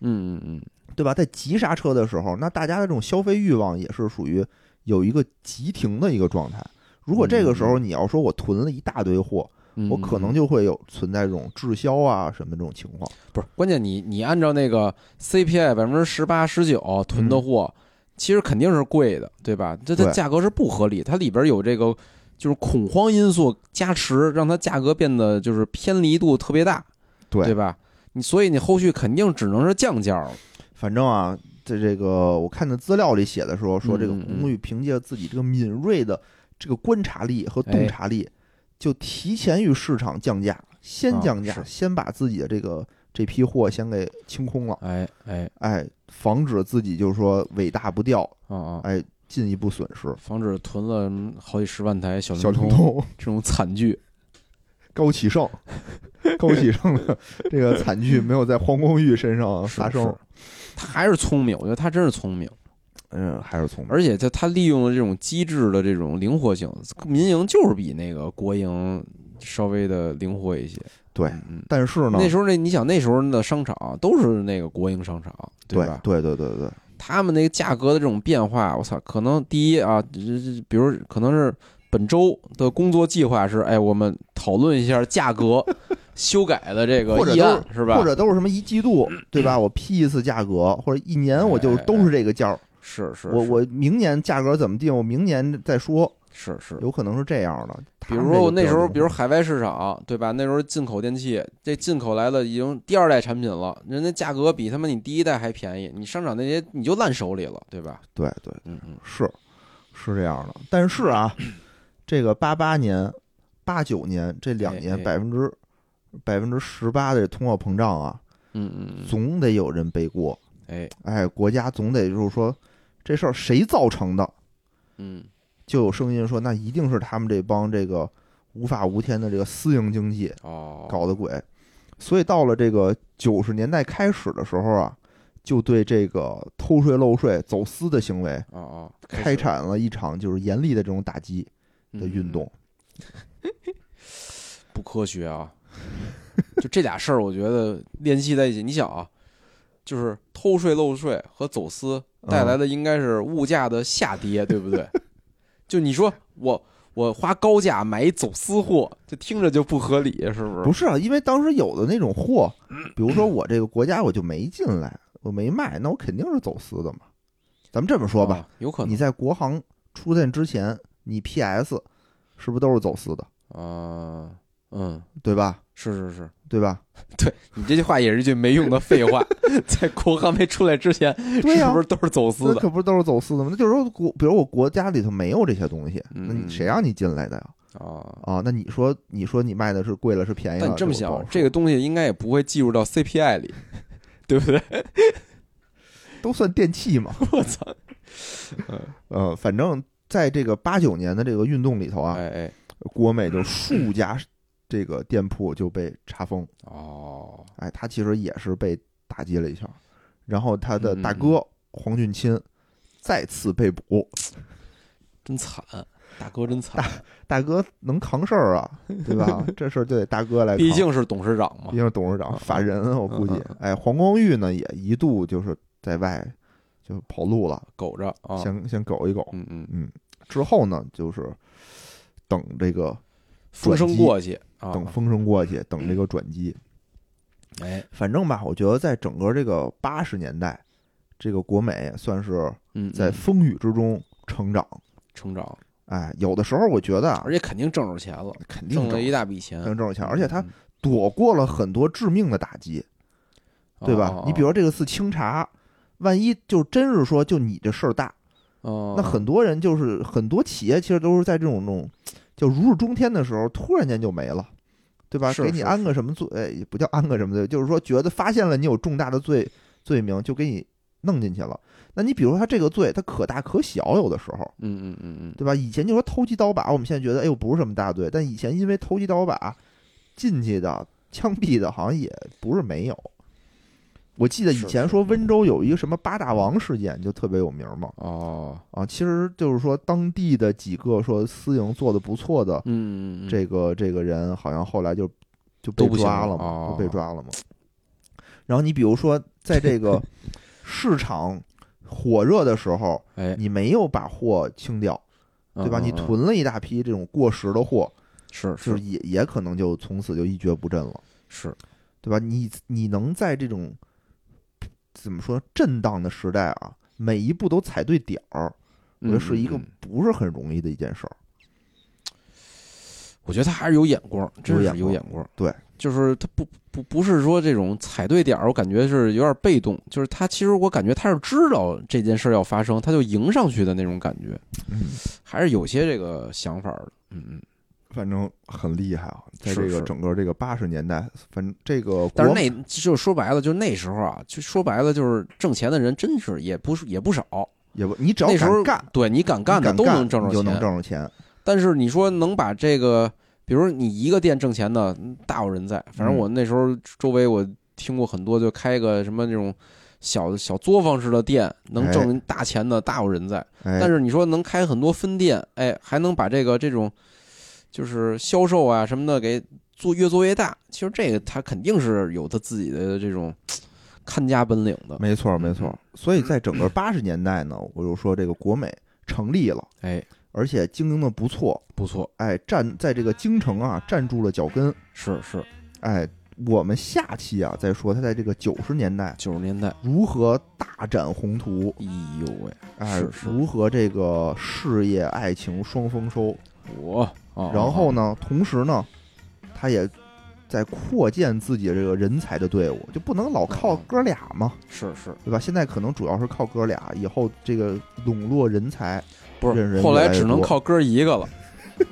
[SPEAKER 2] 嗯嗯嗯
[SPEAKER 1] 对吧？在急刹车的时候，那大家的这种消费欲望也是属于有一个急停的一个状态。如果这个时候你要说我囤了一大堆货，
[SPEAKER 2] 嗯，
[SPEAKER 1] 我可
[SPEAKER 2] 嗯
[SPEAKER 1] 能就会有存在这种滞销啊什么这种情况。
[SPEAKER 2] 不是关键你，你按照那个 CPI 百分之十八、十九囤的货，其实肯定是贵的，对吧？这
[SPEAKER 1] 嗯
[SPEAKER 2] 它
[SPEAKER 1] 对
[SPEAKER 2] 价格是不合理，它里边有这个就是恐慌因素加持，让它价格变得就是偏离度特别大，
[SPEAKER 1] 对
[SPEAKER 2] 对吧？你所以你后续肯定只能是降价了，
[SPEAKER 1] 反正啊，在这个我看的资料里写的时候，说这个
[SPEAKER 2] 嗯嗯嗯
[SPEAKER 1] 红玉凭借自己这个敏锐的这个观察力和洞察力，就提前与市场降价，先降价，
[SPEAKER 2] 啊是
[SPEAKER 1] 先把自己的这个这批货先给清空了，
[SPEAKER 2] 哎哎
[SPEAKER 1] 哎，防止自己就是说尾大不掉，
[SPEAKER 2] 啊啊！
[SPEAKER 1] 哎，进一步损失。
[SPEAKER 2] 防止囤了嗯好几十万台小
[SPEAKER 1] 小灵
[SPEAKER 2] 通
[SPEAKER 1] 通
[SPEAKER 2] 这种惨剧，
[SPEAKER 1] 高启 盛，高启盛的这个惨剧没有在黄光裕身上
[SPEAKER 2] 是
[SPEAKER 1] 哦发生
[SPEAKER 2] 是，他还是聪明，我觉得他真是聪明。
[SPEAKER 1] 嗯，还是聪明，
[SPEAKER 2] 而且就他利用了这种机制的这种灵活性，民营就是比那个国营稍微的灵活一些。
[SPEAKER 1] 对。
[SPEAKER 2] 嗯，
[SPEAKER 1] 但是呢，
[SPEAKER 2] 那时候那你想那时候的商场都是那个国营商场，
[SPEAKER 1] 对
[SPEAKER 2] 吧？
[SPEAKER 1] 对对对对，
[SPEAKER 2] 他们那个价格的这种变化，我操，可能第一啊，这这比如可能是本周的工作计划是，哎，我们讨论一下价格 修改的这个
[SPEAKER 1] 或者
[SPEAKER 2] 议
[SPEAKER 1] 都
[SPEAKER 2] 案是吧？嗯
[SPEAKER 1] 或者都是什么一季度，对吧？我批一次价格，或者一年我就
[SPEAKER 2] 哎哎
[SPEAKER 1] 都是这个价儿。
[SPEAKER 2] 是是，
[SPEAKER 1] 我我明年价格怎么定，我明年再说，
[SPEAKER 2] 是是
[SPEAKER 1] 有可能是这样的。
[SPEAKER 2] 比
[SPEAKER 1] 他们
[SPEAKER 2] 如
[SPEAKER 1] 这
[SPEAKER 2] 说
[SPEAKER 1] 个
[SPEAKER 2] 我那时候，
[SPEAKER 1] 标准
[SPEAKER 2] 比如海外市场，对吧？那时候进口电器，这进口来了已经第二代产品了，人家价格比他妈你第一代还便宜，你商场那些你就烂手里了，对吧？
[SPEAKER 1] 对对
[SPEAKER 2] 嗯嗯，
[SPEAKER 1] 是是这样的，但是 啊，这个八八年、八九年这两
[SPEAKER 2] 哎
[SPEAKER 1] 年
[SPEAKER 2] 哎
[SPEAKER 1] 百分之百分之十八的通货膨胀啊，
[SPEAKER 2] 嗯嗯嗯，
[SPEAKER 1] 总得有人背锅。
[SPEAKER 2] 哎，
[SPEAKER 1] 哎，国家总得就是说这事儿谁造成的，
[SPEAKER 2] 嗯，
[SPEAKER 1] 就有声音说，那一定是他们这帮这个无法无天的这个私营经济
[SPEAKER 2] 哦，
[SPEAKER 1] 搞的鬼。所以到了这个九十年代开始的时候啊，就对这个偷税漏税、走私的行为
[SPEAKER 2] 哦哦，
[SPEAKER 1] 开展了一场就是严厉的这种打击的运动。
[SPEAKER 2] 嗯不科学啊！ 就这俩事儿，我觉得联系在一起，你想啊，就是偷税漏税和走私嗯带
[SPEAKER 1] 嗯
[SPEAKER 2] 来的应该是物价的下跌，对不对？就你说我我花高价买一走私货，这听着就不合理，是不是？
[SPEAKER 1] 不是啊，因为当时有的那种 货，比如说我这个国家我就没进来，我没卖，那我肯定是走私的嘛。咱们这么说吧，
[SPEAKER 2] 啊，有可
[SPEAKER 1] 你
[SPEAKER 2] 能
[SPEAKER 1] 在国行出现之前，你 PS 是不是都是走私的，
[SPEAKER 2] 啊，嗯，
[SPEAKER 1] 对吧？
[SPEAKER 2] 是是是，
[SPEAKER 1] 对 吧？
[SPEAKER 2] 对你这句话也是一句没用的废 话，在国航没出来之前，
[SPEAKER 1] 对呀
[SPEAKER 2] 是不是都是走私
[SPEAKER 1] 那
[SPEAKER 2] 的？
[SPEAKER 1] 可不是都是走私的吗？那就是说国，比如我国家里头没有这些东西，
[SPEAKER 2] 嗯
[SPEAKER 1] 那你谁让你进来的呀？
[SPEAKER 2] 啊，
[SPEAKER 1] 啊，那你说，你说你卖的是贵了是便宜了？
[SPEAKER 2] 但你这么
[SPEAKER 1] 我不
[SPEAKER 2] 想
[SPEAKER 1] 好，
[SPEAKER 2] 这
[SPEAKER 1] 说
[SPEAKER 2] 个东西应该也不会计入 到 CPI 里，对不对？
[SPEAKER 1] 都算电器嘛？
[SPEAKER 2] 我操，
[SPEAKER 1] 呃，反正在这个八九年的这个运动里头啊，
[SPEAKER 2] 哎哎，
[SPEAKER 1] 国美就数家这个店铺就被查封，
[SPEAKER 2] 哦，
[SPEAKER 1] 哎，他其实也是被打击了一下，然后他的
[SPEAKER 2] 嗯
[SPEAKER 1] 大哥黄俊钦再次被捕，
[SPEAKER 2] 真惨，大哥真惨，
[SPEAKER 1] 大哥能扛事儿啊，对 吧？这事儿就得大哥来扛，
[SPEAKER 2] 毕竟是董事长嘛
[SPEAKER 1] 毕。竟是董事长
[SPEAKER 2] 嗯
[SPEAKER 1] 法人，我估计
[SPEAKER 2] 嗯嗯，
[SPEAKER 1] 哎，黄光裕呢也一度就是在外就跑路了，
[SPEAKER 2] 苟着啊，
[SPEAKER 1] 先先苟一苟，
[SPEAKER 2] 嗯嗯，
[SPEAKER 1] 嗯，之后呢就是等这个
[SPEAKER 2] 风声过去啊，
[SPEAKER 1] 等风声过去，等这个转机，
[SPEAKER 2] 哎，
[SPEAKER 1] 反正吧，我觉得在整个这个八十年代，这个国美也算是
[SPEAKER 2] 嗯，
[SPEAKER 1] 在
[SPEAKER 2] 嗯
[SPEAKER 1] 风雨之中成长。
[SPEAKER 2] 成长，
[SPEAKER 1] 哎，有的时候我觉得啊
[SPEAKER 2] 而，且肯定挣着钱了，
[SPEAKER 1] 肯定
[SPEAKER 2] 挣了
[SPEAKER 1] 挣
[SPEAKER 2] 一大笔钱
[SPEAKER 1] 肯，定挣着钱，而且他
[SPEAKER 2] 嗯，
[SPEAKER 1] 躲过了很多致命的打击，
[SPEAKER 2] 嗯
[SPEAKER 1] 对
[SPEAKER 2] 哦
[SPEAKER 1] 吧
[SPEAKER 2] 哦？
[SPEAKER 1] 你比如说这个次清查，万一就真是说就你这事儿大，
[SPEAKER 2] 哦，
[SPEAKER 1] 那很多人就是很多企业其实都是在这种那种叫如日中天的时候，突然间就没了。对吧？
[SPEAKER 2] 是
[SPEAKER 1] 给你
[SPEAKER 2] 是
[SPEAKER 1] 安个什么罪，哎也不叫安个什么罪，就是说觉得发现了你有重大的罪罪名，就给你弄进去了。那你比如说他这个罪，它可大可小，有的时候，
[SPEAKER 2] 嗯嗯嗯嗯，
[SPEAKER 1] 对吧？以前就说偷鸡倒把，我们现在觉得哎呦不是什么大罪，但以前因为偷鸡倒把进去的、枪毙的，好像也不是没有。我记得以
[SPEAKER 2] 是
[SPEAKER 1] 前
[SPEAKER 2] 是
[SPEAKER 1] 说温州有一个什么八大王事件，就特别有名嘛。
[SPEAKER 2] 哦，
[SPEAKER 1] 啊，其实就是说当地的几个说私营做的不错的
[SPEAKER 2] 嗯，嗯嗯
[SPEAKER 1] 这个这个人，好像后来就就被
[SPEAKER 2] 都不行
[SPEAKER 1] 抓
[SPEAKER 2] 了
[SPEAKER 1] 了嘛，
[SPEAKER 2] 哦
[SPEAKER 1] 就被抓了嘛。然后你比如说，在这 个市场火热的时候，
[SPEAKER 2] 哎，
[SPEAKER 1] 你没有把货清掉，对吧？
[SPEAKER 2] 嗯
[SPEAKER 1] 你
[SPEAKER 2] 嗯嗯
[SPEAKER 1] 囤了一大批这种过时的货，
[SPEAKER 2] 是
[SPEAKER 1] 就是是也也可能就从此就一蹶不振了，
[SPEAKER 2] 是，
[SPEAKER 1] 对吧？你你能在这种怎么说震荡的时代啊，每一步都踩对点儿，我觉得是一个
[SPEAKER 2] 嗯嗯嗯
[SPEAKER 1] 不是很容易的一件事儿。
[SPEAKER 2] 我觉得他还是有眼光，真是有
[SPEAKER 1] 有眼
[SPEAKER 2] 眼光。
[SPEAKER 1] 对，
[SPEAKER 2] 就是他不不不是说这种踩对点儿，我感觉是有点被动，就是他其实我感觉他是知道这件事儿要发生，他就迎上去的那种感觉，
[SPEAKER 1] 嗯，
[SPEAKER 2] 还是有些这个想法的。嗯嗯，
[SPEAKER 1] 反正很厉害啊，在
[SPEAKER 2] 是
[SPEAKER 1] 这个
[SPEAKER 2] 是
[SPEAKER 1] 整个这个八十年代，反正这个
[SPEAKER 2] 但是
[SPEAKER 1] 国
[SPEAKER 2] 那就说白了，就那时候啊，就说白了就是挣钱的人真是也不是也不少，
[SPEAKER 1] 也不，你只要
[SPEAKER 2] 那时候
[SPEAKER 1] 敢干，
[SPEAKER 2] 对你敢干
[SPEAKER 1] 你
[SPEAKER 2] 的
[SPEAKER 1] 敢
[SPEAKER 2] 都能
[SPEAKER 1] 干
[SPEAKER 2] 挣
[SPEAKER 1] 你
[SPEAKER 2] 着
[SPEAKER 1] 就能
[SPEAKER 2] 钱，
[SPEAKER 1] 挣着钱。
[SPEAKER 2] 但是你说能把这个，比如你一个店挣钱的，嗯大有人在。反正我那时候周围我听过很多，就开个什么那种小小作坊式的店，能挣大钱的大有人在。
[SPEAKER 1] 哎，
[SPEAKER 2] 但是你说能开很多分店，哎，还能把这个这种就是销售啊什么的给做越做越大，其实这个他肯定是有他自己的这种看家本领的。
[SPEAKER 1] 没错没错
[SPEAKER 2] 嗯。
[SPEAKER 1] 所以在整个八十年代呢，我就说这个国美成立了，
[SPEAKER 2] 哎，
[SPEAKER 1] 而且经营的不错，
[SPEAKER 2] 不错，
[SPEAKER 1] 哎，站在这个京城啊站住了脚跟。
[SPEAKER 2] 是是，
[SPEAKER 1] 哎，我们下期啊再说他在这个九十年代
[SPEAKER 2] 九十年代，
[SPEAKER 1] 如何大展宏图，
[SPEAKER 2] 哎呦喂，
[SPEAKER 1] 哎，
[SPEAKER 2] 是是
[SPEAKER 1] 如何这个事业爱情双丰收。
[SPEAKER 2] 我啊，
[SPEAKER 1] 然后
[SPEAKER 2] 呢，
[SPEAKER 1] 呢，同时呢，他也在扩建自己这个人才的队伍，就不能老靠
[SPEAKER 2] 嗯
[SPEAKER 1] 哥俩嘛，
[SPEAKER 2] 是是。
[SPEAKER 1] 对吧？现在可能主要是靠哥俩，以后这个笼络人才，
[SPEAKER 2] 不
[SPEAKER 1] 认
[SPEAKER 2] 是，
[SPEAKER 1] 人
[SPEAKER 2] 后
[SPEAKER 1] 越
[SPEAKER 2] 来
[SPEAKER 1] 来越
[SPEAKER 2] 只能
[SPEAKER 1] 多
[SPEAKER 2] 靠哥儿一个了，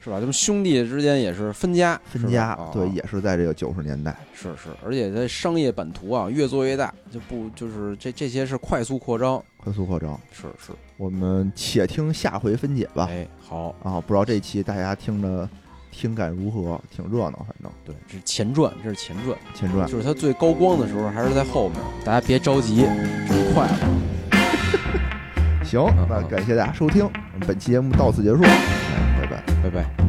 [SPEAKER 2] 是吧？他们兄弟之间也是分家，
[SPEAKER 1] 分家
[SPEAKER 2] 是吧，
[SPEAKER 1] 对，
[SPEAKER 2] 啊
[SPEAKER 1] 也是在这个九十年代。
[SPEAKER 2] 是是，而且在商业版图啊越做越大，就不就是这这些是快速扩张，
[SPEAKER 1] 快速扩张，
[SPEAKER 2] 是是，
[SPEAKER 1] 我们且听下回分解吧。
[SPEAKER 2] 哎，好，
[SPEAKER 1] 啊，不知道这期大家听着听感如何，挺热闹，反正
[SPEAKER 2] 对，这是前传，这是前传，
[SPEAKER 1] 前传。
[SPEAKER 2] 就是它最高光的时候还是在后面，大家别着急，真快了，
[SPEAKER 1] 行，那
[SPEAKER 2] 嗯嗯嗯
[SPEAKER 1] 感谢大家收听，我们本期节目到此结束，哎拜拜。
[SPEAKER 2] 拜拜。